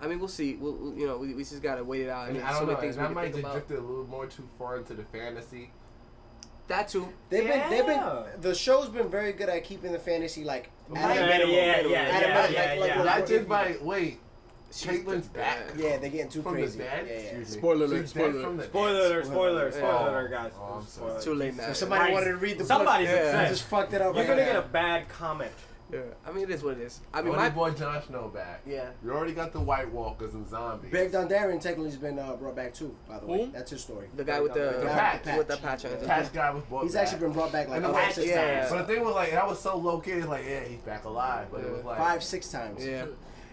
Speaker 3: I mean, we'll see. We'll, we'll- you know, we, we just gotta wait it out.
Speaker 4: I mean,
Speaker 3: there's
Speaker 4: I
Speaker 3: so
Speaker 4: don't
Speaker 3: many
Speaker 4: know.
Speaker 3: things
Speaker 4: Things
Speaker 3: we
Speaker 4: I
Speaker 3: can
Speaker 4: might
Speaker 3: think
Speaker 4: just
Speaker 3: about.
Speaker 4: drifted a little more too far into the fantasy.
Speaker 3: That too.
Speaker 2: they've been they've
Speaker 6: Yeah.
Speaker 2: been the show's been very good at keeping the fantasy like at a
Speaker 4: Yeah,
Speaker 2: minimum.
Speaker 6: yeah,
Speaker 2: At a
Speaker 6: yeah,
Speaker 2: minimum,
Speaker 6: yeah,
Speaker 2: like- like
Speaker 6: yeah.
Speaker 2: what-
Speaker 6: That
Speaker 4: Not
Speaker 2: what-
Speaker 4: just by wait,
Speaker 3: She's
Speaker 4: Caitlin's
Speaker 3: the-
Speaker 4: back.
Speaker 2: Yeah, they're getting too
Speaker 4: From
Speaker 2: crazy.
Speaker 4: the dead.
Speaker 2: Yeah, yeah.
Speaker 4: Excuse me.
Speaker 5: Spoiler alert,
Speaker 4: She's
Speaker 5: spoiler
Speaker 4: dead
Speaker 5: alert.
Speaker 4: from the dead.
Speaker 6: Spoiler alert! Spoiler alert!
Speaker 3: Spoiler alert.
Speaker 6: Spoiler alert, guys!
Speaker 4: Oh, I'm sorry.
Speaker 6: Spoiler
Speaker 3: Too late now.
Speaker 2: If somebody
Speaker 6: Right.
Speaker 2: wanted to read the
Speaker 6: Somebody's
Speaker 2: book,
Speaker 3: upset.
Speaker 2: just fucked it up.
Speaker 6: You're
Speaker 2: right
Speaker 6: gonna
Speaker 2: now.
Speaker 6: get a bad comment.
Speaker 3: Yeah. I mean, it is what it is. I
Speaker 4: I mean,
Speaker 3: mean,
Speaker 4: my
Speaker 3: my
Speaker 4: boy Jon Snow back.
Speaker 3: Yeah.
Speaker 4: You already got the White Walkers and zombies.
Speaker 2: Big Dondarrion technically has been uh, brought back too. By the way,
Speaker 5: Who?
Speaker 2: that's his story.
Speaker 3: the guy with the,
Speaker 2: The
Speaker 4: patch.
Speaker 3: with the patch. on his-
Speaker 4: Patch guy was brought
Speaker 2: He's
Speaker 4: back.
Speaker 2: actually been brought back like
Speaker 4: And the
Speaker 2: five,
Speaker 4: patch,
Speaker 2: six
Speaker 3: yeah.
Speaker 2: times.
Speaker 4: But the thing was like that was so low key. It's like yeah, he's back alive, but it was like
Speaker 2: Five, six times.
Speaker 3: Yeah.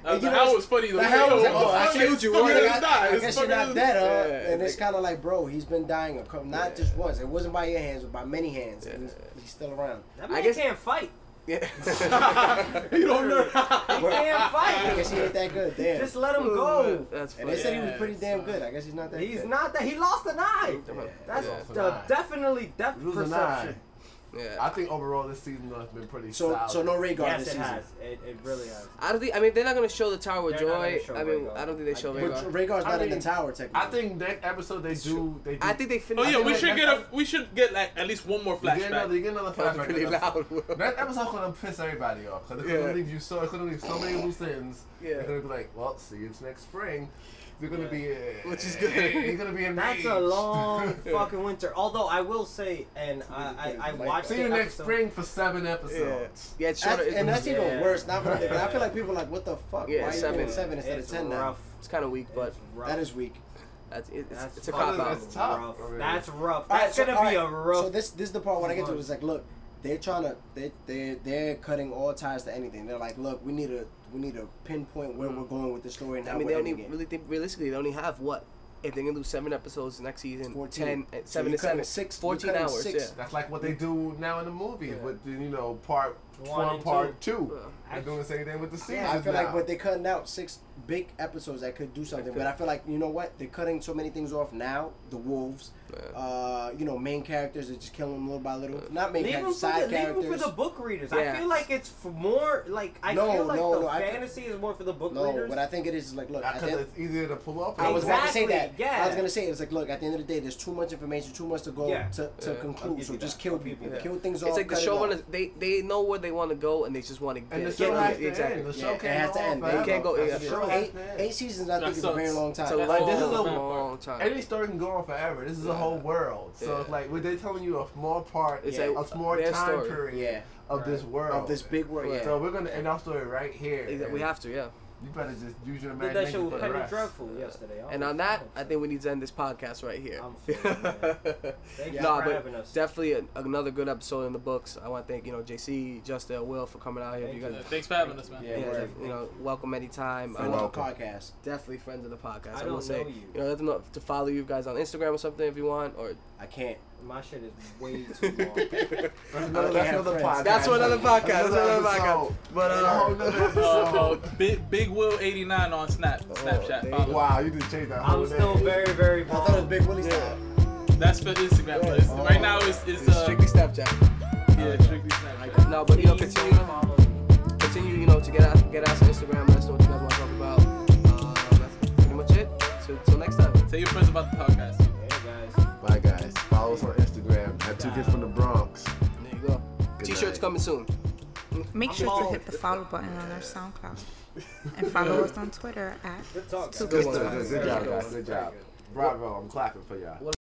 Speaker 5: Uh,
Speaker 2: And you
Speaker 5: the
Speaker 2: know,
Speaker 5: hell
Speaker 2: it's-
Speaker 5: was funny though.
Speaker 2: The hell was
Speaker 5: Yo,
Speaker 2: it? Oh, I
Speaker 5: fuck
Speaker 2: killed
Speaker 5: it's
Speaker 2: you.
Speaker 5: fucking
Speaker 2: Well, I, got-
Speaker 5: die.
Speaker 2: I
Speaker 5: It's
Speaker 2: guess you're
Speaker 5: fucking-
Speaker 2: not dead, huh?
Speaker 3: Yeah,
Speaker 2: and it's
Speaker 3: like-
Speaker 2: kind of like, bro, he's been dying a couple, not just once. It wasn't by your hands, but by many hands. And he's, he's still around.
Speaker 6: That
Speaker 3: I
Speaker 6: man
Speaker 3: guess-
Speaker 6: can't fight.
Speaker 3: Yeah.
Speaker 5: you don't know.
Speaker 6: He can't
Speaker 2: I
Speaker 6: fight.
Speaker 2: guess he ain't that good. Damn.
Speaker 6: Just let him go.
Speaker 3: That's
Speaker 2: and
Speaker 3: funny.
Speaker 2: they said he was
Speaker 5: Yeah,
Speaker 2: pretty damn
Speaker 5: so-
Speaker 2: good. I guess he's not that.
Speaker 6: He's
Speaker 2: good.
Speaker 6: not that. He lost an eye.
Speaker 3: Yeah.
Speaker 6: That's
Speaker 4: Yeah. Lost an
Speaker 6: the
Speaker 4: eye.
Speaker 6: definitely depth
Speaker 4: lose an eye.
Speaker 6: perception.
Speaker 3: Yeah.
Speaker 4: I think overall this season though has been pretty
Speaker 2: So,
Speaker 4: solid.
Speaker 2: so no regard
Speaker 6: Yes,
Speaker 2: this
Speaker 6: it
Speaker 2: season.
Speaker 6: has. It, it really has.
Speaker 3: I don't think. I mean, they're not gonna show the Tower of
Speaker 6: They're not gonna
Speaker 3: Joy.
Speaker 6: show
Speaker 3: I mean,
Speaker 6: Rhaegar.
Speaker 3: I don't think they show
Speaker 6: I-
Speaker 3: Rhaegar.
Speaker 2: But Rhaegar's
Speaker 4: I
Speaker 2: not in
Speaker 4: mean,
Speaker 2: the tower technically.
Speaker 4: I think next episode they do. They do.
Speaker 3: I think they
Speaker 5: Oh
Speaker 3: finished.
Speaker 5: yeah, we
Speaker 4: like
Speaker 5: should
Speaker 4: that-
Speaker 5: get a we should get like at least one more
Speaker 4: You get another,
Speaker 5: flashback.
Speaker 4: you get another
Speaker 3: That
Speaker 4: flashback.
Speaker 3: was pretty loud.
Speaker 4: That episode's gonna piss everybody off because it's
Speaker 3: Yeah.
Speaker 4: gonna leave you so it's gonna leave so many loose ends.
Speaker 3: Yeah.
Speaker 4: They're gonna be like, well, see you next spring. You're gonna be uh,
Speaker 3: Which is good.
Speaker 4: You're gonna be
Speaker 6: That's
Speaker 4: enraged.
Speaker 6: a long fucking winter. Although I will say, and I, I, I watched
Speaker 4: See
Speaker 6: the
Speaker 4: you next
Speaker 6: episode-
Speaker 4: spring for seven
Speaker 3: Yeah.
Speaker 4: episodes.
Speaker 3: Yeah, it's shorter.
Speaker 2: That's,
Speaker 3: It's,
Speaker 2: and that's even
Speaker 6: Yeah.
Speaker 2: worse. Not for nothing, but I
Speaker 6: Yeah.
Speaker 2: feel like people are like, what the fuck?
Speaker 3: Yeah,
Speaker 2: Why are you
Speaker 3: seven.
Speaker 2: doing seven instead
Speaker 6: It's
Speaker 2: of ten
Speaker 6: rough.
Speaker 2: now?
Speaker 3: it's kind of weak, but
Speaker 6: It's rough.
Speaker 2: That is weak.
Speaker 3: that's, it, it's,
Speaker 6: That's
Speaker 3: it's a
Speaker 6: fucking
Speaker 3: cop out.
Speaker 4: That's tough
Speaker 6: rough.
Speaker 4: already.
Speaker 6: That's rough.
Speaker 2: All right,
Speaker 6: That's
Speaker 2: so-
Speaker 6: gonna
Speaker 2: all
Speaker 6: be a
Speaker 2: right,
Speaker 6: rough.
Speaker 2: So this this is the part when I get to it,
Speaker 6: month.
Speaker 2: it's like, look, they're trying to they they they're cutting all ties to anything. They're like, look, we need to we need to pinpoint where we're going with the story and how
Speaker 3: I mean,
Speaker 2: we're
Speaker 3: they only
Speaker 2: ending it.
Speaker 3: really think realistically they only have what if they're gonna do seven episodes next season,
Speaker 2: 14.
Speaker 3: ten,
Speaker 2: So
Speaker 3: eh, seven
Speaker 2: you're
Speaker 3: to seven,
Speaker 2: cutting six- you're
Speaker 3: fourteen
Speaker 2: cutting
Speaker 3: hours.
Speaker 2: six.
Speaker 3: Yeah.
Speaker 4: That's like what they do now in the movies
Speaker 3: Yeah.
Speaker 4: with the, you know part
Speaker 6: One
Speaker 4: one,
Speaker 6: and
Speaker 4: part two.
Speaker 3: Yeah.
Speaker 4: They're doing the same thing with the seasons
Speaker 2: I feel
Speaker 4: now.
Speaker 2: like, but they're cutting out six big episodes that could do something. But I feel like you know what? They're cutting so many things off now. The wolves,
Speaker 3: Yeah.
Speaker 2: uh, you know, main characters are just killing them little by little. Not main
Speaker 6: Leave them,
Speaker 2: characters,
Speaker 6: for the,
Speaker 2: side
Speaker 6: leave 'em
Speaker 2: characters.
Speaker 6: for the book readers.
Speaker 3: Yeah.
Speaker 6: I feel like it's for more like I
Speaker 2: No,
Speaker 6: feel like
Speaker 2: no,
Speaker 6: the
Speaker 2: no, I-
Speaker 6: fantasy is more for the book
Speaker 2: no,
Speaker 6: readers.
Speaker 2: what I think it is is like, look, at
Speaker 4: because
Speaker 2: the-
Speaker 4: it's easier to pull up.
Speaker 2: I was about to say that.
Speaker 6: Exactly, yeah.
Speaker 2: I was gonna say it's like, look, at the end of the day, there's too much information, too much to go
Speaker 6: Yeah.
Speaker 2: to, to
Speaker 3: Yeah.
Speaker 6: I'll
Speaker 2: conclude.
Speaker 6: give
Speaker 2: So
Speaker 6: you
Speaker 2: just
Speaker 6: that.
Speaker 2: kill
Speaker 6: I'll give you
Speaker 2: people,
Speaker 6: that.
Speaker 2: kill things off.
Speaker 3: It's like the
Speaker 2: cut it
Speaker 3: showrunners
Speaker 2: off.
Speaker 3: they they know where they want to go and they just want to get
Speaker 4: And the
Speaker 3: get
Speaker 4: show
Speaker 3: it.
Speaker 4: has to
Speaker 3: exactly.
Speaker 4: end. The
Speaker 2: Yeah,
Speaker 4: show
Speaker 2: it
Speaker 4: can't
Speaker 2: has
Speaker 4: go
Speaker 2: to
Speaker 4: on
Speaker 2: end. It
Speaker 4: forever.
Speaker 3: can't go-
Speaker 4: That's
Speaker 3: yeah.
Speaker 4: the show
Speaker 3: Sure.
Speaker 4: has
Speaker 2: Eight,
Speaker 4: to end.
Speaker 2: eight seasons, I
Speaker 5: That
Speaker 2: think, is a very
Speaker 5: sucks.
Speaker 2: long
Speaker 3: It's
Speaker 2: time.
Speaker 3: a long,
Speaker 4: Like, this is a-
Speaker 3: long time.
Speaker 4: Any story can go on forever. This is a whole world. So it's
Speaker 3: Yeah.
Speaker 4: like well, they're telling you a small part,
Speaker 3: It's
Speaker 4: a,
Speaker 3: like
Speaker 4: small
Speaker 3: their
Speaker 4: time
Speaker 3: story.
Speaker 2: yeah,
Speaker 4: period of this world,
Speaker 2: of this big world. Yeah.
Speaker 4: So we're gonna end our story right here.
Speaker 3: Exa- We
Speaker 4: and
Speaker 3: have to, yeah.
Speaker 4: You better just use your
Speaker 6: did that show
Speaker 4: imagination
Speaker 6: with
Speaker 4: for the
Speaker 6: Penny
Speaker 4: rest.
Speaker 6: Dreadful yesterday. Oh,
Speaker 3: And on that, I think we need to end this podcast right here.
Speaker 6: I'm feeling it, Thank you
Speaker 3: Nah,
Speaker 6: for
Speaker 3: but
Speaker 6: having us.
Speaker 3: definitely a, another good episode in the books. I want to thank you know JC, Justin, Will for coming out here.
Speaker 6: Thank
Speaker 3: you guys,
Speaker 5: Thanks for having us, man.
Speaker 2: Yeah.
Speaker 3: yeah,
Speaker 2: word.
Speaker 3: def- you know, welcome anytime. Uh,
Speaker 2: Friend of the
Speaker 4: welcome.
Speaker 2: podcast.
Speaker 3: definitely friends of the podcast.
Speaker 6: I
Speaker 3: I, will
Speaker 6: don't
Speaker 3: say,
Speaker 6: know
Speaker 3: you.
Speaker 6: you.
Speaker 3: know, let them know to follow you guys on Instagram or something if you want, or
Speaker 2: I can't.
Speaker 6: My shit is way too long.
Speaker 4: That's another,
Speaker 2: I
Speaker 4: that's
Speaker 2: have
Speaker 4: another
Speaker 2: friends.
Speaker 4: podcast.
Speaker 3: That's for another podcast, that's another podcast.
Speaker 4: episode.
Speaker 3: But,
Speaker 4: And a whole nother
Speaker 5: Uh,
Speaker 4: episode.
Speaker 5: Big Big Will eighty nine on Snap
Speaker 3: Oh, there you
Speaker 5: Snapchat. Follow.
Speaker 4: Oh, Wow, you just changed that whole
Speaker 6: I'm still
Speaker 4: name.
Speaker 6: very, very.
Speaker 2: I thought it was
Speaker 6: bummed.
Speaker 2: Big Willie's
Speaker 3: Yeah.
Speaker 2: time.
Speaker 5: That's for Instagram. but it's- Right now it's it's uh,
Speaker 3: Oh, strictly Snapchat.
Speaker 5: yeah strictly Snapchat.
Speaker 3: No, but you know,
Speaker 6: Please
Speaker 3: continue,
Speaker 6: follow.
Speaker 3: continue, you know, to get us, get us on Instagram. Let us know what you guys want to talk about. Uh, that's pretty much it. So, till next time.
Speaker 5: Tell your friends about the podcast.
Speaker 6: guys.
Speaker 4: Bye, guys. Follow us on Instagram at Two Kids from the Bronx.
Speaker 3: There you go.
Speaker 4: Good
Speaker 3: T-shirts
Speaker 4: night.
Speaker 3: coming soon.
Speaker 1: Make sure to
Speaker 6: bald.
Speaker 1: hit the follow button on our SoundCloud. And follow us on Twitter at
Speaker 6: Good talk.
Speaker 1: Two
Speaker 4: Good,
Speaker 1: Kids
Speaker 4: good,
Speaker 1: From the
Speaker 4: good, good job, guys. Good job. Bravo. I'm clapping for y'all.